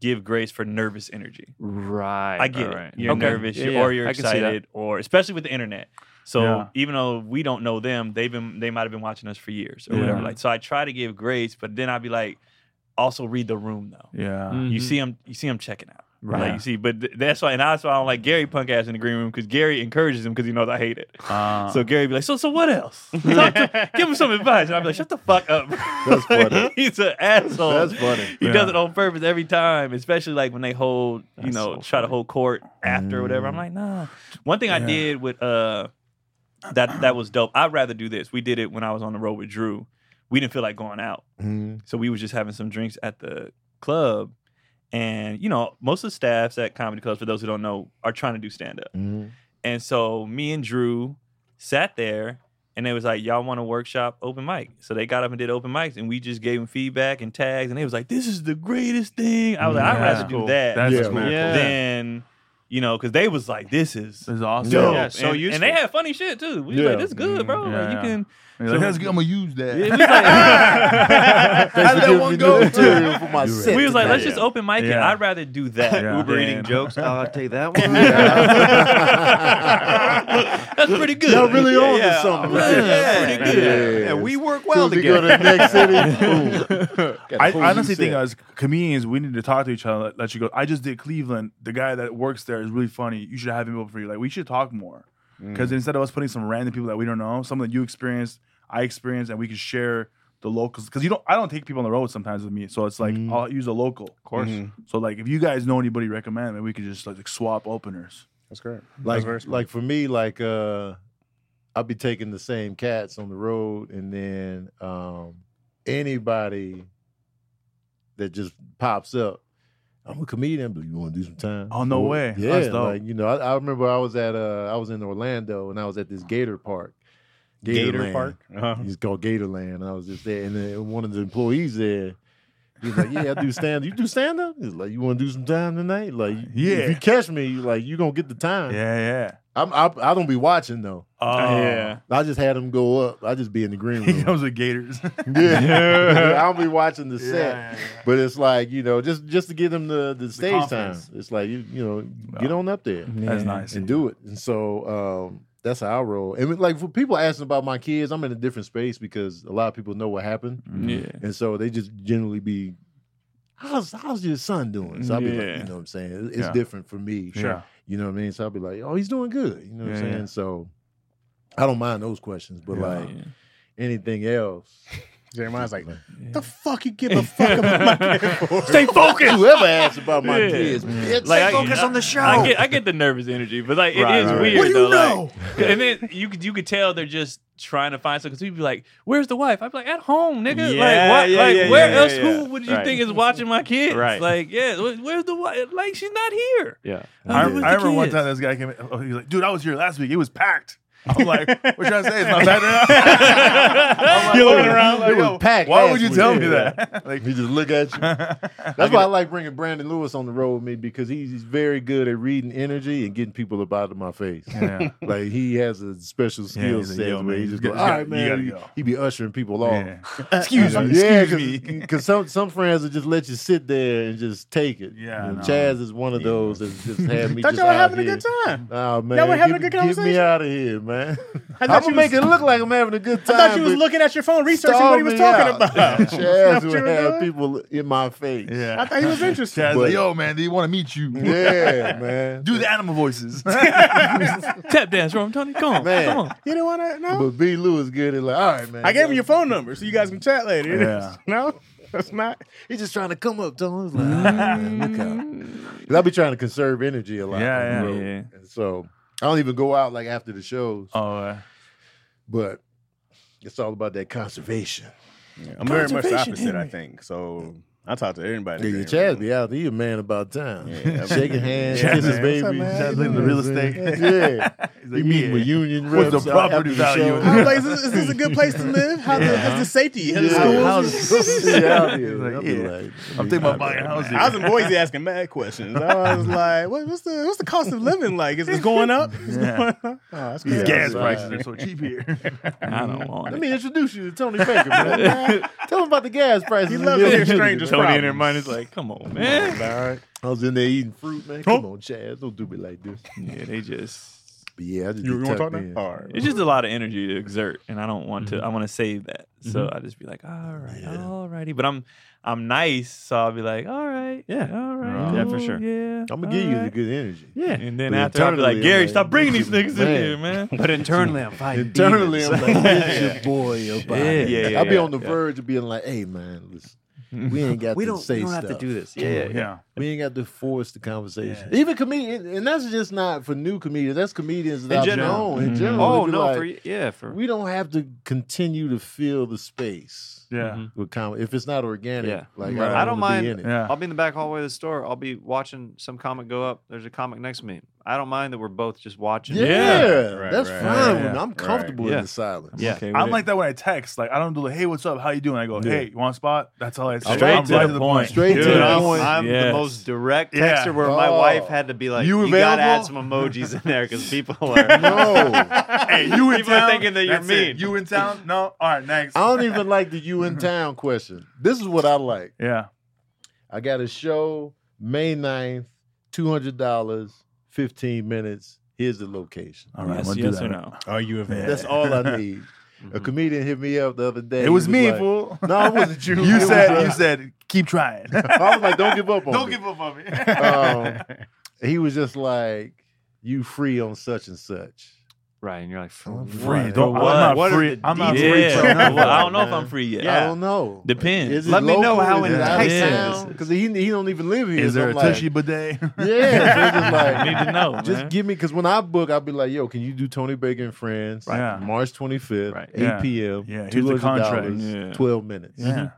A: give grace for nervous energy.
E: right.
A: I get
E: right,
A: it. You're nervous
E: Yeah,
A: you're-
E: yeah,
A: or you're
E: I can see that.
A: excited or especially with the internet. So
D: Yeah.
A: even though we don't know them, they've been they might have been watching us for years or whatever.
D: Yeah.
A: Like so I try to give grace, but then I'd be like, also read the room though.
D: Yeah,
A: You
E: Mhm.
A: see them you see them checking out.
D: Right.
A: Right. Like you see, but th- that's why and that's why I don't like Gary punk ass in the green room because Gary encourages him because he knows I hate it.
D: Uh,
A: So Gary be like, so so what else? Talk to- give him some advice. And I'd be like, shut the fuck up.
B: That's funny.
A: He's an asshole.
B: That's funny.
A: He
D: Yeah.
A: does it on purpose every time, especially like when they hold, you
E: That's
A: know,
E: so
A: try to hold court after or whatever. I'm like, nah. One thing I
D: Yeah.
A: did with uh that that was dope. I'd rather do this. We did it when I was on the road with Drew. We didn't feel like going out.
B: Mhm.
A: So we was just having some drinks at the club. And, you know, most of the
B: Mm-hmm.
A: staffs at comedy clubs, for those who don't know, are trying to do stand up.
B: Mhm.
A: And so me and Drew sat there and they was like, Y'all want a workshop open mic? So they got up and did open mics and we just gave them feedback and tags and they was like, This is the greatest thing. I was like, I'd
D: Yeah.
A: rather do that
D: That's
B: Yeah.
D: cool.
E: Yeah.
A: than, you know, because they was like, This is
D: This is awesome.
B: Dope.
A: dope.
E: Yeah, so
A: and,
E: useful.
A: and they had funny shit too. We
B: Yeah.
A: was like, This is good, bro.
D: Yeah,
A: like, you
D: yeah.
A: can
D: You're like,
A: So-
D: that's good. I'm gonna use that.
A: Yeah, we was like-
B: Thanks
D: How
B: for
D: did that
B: giving
D: one
B: me
D: go?
B: new material for my
D: You're
B: set
A: we was like,
B: tonight.
A: let's just open mic it.
D: Yeah.
A: I'd rather do that.
D: Yeah.
E: Uber
A: than-
E: eating jokes. Oh, I'll take that one.
A: That's pretty good.
B: Y'all really on to
E: yeah.
B: something.
A: Yeah,
B: with this.
A: yeah, pretty good.
E: Yeah, we work
B: Soon
E: well
B: as we go to the
E: together.
B: next city. boom. Got a
D: I
B: whole
D: honestly
B: new
D: think
B: set.
D: as comedians, we need to talk to each other. Let, let you go. I just did Cleveland. The guy that works there is really funny. You should have him over for you. Like we should talk more because instead of us putting some random people that we don't know, something that you experienced, I experienced, and we can share the locals. Because you don't, I don't take people on the road sometimes with me, so it's like
B: Mm.
D: I'll use a local. Of
E: course.
C: Mhm.
D: So like if you guys know anybody, recommend, and we could just like swap openers.
C: That's great.
B: like
C: Vice versa.
B: like for me like uh i'll be taking the same cats on the road and then um anybody that just pops up i'm a comedian but you want to do some time
D: Oh, no way.
B: yeah
D: That's dope.
B: like you know I, I remember i was at uh i was in orlando and i was at this gator park
C: Gator
B: Land.
C: Park. Uh-huh.
B: It's called Gatorland. And I was just there, and then one of the employees there, he was like, "Yeah, I do stand. You do stand up? He's like, you want to do some time tonight? Like,
D: Yeah.
B: If you catch me, like, you gonna get the
D: Yeah,
B: time.
D: yeah.
B: I'm, I, I don't be watching though.
D: Oh.
A: yeah.
B: I just had him go up. I just be in the green
D: He
B: room.
D: comes with gators.
B: yeah, I don't be watching the set.
D: yeah,
B: But it's like you know, just just to give them the the stage time.
D: confidence.
B: It's like you you know, get on up there
D: That's nice.
B: and do it. And so um, that's how I roll. And like for people asking about my kids, I'm in a different space because a lot of people know what happened,
A: Yeah.
B: and so they just generally be, "How's how's your son doing?" So I'll be like,
A: Yeah.
B: you know, what I'm saying it's
D: Yeah.
B: different for me.
D: Sure.
B: you know what I mean. So I'll be like, "Oh, he's doing good." You know what I'm
D: Yeah, yeah.
B: saying? So I don't mind those questions, but
D: Yeah.
B: like anything else,
C: Jeremiah's like,
A: Yeah.
C: the fuck you give a fuck about my kid for?
A: Stay focused.
B: whoever asks about my
A: Yeah.
B: kids, bitch,
A: Like, I-
E: focus
A: I-
E: on the show.
A: I get, I get the nervous energy, but like it is
E: Right, right, right.
A: weird.
E: What
C: do you
A: though,
C: know?
A: Like, and then you could you could tell they're just trying to find something. Because people be like, "Where's the wife?" I'm like, "At home, nigga."
E: Yeah,
A: like, what,
E: yeah,
A: like
E: yeah,
A: where
E: yeah,
A: else?
E: yeah,
A: Who
E: yeah.
A: would you
E: Right.
A: think is watching my kids?
E: Right.
A: Like, yeah, wh- where's the wife? Like, she's not here.
E: Yeah.
A: Like,
D: I, I
A: where's the
D: remember one
A: kids?
D: time this guy came in. Oh, he was like, dude, I was here last week. It was packed. I'm like, what you trying to say? It's not packed enough. I'm like,
A: You're looking
D: "Oh,
A: around
B: like, It was packed
D: Why
B: last
D: would you
B: week."
D: tell me
B: Yeah.
D: that? like,
B: He just look at you. That's why I like bringing Brandon Lewis on the road with me because he's he's very good at reading energy and getting people up out of my face.
D: yeah.
B: like he has a special
D: Yeah,
B: skill
D: he's like,
B: set
D: "Yo,
B: where
D: man,
B: he
D: you
B: just
D: got-
B: goes,
D: you
B: all
D: gotta-
B: right,
D: you
B: man.
D: gotta
B: He,
D: go.
B: he be ushering people off.
D: yeah. Excuse me. Excuse me.
B: Because some some friends will just let you sit there and just take it.
D: Yeah,
B: And
D: no.
B: Chaz is one of those that just had me.
C: Thought
B: just
C: y'all were
B: out
C: having a
B: here.
C: good time.
B: Oh man,
C: Y'all were having a
B: get,
C: good
B: Get me
C: conversation?
B: out of here, man.
C: I
B: I'm
C: thought
B: gonna
C: you
B: make
C: was-
B: it look like I'm having a good
C: I
B: time.
C: thought you was
B: but
C: looking at your phone, researching
B: stall
C: what he was
B: me
C: talking
B: out.
C: about. Is that
B: Chaz
C: what you
B: would
C: were
B: have
C: doing?
B: people in my face.
D: Yeah.
C: I thought he was interested.
D: Chad's
B: But-
D: like, yo, man, they want to meet you.
B: Yeah, man.
D: Do the animal voices.
A: Tap dance, Rome Tony. Come on,
B: Man.
A: come on.
C: You didn't want to
B: But
C: know.
B: B. Lou is good at like, all right, man.
C: I gave him your phone number so you guys can chat later.
D: Yeah.
C: no, that's not.
B: He's just trying to come up to him. He's like, all right, man, look out. 'Cause I be trying to conserve energy a lot.
D: Mm-hmm. Yeah,
B: on the
D: yeah,
B: road.
A: yeah.
B: And so I don't even go out like after the shows,
D: oh, uh,
B: but it's all about that conservation.
C: I'm very much the
A: Conservation
C: opposite, I think. So I talk to everybody.
B: Yeah, your Chaz be out. He a man about town.
C: Yeah.
B: Shaking hands,
D: Yeah,
B: kiss his
D: man.
B: baby.
C: What's up, man?
D: Chad's looking at the real estate.
B: Yeah.
D: He's
B: He
D: like,
B: meeting with
D: yeah.
B: union
D: What's
B: reps.
D: the property
B: after the
D: value?
B: show.
C: I'm like, is this, is this a good place to live? How the,
D: Yeah.
C: is the safety? How the
B: Yeah.
C: schools?
D: How's-
B: Yeah, out here.
D: He's like,
B: I'll be
D: yeah.
B: like,
D: I'm thinking about buying a house here.
C: I was in Boise asking mad questions. I was like, what, "What's the what's the cost of living like? Is it going up? Is it
D: Yeah.
C: going up? Oh, that's
D: These
C: crazy.
D: gas
B: outside.
D: prices are so cheap here.
A: I don't want
B: Let
A: it.
B: me introduce you to Tony Baker, man. Tell him about the gas prices.
C: He
B: in
C: loves
B: the
C: to hear
B: other
C: strangers'
B: community.
A: Tony and
C: problems.
A: Hermione's like, come on, man.
B: I was in there eating fruit, man. Come on, Chaz. Don't do me like this.
A: Yeah, they just.
B: But yeah, I just
C: You,
B: be
C: want to
B: tucked
C: talk now?
B: in.
C: All right.
A: It's just a lot of energy to exert, and I don't want to. I want to save that, so I just be like, all right,
B: Yeah.
A: all righty. But I'm, I'm nice, so I'll be like, all right, yeah, all right,
D: Yeah,
A: cool,
E: for sure.
A: Yeah,
B: I'm gonna give you the
A: alright."
B: good energy.
A: Yeah, and then
B: But
A: after I'll be
B: internally,
A: like,
B: I'm
A: Gary,
B: like,
A: stop bringing these niggas
B: man.
A: in here, man.
E: But internally, I'm fighting.
B: Internally, I'm like,
E: demons.
B: this your boy up out
A: Yeah,
B: here.
A: yeah, yeah,
B: I'll be
A: yeah,
B: on the
A: yeah.
B: verge of being like, hey man, listen, we ain't got
E: we
B: to
E: don't,
B: say
E: we don't
B: stuff.
E: have to do this. Yeah, yeah, yeah.
D: Yeah.
B: We ain't got to force the conversation. Even comedians, and that's just not for new comedians. That's comedians that
E: In
B: I've
E: general.
B: known in
D: Mhm.
B: general.
E: Oh
B: It'd be
E: no,
B: like,
E: for yeah, for
B: we don't have to continue to fill the space
E: Mm-hmm.
D: Yeah.
B: with comedy if it's not organic.
E: Yeah.
B: Like
D: Right.
B: I don't,
E: I don't
B: wanna be
E: mind-
B: in it.
D: Yeah.
E: I'll be in the back hallway of the store. I'll be watching some comic go up. There's a comic next to me. I don't mind that we're both just watching.
B: Yeah,
C: Right,
B: that's
C: right,
B: fine.
D: right,
B: with me.
D: yeah,
B: I'm
C: right.
B: comfortable
E: Yeah.
B: in the silence.
E: Yeah.
A: Okay with
D: I'm
A: it.
D: like that when I text. Like I don't do like, hey, what's up? How you doing? I go,
B: Yeah.
D: hey, you want a spot? That's all I say.
A: Straight
D: I'm
A: to the point.
B: Straight
E: Dude,
B: to the
E: I'm,
B: point.
E: I'm the
A: Yes.
E: most direct
D: Yeah.
E: texter where my
B: Oh.
E: wife had to be like,
B: You
E: you, gotta add some
D: available?"
E: emojis in there because people are.
B: No,
D: Hey, you in
E: People are
D: town?
E: thinking that you're
D: That's it.
E: mean.
D: You in town? No. All right, next.
B: I don't even like the you in town question. This is what I like.
D: Yeah.
B: I got a show May 9th, $200, 15 minutes. Here's the location.
D: All right.
A: yes,
D: we'll do
A: yes
D: that.
A: or no?
C: Are you available?
B: That's all I need. A comedian hit me up the other day.
D: It was
B: He
D: me,
B: like-
D: fool.
B: No, it wasn't you. It
D: You
B: was,
D: said.
B: uh,
D: You said. Keep trying.
B: I was like, don't give up on
D: Don't
B: me.
D: give up on me.
B: Um, he was just like, you free on such and such.
E: Mm-hmm. Right, and you're like, for
B: I'm
E: what?
D: Free.
B: Right.
D: Don't,
A: What?
D: I'm not
E: What are
D: free.
E: the
D: I'm not
E: details?
D: free.
A: yeah.
D: for nothing.
A: I don't know if I'm free yet.
E: Yeah.
B: I don't know.
A: Depends.
B: Is it
E: Let me know
B: local?
E: how
B: Is it
E: enticing
B: out-of-town?
E: this is.
B: 'Cause he, he don't even live here.
D: Is
B: so
D: there a
B: I'm like,
D: tushy bidet?
B: Yeah, so it's just like,
A: I need to know.
B: Just
A: man.
B: give me because when I book, I'll be like, "Yo, can you do Tony Baker and Friends?
D: Right. Yeah.
B: March 25th,
A: Right.
B: 8
D: Yeah.
B: p.m.
D: Yeah, here's
B: two
D: the
B: hundred
D: contract.
B: dollars,
A: Yeah.
B: twelve minutes. Mm-hmm.
D: Yeah.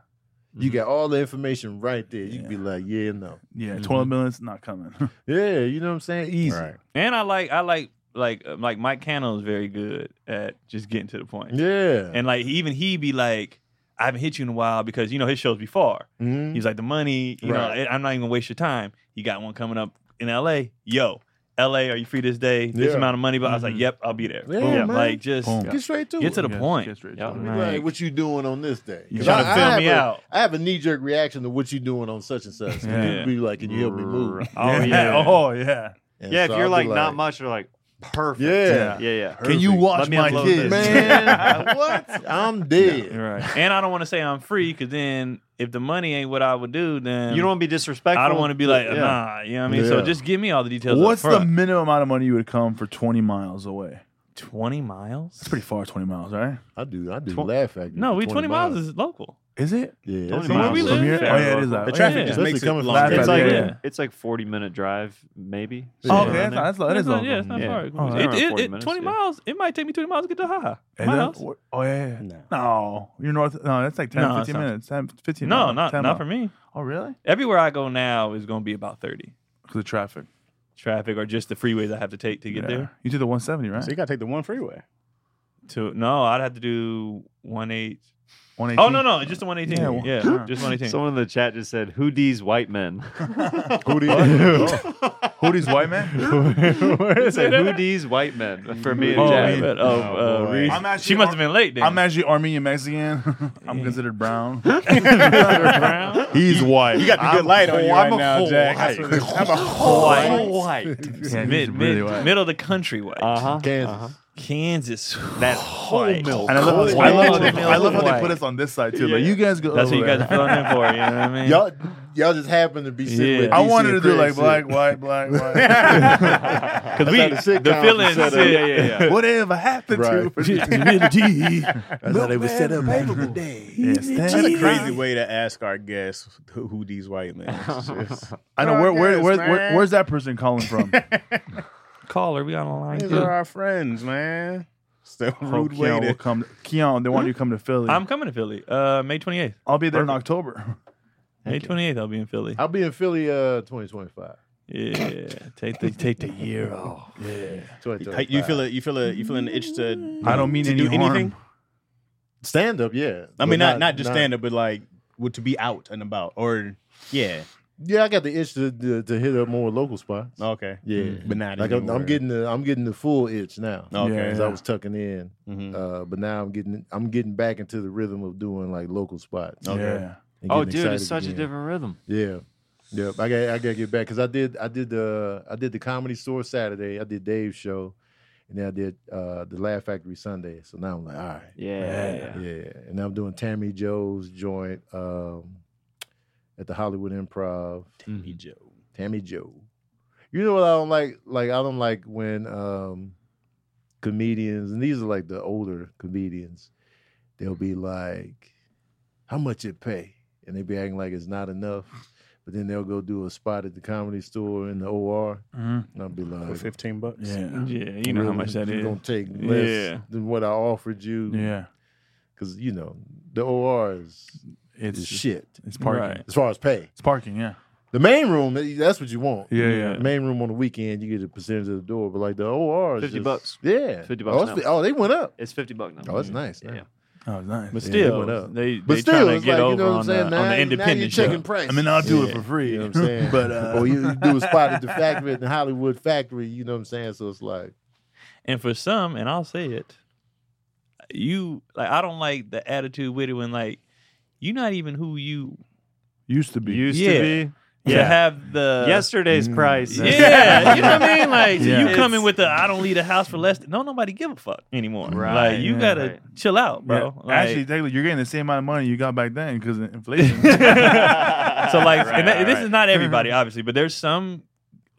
B: You got all the information right there. You can be
D: Yeah.
B: like, "Yeah, no,
D: Yeah. 12 minutes not coming.
B: yeah," you know what I'm saying? Easy.
C: Right.
A: And I like I like like uh, like Mike Cano is very good at just getting to the point.
B: Yeah.
A: And like even he be like, I haven't hit you in a while because you know his shows be far.
B: Mhm.
A: He's like the money, you
B: Right.
A: know, I- I'm not even gonna waste your time. You got one coming up in L.A. Yo, L.A. Are you free this day? This
B: Yeah.
A: amount of money, but I was like, yep, I'll be there.
B: Yeah,
A: Boom.
B: man.
A: Like just
D: Boom.
B: Get straight to
A: get to
B: it.
A: the
D: Yes,
A: point.
D: yes, Rich.
A: Yep.
D: Be
B: Be like, what you doing on this day?
D: You
B: 'Cause
D: trying
A: to
B: I- I
A: fill
B: have
A: me
B: a-
A: out.
B: I have a knee jerk reaction to what you doing on such and such.
D: Yeah.
B: And you be like, "Can you help me move?"
A: Oh yeah.
D: Oh, yeah.
B: And
E: Yeah,
B: so
E: if you're
B: I'll be
E: like, not much, you're like, perfect.
B: Yeah.
E: yeah, yeah.
D: Can you
B: Perfect.
D: watch
E: Let me
D: my
E: upload
D: kids?
E: this.
B: Man, what? I'm dead.
A: You're right. And I don't want to say I'm free because then if the money ain't what I would do, then
E: You don't want to be disrespectful.
A: I don't want to be like
E: Yeah.
A: nah. You know what I mean? So
B: Yeah.
A: just give me all the details.
D: What's
A: up
D: the
A: front.
D: minimum amount of money you would come for 20 miles away?
A: twenty miles?
D: It's pretty far, 20 miles, right?
B: I do. I do.
E: Twen-
B: laugh at you.
A: No, we twenty miles is local.
D: Is it?
B: yeah.
E: 20
B: that's
E: miles
B: awesome.
A: we
D: From
A: live. Yeah.
D: here? Oh, yeah, it is that.
E: The traffic
A: Yeah.
E: just
B: Especially
E: makes it
B: coming from
D: longer.
B: Atlanta.
E: It's like
A: Yeah.
E: it's like 40 minute drive, maybe.
B: Yeah.
D: Oh,
E: somewhere
D: okay,
E: around
D: that's not,
E: there.
D: that's, that is
A: It's not-
D: local.
A: yeah, it's not
E: Yeah.
A: far.
D: Oh,
A: it,
E: around
A: it-
E: 40
A: it-
E: minutes,
A: twenty
E: yeah.
A: miles. It might take me twenty miles to get to Haha.
D: Is
A: My
D: that-
A: house.
D: what- Oh yeah.
C: No.
D: No, you're north. No, that's like 10,
A: No,
D: 15
A: it's not.
D: minutes. 10, 15
A: No,
D: miles,
A: not
D: 10
A: not for
D: miles.
A: me.
D: Oh really?
A: Everywhere I go now is going to be about thirty.
D: Because of traffic.
A: Traffic or just the freeways I have to take to get
D: Yeah.
A: there.
D: You did the 170, right?
C: So you gotta take the one freeway.
A: To no, I'd have to do one eight.
D: 118.
A: Oh no, no, just the one eighteen.
D: Yeah,
A: Yeah,
D: well-
A: just one eighteen.
E: Someone in the chat just said, "Who these white men?"
B: Who do you?
D: Who these white men?
E: It said, "Who these white men?" For me and
A: Oh,
E: Jack.
A: yeah, but-
C: Oh,
A: oh, uh,
C: boy.
A: Reese.
D: I'm actually-
A: she must have been late then.
D: I'm actually Armenian Mexican. I'm considered brown.
A: Brown.
D: He's white. You got
C: The good light on you right now, Jack. That's what it is.
D: I'm a
A: White.
D: Yeah, he's
A: Mid,
D: really
A: mid,
D: white.
A: middle of the country white.
E: Uh-huh.
B: Kansas.
A: Kansas.
E: That
A: whole milk.
D: And I love,
A: Cold.
D: I love, how, they,
A: Cold.
D: I love how they
A: White.
D: put us on this side too. Like you guys go.
A: That's what
D: over
A: you guys are
D: there.
A: filling in for. You know what I mean?
B: Y'all, y'all just happen to be sitting
A: Yeah.
B: with.
D: I
B: DC
D: wanted to
B: and
D: do
B: Craig
D: like black,
B: sitting.
D: white, black, white.
A: Because we
B: how the
A: the,
B: sitcoms are
A: feelings.
B: set
A: Yeah,
B: up.
A: yeah, yeah.
D: Whatever happened
B: Right.
D: to
B: That's how they were set up.
D: Yes,
C: That's a crazy way to ask our guests who, who these white men. It's just-
D: I know where, where,
C: Yes,
D: where,
C: man.
D: where where's that person calling from?
A: Caller, we on the line.
C: These
A: too.
C: are our friends, man. It's the rude
D: Keon
C: way
D: will
C: to
D: come. Keon, they want you to come to Philly.
A: I'm coming to Philly. Uh, May 28th.
D: I'll be there in October.
A: May 28th, I'll be in Philly.
B: I'll be in Philly, uh, 2025.
A: Yeah, take the take the year off. Yeah,
B: 2025.
C: you feel a you feel a you feeling an itch to
D: I don't mean
C: to
D: any
C: do
D: harm.
C: anything.
B: stand up? Yeah.
C: I
B: But
C: mean not not just stand up, but like would to be out and about or yeah.
B: Yeah, I got the itch to to, to hit up more local spots.
C: Okay.
B: Yeah.
C: But not
B: Like I'm,
C: anymore.
B: I'm getting the I'm getting the full itch now.
C: Okay.
D: Yeah.
B: 'Cause I was tucking in,
C: Mhm.
E: Mm-hmm.
B: uh, but now I'm getting I'm getting back into the rhythm of doing like local spots.
D: Yeah.
B: and
E: Oh,
B: getting
E: dude,
B: excited
E: it's such a
B: again.
E: different rhythm.
B: Yeah. Yep. I got I gotta get back because I did I did the I did the comedy store Saturday. I did Dave's show. And then I did uh the Laugh Factory Sunday. So now I'm like, all right.
E: Yeah.
B: Yeah. And now I'm doing Tammy Joe's joint um at the Hollywood Improv.
C: Tammy Joe.
B: Tammy Joe. You know what I don't like? Like I don't like when um comedians, and these are like the older comedians, they'll be like, How much it pay? And they be acting like it's not enough. But then they'll go do a spot at the comedy store in the OR.
A: Mm-hmm.
D: Mhm.
B: And I'll be
C: For
B: like,
C: fifteen bucks.
D: Yeah.
A: yeah. You know how much that
B: You're
A: is.
B: gonna take less
A: Yeah.
B: than what I offered you.
D: Yeah.
B: Cause you know, the OR is,
D: It's
B: is
D: just-
B: shit.
D: It's parking.
A: Right.
B: As far as pay.
D: It's parking. Yeah.
B: The main room, that's what you want.
D: Yeah, yeah.
B: The main room on the weekend, you get a percentage of the door, but like the OR is
E: 50
B: just-
E: bucks.
B: Yeah,
E: 50 bucks
B: Oh, it's
E: now.
B: fi- oh, they went up.
E: It's fifty bucks now.
B: Oh, that's nice.
E: Yeah.
B: man.
D: Oh, nice.
A: But
B: Yeah,
A: still,
B: it went up.
A: they
B: But
A: they
B: still,
A: trying
B: it's
A: to get
B: like, you
A: over
B: know what I'm
A: on,
B: saying?
A: the,
B: now,
A: on
B: now
A: the
B: you're
A: independent
B: checking
A: show.
B: price.
D: I mean, I'll do
B: Yeah.
D: it for free.
B: You know what I'm saying?
D: but uh,
B: or you, you do a spot at the factory at the Hollywood factory. You know what I'm saying? So it's like
A: And for some, and I'll say it, you like I don't like the attitude with it when like you're not even who you
D: used to be.
E: Used
A: Yeah.
E: to be
A: to
E: Yeah.
A: have the
E: yesterday's
D: Mm.
E: price.
A: Yeah, you know what I mean. Like so
D: Yeah.
A: you coming
E: It's-
A: with the I don't leave the house for less. Than, no, nobody give a fuck anymore.
E: Right,
A: Like you
D: yeah.
A: gotta
E: right.
A: chill out,
D: Yeah.
A: bro. Like-
D: Actually, technically, you're getting the same amount of money you got back then because of inflation.
A: so like,
E: Right,
A: and that-
E: right,
A: this
E: right.
A: is not everybody, obviously, but there's some
D: Dude,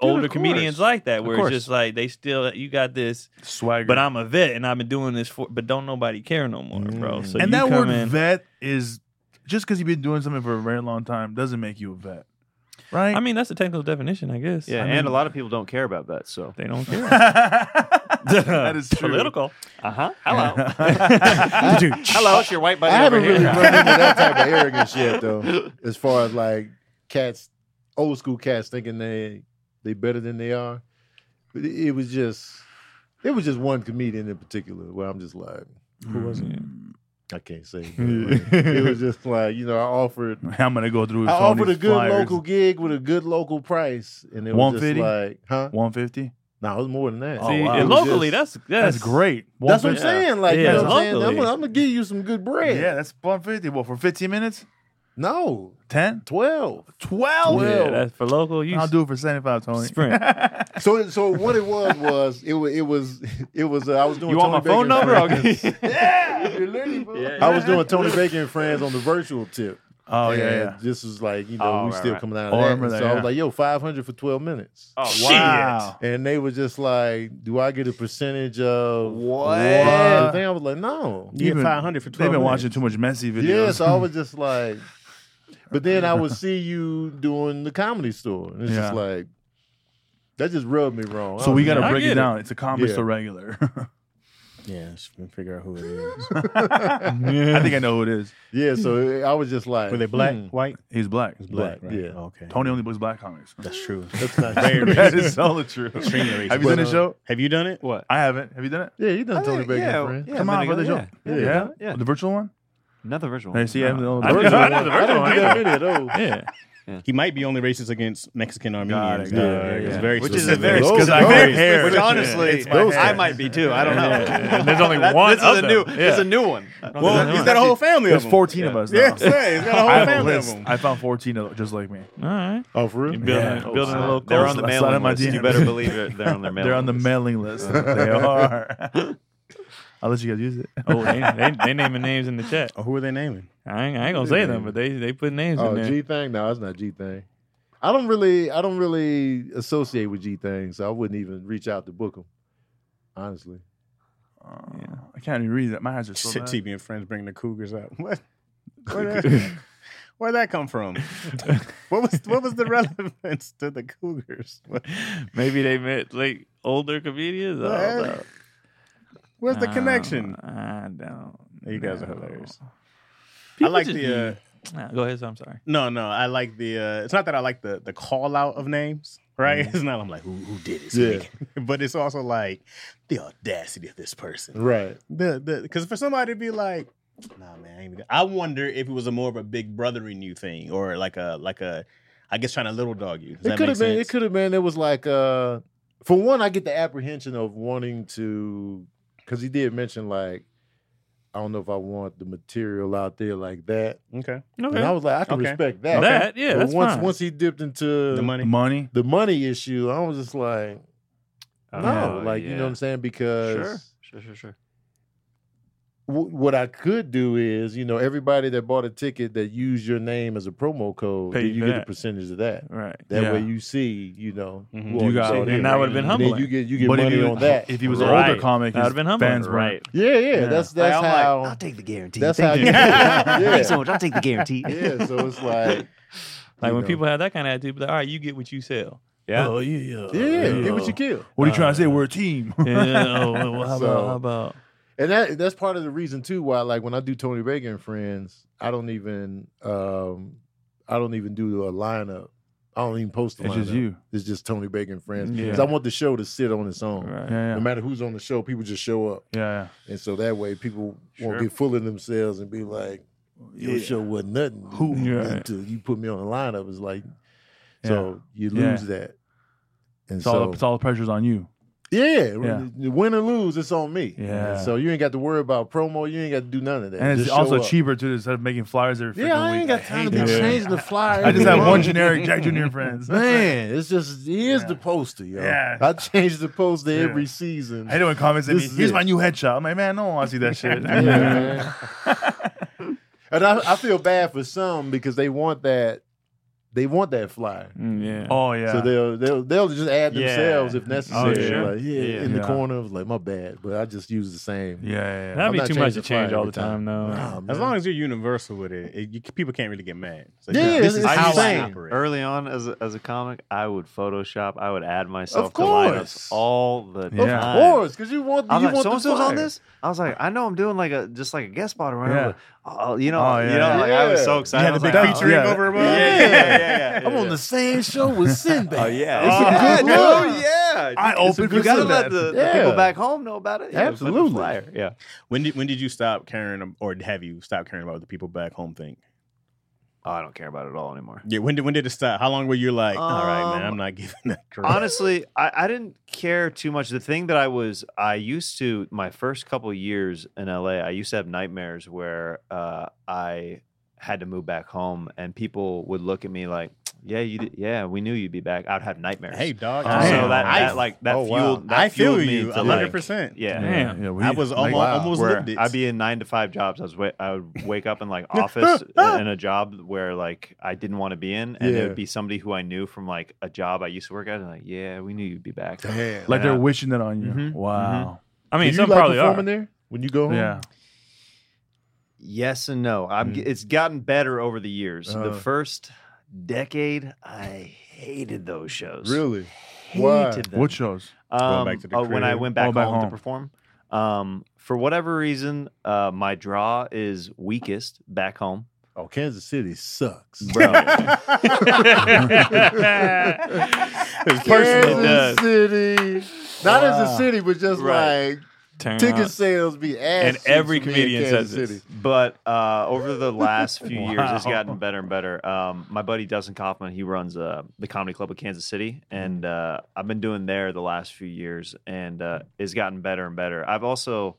D: of
A: older comedians
D: course.
A: like that where it's
D: course.
A: just like they still you got this,
D: Swagger.
A: but I'm a vet and I've been doing this for, but don't nobody care no more, bro.
E: Mm.
A: So
D: and
A: you
D: that
A: come
D: word
A: in,
D: vet is just because you've been doing something for a very long time doesn't make you a vet, right?
A: I mean, that's the technical definition, I guess.
E: Yeah,
A: I
E: and a
A: mean,
E: lot of people don't care about that. So
A: they don't care.
D: that is true.
A: political.
E: uh huh. Hello.
A: Hello.
E: Hello, it's your white buddy.
B: I haven't
E: over here.
B: really run into that type of arrogance yet, though. As far as like cats, old school cats thinking they they better than they are, but it, it was just it was just one comedian in particular where I'm just like who was it? I can't say. but, like, it was just like you know I offered
D: I'm gonna go through.
B: I
D: all these
B: offered a good
D: flyers.
B: local gig with a good local price, and it was just
D: 150?
B: like huh?
D: 150.
B: No, it was more than that.
D: Oh,
A: See,
D: wow.
A: and
B: It was
A: locally,
B: just-
A: that's, that's
D: That's great.
B: That's what I'm
D: 150.
B: saying. Like,
A: Yeah,
B: you know what I'm saying? I'm
A: locally.
B: gonna, I'm gonna give you some good bread.
D: Yeah, that's 150. Well, for 15 minutes,
B: No,
D: 10,
B: 12.
D: 12.
A: Yeah, that's for local. You
D: I'll do it for 75, Tony.
A: Sprint.
B: So, so what it was was it was it was it was uh, I was doing.
E: You want my
B: Tony
E: phone
B: Baker and
E: number? Okay.
B: Friends.
E: Yeah.
B: I was doing Tony Baker and friends on the virtual tip.
D: Oh
B: And
D: yeah, yeah.
B: This was like you know
E: Oh,
B: we
E: right,
B: still
E: right.
B: coming out of
D: Oh, I
B: that.
D: remember
B: And
D: that,
B: so I
D: yeah.
B: was like, yo, five hundred for twelve minutes.
E: Oh,
A: Shit.
E: wow.
B: And they were just like, "Do I get a percentage of
E: What?
B: Yeah, thing I was like, "No."
D: You've
C: You get
D: been-
C: 500 for 12
D: They've been
C: minutes.
D: watching too much messy videos.
B: Yeah, so I was just like, but then I would see you doing the comedy store, and it's just
D: Yeah.
B: like that just rubbed me wrong. I
D: So
B: was
D: we
B: just
D: got to
A: I
D: break
A: get
D: it
A: it.
D: down. It's a comedy
B: Yeah.
D: store regular.
C: Yeah, just figure out who it is.
D: I think I know who it is.
B: Yeah, so I was just like,
C: Were they black,
B: hmm,
C: white?
D: He's black.
C: It's black,
B: Black,
C: right?
B: yeah.
C: Oh, okay.
D: Tony only books black comics.
C: That's true.
B: that's not
D: that is so true.
C: Extremely racist.
D: Have you done
B: But,
D: a
B: uh,
D: show?
C: Have you done it? What?
D: I haven't. Have you done it?
B: Yeah, you done Tony
E: think-
B: Baker,
E: yeah,
B: friend.
E: yeah.
D: Come
E: I've
D: on,
E: been
D: brother.
E: to-
D: Joe.
E: yeah,
D: Yeah.
E: yeah, yeah. Oh,
D: The virtual one?
E: Another virtual.
D: Hey, see, I haven't done the
A: I
D: virtual
A: didn't
D: one.
A: do that.
B: I didn't do that many of those.
A: Yeah.
C: He might be only racist against Mexican Armenians.
D: it, got
C: dog.
D: it,
C: It's
D: yeah.
C: very
E: Which is a
C: specific.
E: very
B: Those-
D: Because I
B: those-
D: got hair.
E: Which honestly,
D: It's my
E: I
D: hair.
E: might be too. I don't know.
A: Yeah. And there's only
E: That-
A: one
E: This
A: of
E: is a
A: them.
E: new.
A: Yeah.
E: It's a new one.
C: Well, he's got a whole family
D: There's
C: of them.
D: 14 of us now.
C: Yeah, say, he's got a
D: I
C: whole
D: have a
C: family of
D: list.
C: them.
D: I found 14 of just like me.
A: All right.
B: Oh, for real?
A: You building,
D: Yeah.
A: building a little.
E: They're
A: cult.
E: on the
D: I slide in
E: mailing
D: my
E: list. You
D: DMs.
E: better believe it. They're on their mailing.
D: They're on the
E: list.
D: mailing list. they are. I'll let you guys use it.
A: Oh, they, they, they naming names in the chat.
C: Oh, who are they naming?
A: I ain't, I ain't gonna say them, but they they put names in
B: Oh,
A: there.
B: G thing? No, it's not G thing. I don't really, I don't really associate with G thing, so I wouldn't even reach out to book them. Honestly,
D: Uh, I can't even read that. My eyes are so bad.
C: TV and friends bringing the Cougars out. What? Where'd that, where'd that come from? what was what was the relevance to the Cougars? What-
A: Maybe they met like older comedians. I don't know.
C: Where's the
A: I
C: connection?
A: don't- Um, I don't.
C: You guys are
A: know.
C: hilarious.
A: People
C: I like
A: just
C: the uh,
A: be- Nah, go ahead. So I'm sorry.
C: no, no. I like the. Uh, it's not that I like the the call out of names, right? It's not. I'm like, who who did it?
B: Yeah.
C: but it's also like the audacity of this person.
B: right?
C: The the because for somebody to be like, nah, man, I, ain't even, I wonder if it was a more of a big brothering you thing or like a like a, I guess trying to little dog you. Does
B: it
C: that
B: could
C: make
B: have been. It
C: sense?
B: could have been. It was like, uh, for one, I get the apprehension of wanting to, because he did mention like, I don't know if I want the material out there like that,
C: Okay.
B: and I was like, I can
C: Okay.
B: respect that.
A: That yeah,
B: But
A: that's
B: once
A: fine.
B: once he dipped into
C: The
B: the money,
C: money.
D: Money.
B: issue, I was just like,
E: Oh,
D: Uh-huh.
B: no, like you
E: yeah.
B: know what I'm saying because.
E: Sure. Sure. Sure. Sure.
B: wh- what I could do is, you know, everybody that bought a ticket that used your name as a promo code,
A: Pay
B: then
A: you
B: you
A: for
B: get a
A: that.
B: percentage of that.
A: Right.
B: That
D: Yeah.
B: way, you see, you know,
C: Mhm.
E: Mm-hmm.
B: who
C: You
B: all
D: got-
B: brought in.
A: And that would have been
B: And then
A: humbling.
B: you get you get
D: But if
B: money
D: he-
B: on that.
D: If he was
A: Right.
D: an older comic,
A: That
D: his
A: would've been humbling.
D: fans weren't.
E: Right.
B: yeah, yeah, that's that's
E: I'm like, "Oh,
B: how.
E: I'll take the guarantee.
B: that's how.
E: Thank
B: You,
E: you.
B: yeah,
E: Thanks so
B: yeah.
E: much. I'll take the guarantee.
B: Yeah, so it's
A: Like
B: like, you
A: when
B: know.
A: people have that kind of attitude, but like, all right, you get what you sell.
E: Yeah.
D: Oh, yeah.
B: yeah, yeah, get what you kill,
D: What are you trying to say? We're a team.
A: Yeah. Oh, well, well, how
B: So-
A: about how about
B: and that that's part of the reason too why, like, when I do Tony Reagan and Friends, I don't even um I don't even do a lineup. I don't even post the
D: It's just
B: lineup.
D: you.
B: It's just Tony Baker and friends. Because
D: Yeah.
B: I want the show to sit on its own.
D: Yeah,
A: Right.
B: No
D: yeah,
B: matter who's on the show, people just show up.
D: yeah.
B: And so that way people
A: Sure.
B: won't get full of themselves and be like, your
D: Yeah.
B: show wasn't nothing
D: Who- Yeah.
B: until you put me on the lineup. It's like, so you
D: Yeah.
B: lose that. And
D: It's
B: so,
D: all it's all the pressure's on you.
B: yeah,
D: Yeah.
B: win or lose, it's on me.
D: Yeah.
B: And so you ain't got to worry about promo. You ain't got to do none of that.
D: And it's
B: Just show
D: also
B: up.
D: cheaper too. Instead of making flyers every
B: Yeah,
D: freaking
B: I
D: week.
B: ain't got time
D: hate
B: to be
D: that.
B: changing the flyer.
D: I just have
B: every
D: one
B: month.
D: generic Jack Jr. and friends.
B: Man, it's just he is
D: Yeah.
B: the poster, yo.
D: Yeah.
B: I change the poster
D: Yeah.
B: every season.
D: I hate it when comments at me.
B: This is
D: Here's
B: it.
D: my new headshot. I'm like, man, no one wants to see that shit.
B: Yeah, man. and I, I feel bad for some because they want that, they want that flyer.
A: Mm, yeah.
D: Oh yeah.
B: So they'll they'll they'll just add
E: Yeah.
B: themselves if necessary.
A: sure.
B: Like, yeah,
E: Yeah.
B: in
D: Yeah.
B: the corner, I was like, my bad, but I just use the same.
D: yeah, yeah, yeah.
A: That'd be
B: not
A: too much
B: changing
A: to
B: the flyer
A: change all
B: every
A: the time, though.
B: Nah,
C: As
B: man.
C: long as you're universal with it, it you, people can't really get mad. It's like,
B: Yeah,
C: this
B: it's-
C: is
B: it's
C: how
B: the
C: I
B: same.
C: operate.
E: Early on, as a, as a comic, I would Photoshop. I would add myself
B: Of
E: to lineups
B: course.
E: all the
D: Yeah.
E: time.
B: Of course, because you want
E: I
B: you
E: was
B: want
E: like, so
B: the
E: and so's on
B: flyer.
E: this. I was like, I know I'm doing like a just like a guest spot around.
D: Yeah.
E: Yeah. Oh, you know,
D: Oh, yeah,
E: you know, like I was
B: yeah.
E: so
D: You
E: excited.
D: had
E: I was
D: the big
E: like,
D: featuring
E: oh,
D: over him, huh?
E: Yeah, yeah, yeah, yeah, yeah,
B: I'm on
E: yeah.
B: the same show with Sinbad.
E: Oh yeah,
B: It's
E: oh,
B: a
E: yeah,
B: good
E: dude,
B: look.
D: I
E: yeah. It's a
D: opened
E: good-
D: for
E: You gotta
D: Sinbad.
E: let the, the
B: Yeah.
E: people back home know about it. Yeah, put the
B: Absolutely.
E: flyer. Yeah,
C: When did when did you stop caring, or have you stopped caring about what the people back home think?
E: oh, I don't care about it at all anymore.
C: Yeah, when did when did it stop? How long were you like, all right, man,
E: Um,
C: I'm not giving that crap.
E: honestly I, I didn't care too much the thing that i was i used to my first couple years in la i used to have nightmares where uh, i had to move back home and people would look at me like yeah you did, yeah we knew you'd be back i'd have nightmares
C: hey, dog.
E: so
D: Oh, damn.
E: that, that
C: I-
E: like that
B: Oh, wow.
E: fueled that
C: I feel
E: fueled me
C: you
E: to, like,
C: 100. percent
E: yeah
A: Damn.
D: yeah we,
C: I was almost,
B: wow.
C: almost
E: where
C: lived it.
E: I'd be in nine to five jobs. I was wa- I would wake up in like office in a job where like I didn't want to be in, and
B: Yeah.
E: it would be somebody who I knew from like a job I used to work at, and like yeah, we knew you'd be back.
B: Damn.
D: like they're
E: Yeah.
D: wishing that on you.
A: Mhm,
D: Wow.
A: I
B: Do
A: mean,
B: you
A: some
B: like
A: probably are.
B: performing there when you go home?
D: Yeah.
E: Yes and no. I'm. g It's gotten better over the years.
B: Uh-huh.
E: the first decade, I hated those shows.
B: Really?
E: hated
B: Why?
E: them.
D: What shows?
E: Um,
C: back to the
E: uh, when I
C: crib.
E: went back,
D: Oh, back
E: home,
D: home.
E: to perform. Um, for whatever reason, uh, my draw is weakest back home.
B: Oh, Kansas City sucks.
E: Bro,
B: It's
A: personal. It does.
B: Kansas City. Not as a city, but just
E: Right.
B: like
A: Turn
B: ticket
A: up.
B: sales be ass.
A: Uh-huh. And
B: cheeks
A: every
B: for me in
A: comedian
B: Kansas
A: says this.
B: City.
E: but uh, over the last few years, it's
D: Wow.
E: gotten better and better. Um, my buddy Dustin Kaufman, he runs uh, the Comedy Club of Kansas City, and uh, I've been doing there the last few years, and uh, it's gotten better and better. I've also,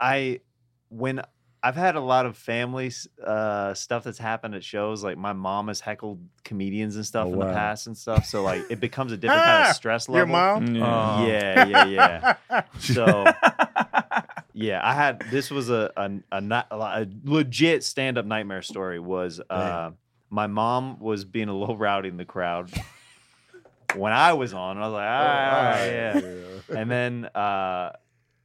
E: I, when I've had a lot of family s- uh, stuff that's happened at shows, like my mom has heckled comedians and stuff
B: Oh,
E: in
B: wow.
E: the past and stuff, so like it becomes a different kind
C: Ah,
E: of stress level.
C: your mom.
B: Oh,
A: Yeah.
D: Uh,
E: Yeah, yeah, yeah. So, yeah, I had this was a a, a, not- a lot- a legit stand up nightmare story. Was uh, my mom was being a little rowdy in the crowd when I was on. I was like, all right, all right, Ah, yeah. And then uh,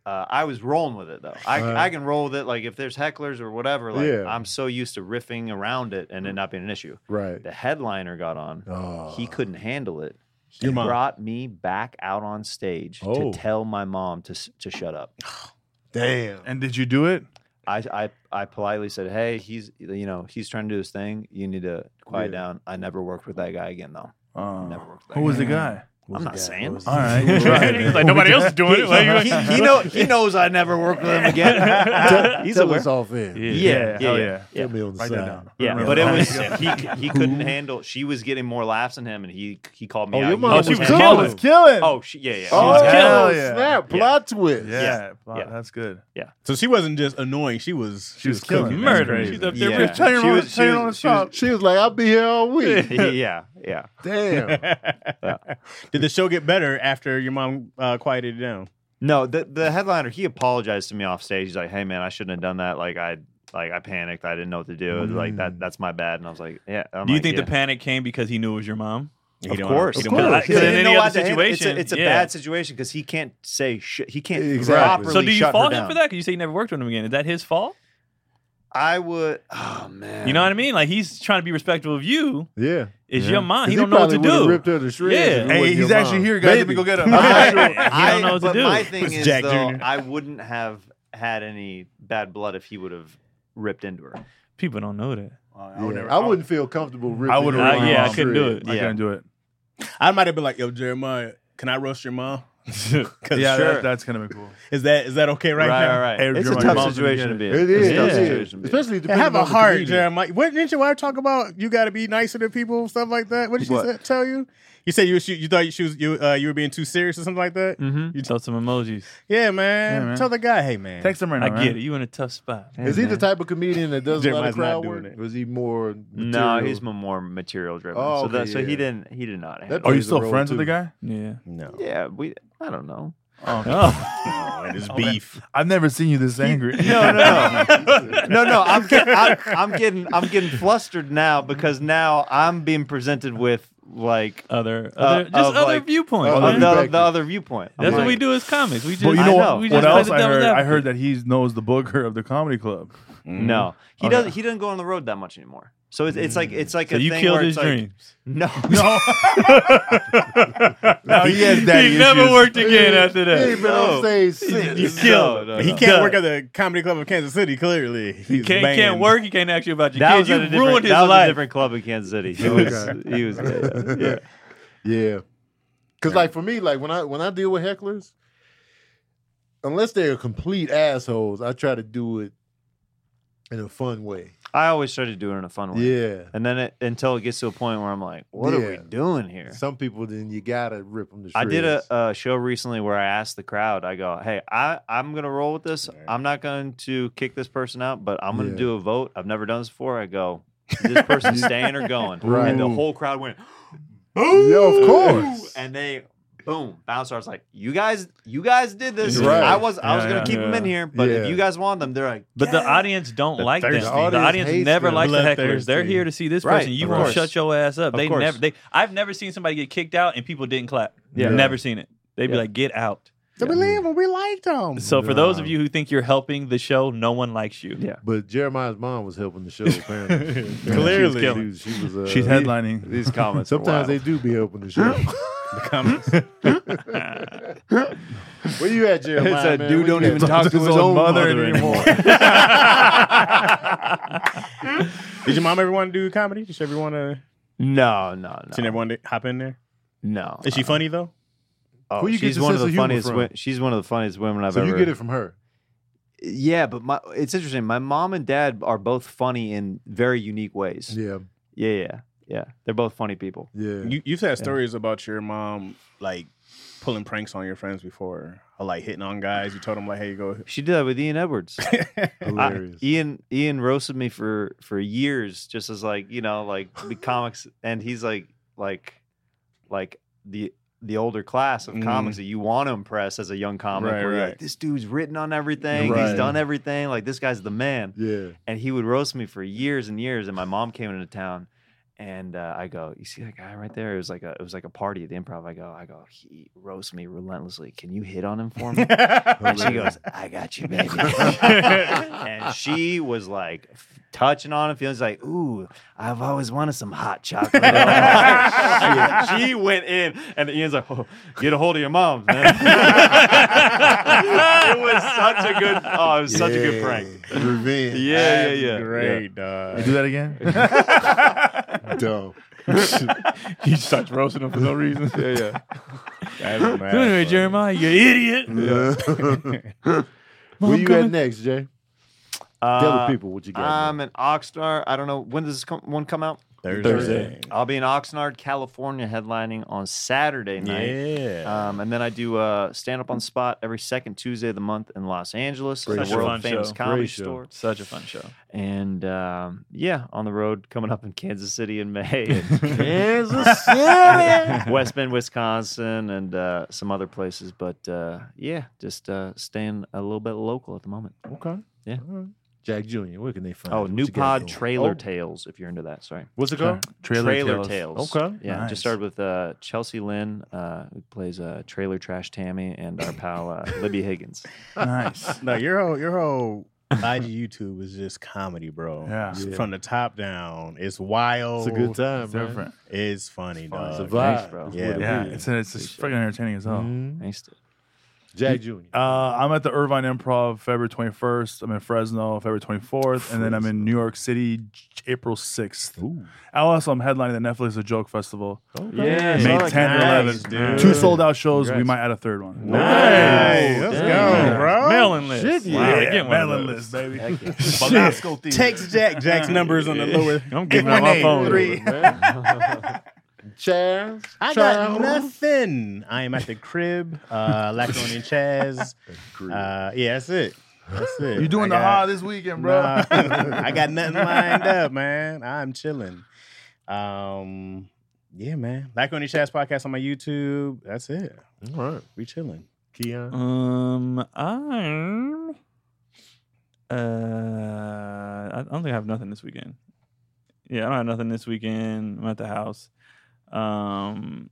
E: uh, I was rolling with it though. I
B: Uh-huh.
E: I can roll with it. Like if there's hecklers or whatever, like
B: Yeah.
E: I'm so used to riffing around it and it not being an issue.
B: Right.
E: The headliner got on
B: Oh.
E: he couldn't handle it. He
C: Your mom.
E: brought me back out on stage
B: Oh.
E: to tell my mom to s- to shut up.
B: Damn.
D: And did you do it?
E: I, I I politely said, "Hey, he's you know he's trying to do his thing. You need to quiet
B: Yeah.
E: down." I never worked with that guy again, though.
D: Uh,
E: Never worked. With that
D: who was
E: guy.
D: the guy?
E: I'm not saying.
D: All right. you tried.
A: He's like, nobody else is doing it. Why you-
E: He, he know he knows I never worked with him again.
B: Tell,
E: "Ah, he's
B: tell
E: aware.
B: us off air.
A: Yeah.
E: Yeah, yeah,
D: hell
E: yeah.
D: yeah.
B: Tell me on the
D: Write that
B: side.
D: down.
E: Yeah, but it was he, he couldn't handle. She was getting more laughs than him, and he he called me
B: Oh,
E: out.
B: your
E: He
B: mom
A: Oh, she
E: couldn't
A: was
E: handle
A: killing.
E: it.
D: was killing.
E: Oh, she, yeah, yeah.
B: Oh,
E: She was killing.
D: Hell yeah.
B: snap. Plot twist.
D: yeah. Wow,
E: yeah.
D: That's good.
C: So she wasn't just annoying. She was she,
D: was
A: Oh,
D: killing
C: cooking.
D: it.
C: That's
A: Murder.
C: crazy.
A: She's up there.
E: Yeah.
A: with-
E: She was- she was- she was-
B: She was like, I'll be here all week.
E: yeah, yeah.
B: Damn.
C: Did the show get better after your mom uh, quieted it down?
E: No, the the headliner he apologized to me off stage. He's like, "Hey man, I shouldn't have done that. Like I like I panicked. I didn't know what to do. Like that that's my bad." And I was like, "Yeah." I'm
A: Do you
E: like,
A: think
E: yeah.
A: the panic came because he knew it was your mom?
C: He
E: Of
C: don't-
E: course,
C: he
E: of
C: don't wanna-
A: course.
E: course. 'Cause
A: in
E: I didn't
A: any
E: know
A: other
E: how to handle- it's a-
A: situation,
E: It's a,
A: yeah.
E: bad situation because he can't say shit. He can't
B: Exactly.
E: properly
A: So do you
E: shut
A: fault
E: her
A: him
E: down.
A: for that? Because you say you never worked with him again. Is that his fault?
E: I would. Oh man,
A: You know what I mean? Like he's trying to be respectful of you.
B: Yeah.
A: It's
D: Yeah.
A: your mom. He,
B: Because
A: don't know what to
B: probably would've
A: do.
B: Ripped her to shreds
A: Yeah.
B: if it
D: Hey,
B: wasn't
D: he's
B: your
D: actually
B: mom.
D: here, guys. Let
B: Maybe.
D: me go get him.
E: I,
A: I don't know what to
E: but
A: do.
E: My thing
C: It's
E: is
C: Jack
E: though,
C: Jr..
E: I wouldn't have had any bad blood if he would have ripped into her.
A: People don't know that.
D: Uh,
B: I, I wouldn't feel comfortable ripping.
D: I would
B: it
A: Uh,
B: off.
A: yeah, I couldn't do it.
D: I
E: Yeah.
D: couldn't do it.
C: I might have been like, "Yo, Jeremiah, can I roast your mom? 'Cause
D: Yeah,
E: Sure.
D: that, that's kind of cool.
C: is that is that okay right,
E: right,
C: now?
E: right,
D: Hey,
E: right. It's a
D: Jermaine,
E: tough
D: mom's
E: situation to
D: gonna
E: be
D: get
E: in.
B: It
E: It's
B: is,
E: a tough
A: yeah.
E: situation to be in.
B: Especially
C: And
B: depending
C: have a
B: on the
C: heart,
B: comedian.
C: Jeremiah. What didn't your wife talk about? You got to be nicer to people, stuff like that. What did she
E: What?
C: say- tell you? You said you she, you thought she was you uh, you were being too serious or something like that.
A: Mm-hmm. You throw some emojis.
C: Yeah, man.
D: Yeah, man.
C: Tell the guy, hey, man.
D: Text him right now.
A: I
D: man.
A: get it. You in a tough spot.
B: Is he the type of comedian that does a lot of
C: Jeremiah's not
B: crowd
C: doing
B: work?
C: it.
B: Or is he more?
E: No,
B: material?
E: he's m- more material driven.
B: Oh,
E: so
B: okay,
E: that, so
B: yeah.
E: he didn't he did not.
D: Are
E: Handle
D: you
B: plays a
D: still
B: role,
D: friends with the
B: too.
D: guy?
A: Yeah.
C: No.
E: it. Yeah, we. I don't know.
D: Oh,
A: Oh.
C: It is
D: Oh, man.
C: beef.
D: I've never seen you this angry.
E: No, no, no, no. I'm, get, I'm I'm getting I'm getting flustered now because now I'm being presented with like
A: Other,
E: Uh,
A: other, just
E: of,
A: other
E: like-
A: viewpoints.
B: Other
A: Other-
E: the,
B: perspective.
E: the other viewpoint. I'm
A: That's what
E: like,
A: we do as comics. We just,
D: But you
E: I
D: know
E: know.
D: what?
A: We
D: What
A: just
D: else
A: play
D: I
A: the
D: heard?
A: devil's
D: I
A: advocate.
D: heard that he knows the booker of the comedy club.
E: "Mm, No, he
D: Okay.
E: doesn't. He doesn't go on the road that much anymore. So it's, it's like it's like
A: So
E: a
A: you
E: thing
A: killed
E: where
A: his
E: it's like,
A: dreams.
E: No,
D: No, no, he has daddy
A: he never
D: issues.
A: worked again after
B: He
A: that.
B: ain't been on
E: No.
B: stage since.
A: You killed.
E: no,
C: He
E: no.
C: can't work at the comedy club of Kansas City. Clearly,
A: He
C: He's
A: can't,
C: banned.
A: can't work. He can't ask you about your
E: That
A: kids.
E: was
A: You
E: at a different,
A: ruined his
E: that was a
A: life.
E: different club in Kansas City. He was
B: Okay.
E: he was yeah, yeah.
B: Yeah. Cause like for me, like when I when I deal with hecklers, unless they're complete assholes, I try to do it in a fun way.
E: I always try to do it in a fun
A: Oh,
E: way.
B: Yeah.
E: And then it, until it gets to a point where I'm like, what are we
B: Yeah.
E: doing here?
B: Some people then you gotta rip them to shreds.
E: I did a, a show recently where I asked the crowd, I go, hey, I, I'm going to roll with this. I'm not going to kick this person out, but I'm going to
B: Yeah.
E: do a vote. I've never done this before. I go, "Is this person staying or going?
B: Right.
E: And the whole crowd went,
B: Yeah, of course.
E: and they, boom, bouncer. I was like, you guys, you guys did this.
B: Right.
E: I was, I was
A: Yeah,
E: going to
A: yeah,
E: keep them in
A: yeah.
E: here, but if
B: Yeah.
E: you guys want them, they're like,
A: But the
E: "Yeah."
A: audience don't
C: The
A: like them.
C: thirsty.
A: The audience,
B: Audience hates
A: never
B: them.
A: likes the hecklers.
C: Bloodthirsty.
A: They're here to see this
E: Right,
A: person. You
E: of
A: won't
E: course.
A: shut your ass up.
E: Of
A: they
E: course.
A: never. They. I've never seen somebody get kicked out and people didn't clap.
E: Yeah.
A: Never seen it. They'd be
E: Yeah. Mm-hmm.
A: like, "Get out."
C: To believe him, we liked him.
A: So for those of you who think you're helping the show, no one likes you.
E: Yeah.
B: but Jeremiah's mom was helping the show, apparently.
A: Clearly.
B: She was, she was, uh,
D: She's headlining.
E: these comments. are
B: Sometimes they
E: wild.
B: do be helping the show. Where you at, Jeremiah?
E: It's a
B: man?
E: dude
B: Where
E: don't
B: you at?
E: even talk to his own mother anymore.
C: Did your mom ever want to do comedy? Did she ever want to?
E: No, no, no.
C: She never wanted to hop in there.
E: No.
C: Is she
B: Uh,
C: funny though?
E: Oh,
B: Who you get
E: she's
B: your
E: one
B: sense
E: of the
B: of humor
E: funniest.
B: from?
E: wo- she's one of the funniest women I've
B: So
E: ever.
B: you get it from her.
E: Yeah, but my it's interesting. My mom and dad are both funny in very unique ways. Yeah,
B: Yeah,
E: yeah, yeah. They're both funny people.
B: yeah.
C: You, you've had stories about your mom like pulling pranks on your friends before, or like hitting on guys. You told them like, "Hey, go."
E: She did that with Ian Edwards. I-
B: Hilarious.
E: Ian Ian roasted me for for years, just as like you know, like the comics, and he's like like like the the older class of
C: Mhm.
E: comics that you want to impress as a young comic.
C: Right,
E: where you're
C: right.
E: like, this dude's written on everything,
B: Right.
E: he's done everything. Like this guy's the man.
B: yeah.
E: and he would roast me for years and years. And my mom came into town, and uh, I go, "You see that guy right there? It was like a it was like a party at the improv." I go, "I go, he roasts me relentlessly. Can you hit on him for me?" and she goes, "I got you, baby." and she was like f- touching on him, feelings like, "Ooh, I've always wanted some hot chocolate." Shit. she went in, and Ian's like, oh, "Get a hold of your mom." Man. it was such a good, oh, it was such a good prank.
B: Revenge.
E: Yeah, yeah, yeah.
C: Great,
D: You
C: dog.
D: do that again?
B: Dumb.
D: he starts roasting him for no reason. Yeah, yeah.
C: That's mad
A: So anyway,
C: funny.
A: Jeremiah, you idiot.
B: Where you
A: coming.
B: at next, Jay? Tell the
E: Uh,
B: people what you got.
E: I'm
B: man.
E: an Oxnard. I don't know when does this come, one come out.
A: Thursday.
E: I'll be in Oxnard, California, headlining on Saturday night.
C: Yeah.
E: Um, and then I do uh, stand up on spot every second Tuesday of the month in Los Angeles,
A: Great
E: the
A: show.
E: world
A: Fun
E: famous
A: show.
E: comedy
B: Great show.
E: store.
A: Such a fun show.
E: And um, yeah, on the road coming up in Kansas City in May,
B: Kansas
E: and West Bend, Wisconsin, and uh, some other places. But uh, yeah, just uh, staying a little bit local at the moment.
B: Okay.
E: Yeah.
B: Jack Jr., where can they find
E: Oh,
B: you? What
E: new
B: you got
E: pod
B: going?
E: trailer
B: Oh,
E: tales. If you're into that, sorry.
B: What's it called?
E: Trailer,
D: Tales.
E: Tales.
B: Okay.
E: Yeah,
D: Nice.
E: just started with uh, Chelsea Lynn, uh, who plays uh, Trailer Trash Tammy, and our pal uh, Libby Higgins.
D: Oh, Nice.
C: No, your whole your whole IG YouTube is just comedy, bro.
D: Yeah.
C: It's
B: Yeah.
C: From the top down, it's wild.
B: It's a good time.
D: Oh, It's
B: man.
D: different.
C: It's funny,
D: fun.
B: It's a
C: dog.
B: vibe.
E: Uh, Thanks, bro.
B: It's
C: Yeah,
B: what it
D: Yeah,
B: is.
E: Hmm.
D: it's, it's, it's freaking entertaining as hell.
B: Mhm.
E: Thanks. dude.
B: Jack Jr.
D: Uh, I'm at the Irvine Improv February 21st. I'm in Fresno February 24th, and then I'm in New York City J- April 6th. Also, I'm headlining the Netflix The Joke Festival
E: Yeah,
D: May 10th and 11th. Two sold out shows. We
C: Congrats.
D: might add a third one.
C: Nice. Let's
B: Dang.
C: go, bro.
A: Mailing list.
B: Shit,
A: Wow,
B: yeah.
A: get one of
D: mailing
A: those.
D: list, baby.
A: Belasco Theater.
C: Text Jack. Jack's number is on the lower.
A: I'm giving out my phone.
C: Three.
B: Charles.
C: I got
B: Charles.
C: nothing. I am at the crib. Uh, Lacone and Chaz. Uh, yeah, that's it. That's it.
D: You're doing
C: I
D: the
C: got-
D: high this weekend, bro.
C: Nah, I got nothing lined up, man. I'm chilling. Um, yeah, man. Black on the Chats podcast on my YouTube. That's it.
B: All right.
C: We chilling.
B: Keon.
A: Um, I'm. Uh, I I don't think I have nothing this weekend. Yeah, I don't have nothing this weekend. I'm at the house. Um,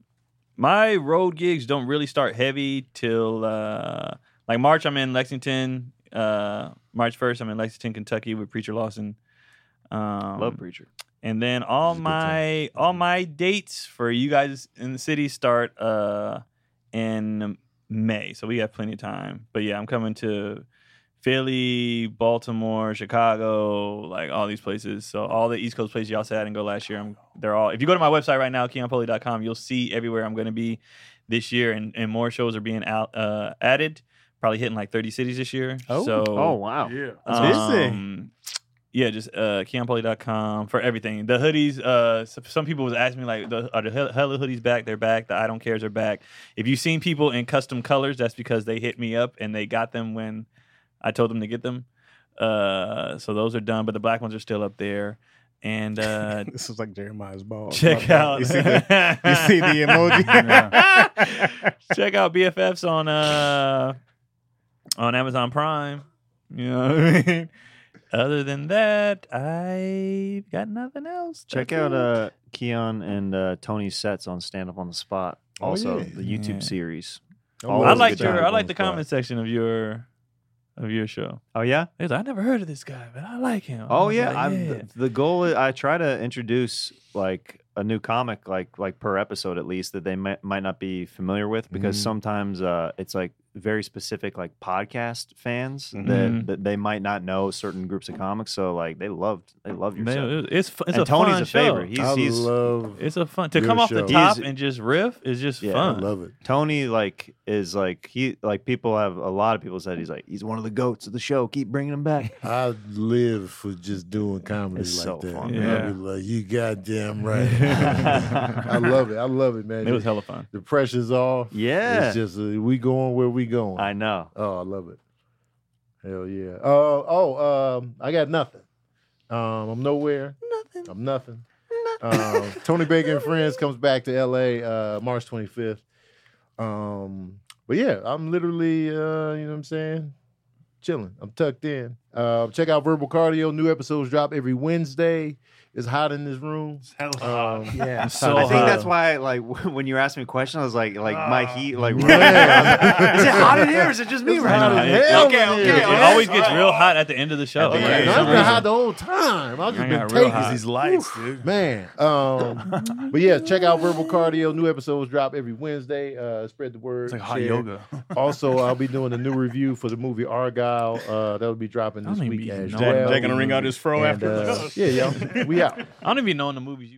A: my road gigs don't really start heavy till uh, like March. I'm in Lexington. Uh, March first, I'm in Lexington, Kentucky with Preacher Lawson. Um,
E: Love preacher.
A: and then all
B: This is a good
A: my all my dates for you guys in the city start uh in May, so we have plenty of time. But yeah, I'm coming to Philly, Baltimore, Chicago, like all these places. So all the East Coast places y'all said I didn't go last year, I'm, they're all. If you go to my website right now, keonpoli.com, you'll see everywhere I'm going to be this year, and, and more shows are being out uh, added. Probably hitting like 30 cities this year.
C: Oh.
A: so,
E: Oh wow.
D: yeah.
C: That's busy.
A: um, yeah, just uh, keonpoly.com for everything. The hoodies, uh, s- some people was asking me, like, the, are the Hel- Hella hoodies back? They're back. The I Don't Cares are back. If you've seen people in custom colors, that's because they hit me up and they got them when I told them to get them. Uh, so those are done, but the black ones are still up there. And uh,
C: This is like Jeremiah's ball.
A: check out.
C: You see the, you see the emoji?
A: check out BFFs on uh on Amazon Prime. You know what I mean? Other than that, I've got nothing else.
E: Check
A: That's
E: out
A: it.
E: uh, Keon and uh, Tony's sets on Stand Up on the Spot.
B: Oh,
E: Also,
B: yeah.
E: the YouTube
A: Yeah.
E: series.
A: I
E: Always a
A: liked
E: good
A: your
E: time
A: I like the comment section of your of your show.
E: Oh yeah.
A: It's like, I never heard of this guy, but I like him. I
E: Oh
A: was
E: yeah.
A: like,
E: I'm,
A: yeah.
E: th- The goal is I try to introduce like a new comic, like like per episode at least, that they might might not be familiar with, because
A: Mm-hmm.
B: Mhm.
E: sometimes uh, it's like very specific, like podcast fans
A: Mhm.
E: that, that they might not know certain groups of comics. So like they loved they love your
A: Mm-hmm. Man,
E: set.
A: it- it's fu- it's
E: and
A: a
E: Tony's
A: fun
E: a favorite.
A: show.
B: I
E: He's, he's
B: love.
A: it's a fun to
B: Your
A: come off
B: show.
A: the top
E: He's-
A: and just riff is just
E: Yeah, I
B: I
A: fun.
B: love it.
E: Tony like is like he like people have a lot of people said he's like he's one of the goats of the show. Keep bringing him back.
B: I live for just doing comedy
E: It's
B: like
E: so
B: that.
E: fun,
B: man. I
D: man.
B: be like, you goddamn right. I love it. I love it, man.
A: it was hella fun.
B: the pressure's off.
E: yeah,
B: It's just uh, we going where we going.
E: I know.
B: Oh, I love it. Hell yeah. Uh, oh, um, I got nothing. Um, I'm nowhere. Nothing. I'm nothing. Um, Tony Baker and Friends comes back to LA uh, March 25th. Um, but yeah, I'm literally, uh, you know what I'm saying? Chilling. I'm tucked in. Uh, check out Verbal Cardio. New episodes drop every Wednesday. It's hot in this room. Um,
C: yeah.
A: So
E: I think
A: hot.
E: that's why, like, when you asked me a question, I was like, like my heat, like,
B: Uh, Yeah.
E: rose. is it hot in here? Or is it just me right
A: hot
E: now?
A: as
B: hell
E: okay,
B: in
E: okay,
B: here.
A: It
B: Yeah,
E: okay.
A: always gets real hot at the end of the show.
E: At the
A: Like,
E: end.
B: no,
E: Yeah,
B: I've
E: for
B: been
E: reason.
B: hot the whole time. I've just
A: I
B: been
A: got real
B: taking
A: hot.
D: Because these lights, dude.
B: Man, um, but yeah, check out Verbal Cardio. New episodes drop every Wednesday. Uh, spread the word.
D: It's like hot
B: share.
D: yoga.
B: Also, I'll be doing a new review for the movie Argyle. Uh, that'll be dropping
A: I don't
B: this
A: even
B: week
A: be
B: as
A: knowing
B: well.
C: Jack gonna ring out his fro
B: And,
C: after.
B: uh, yeah, yo, we out.
A: I don't even know in the movies you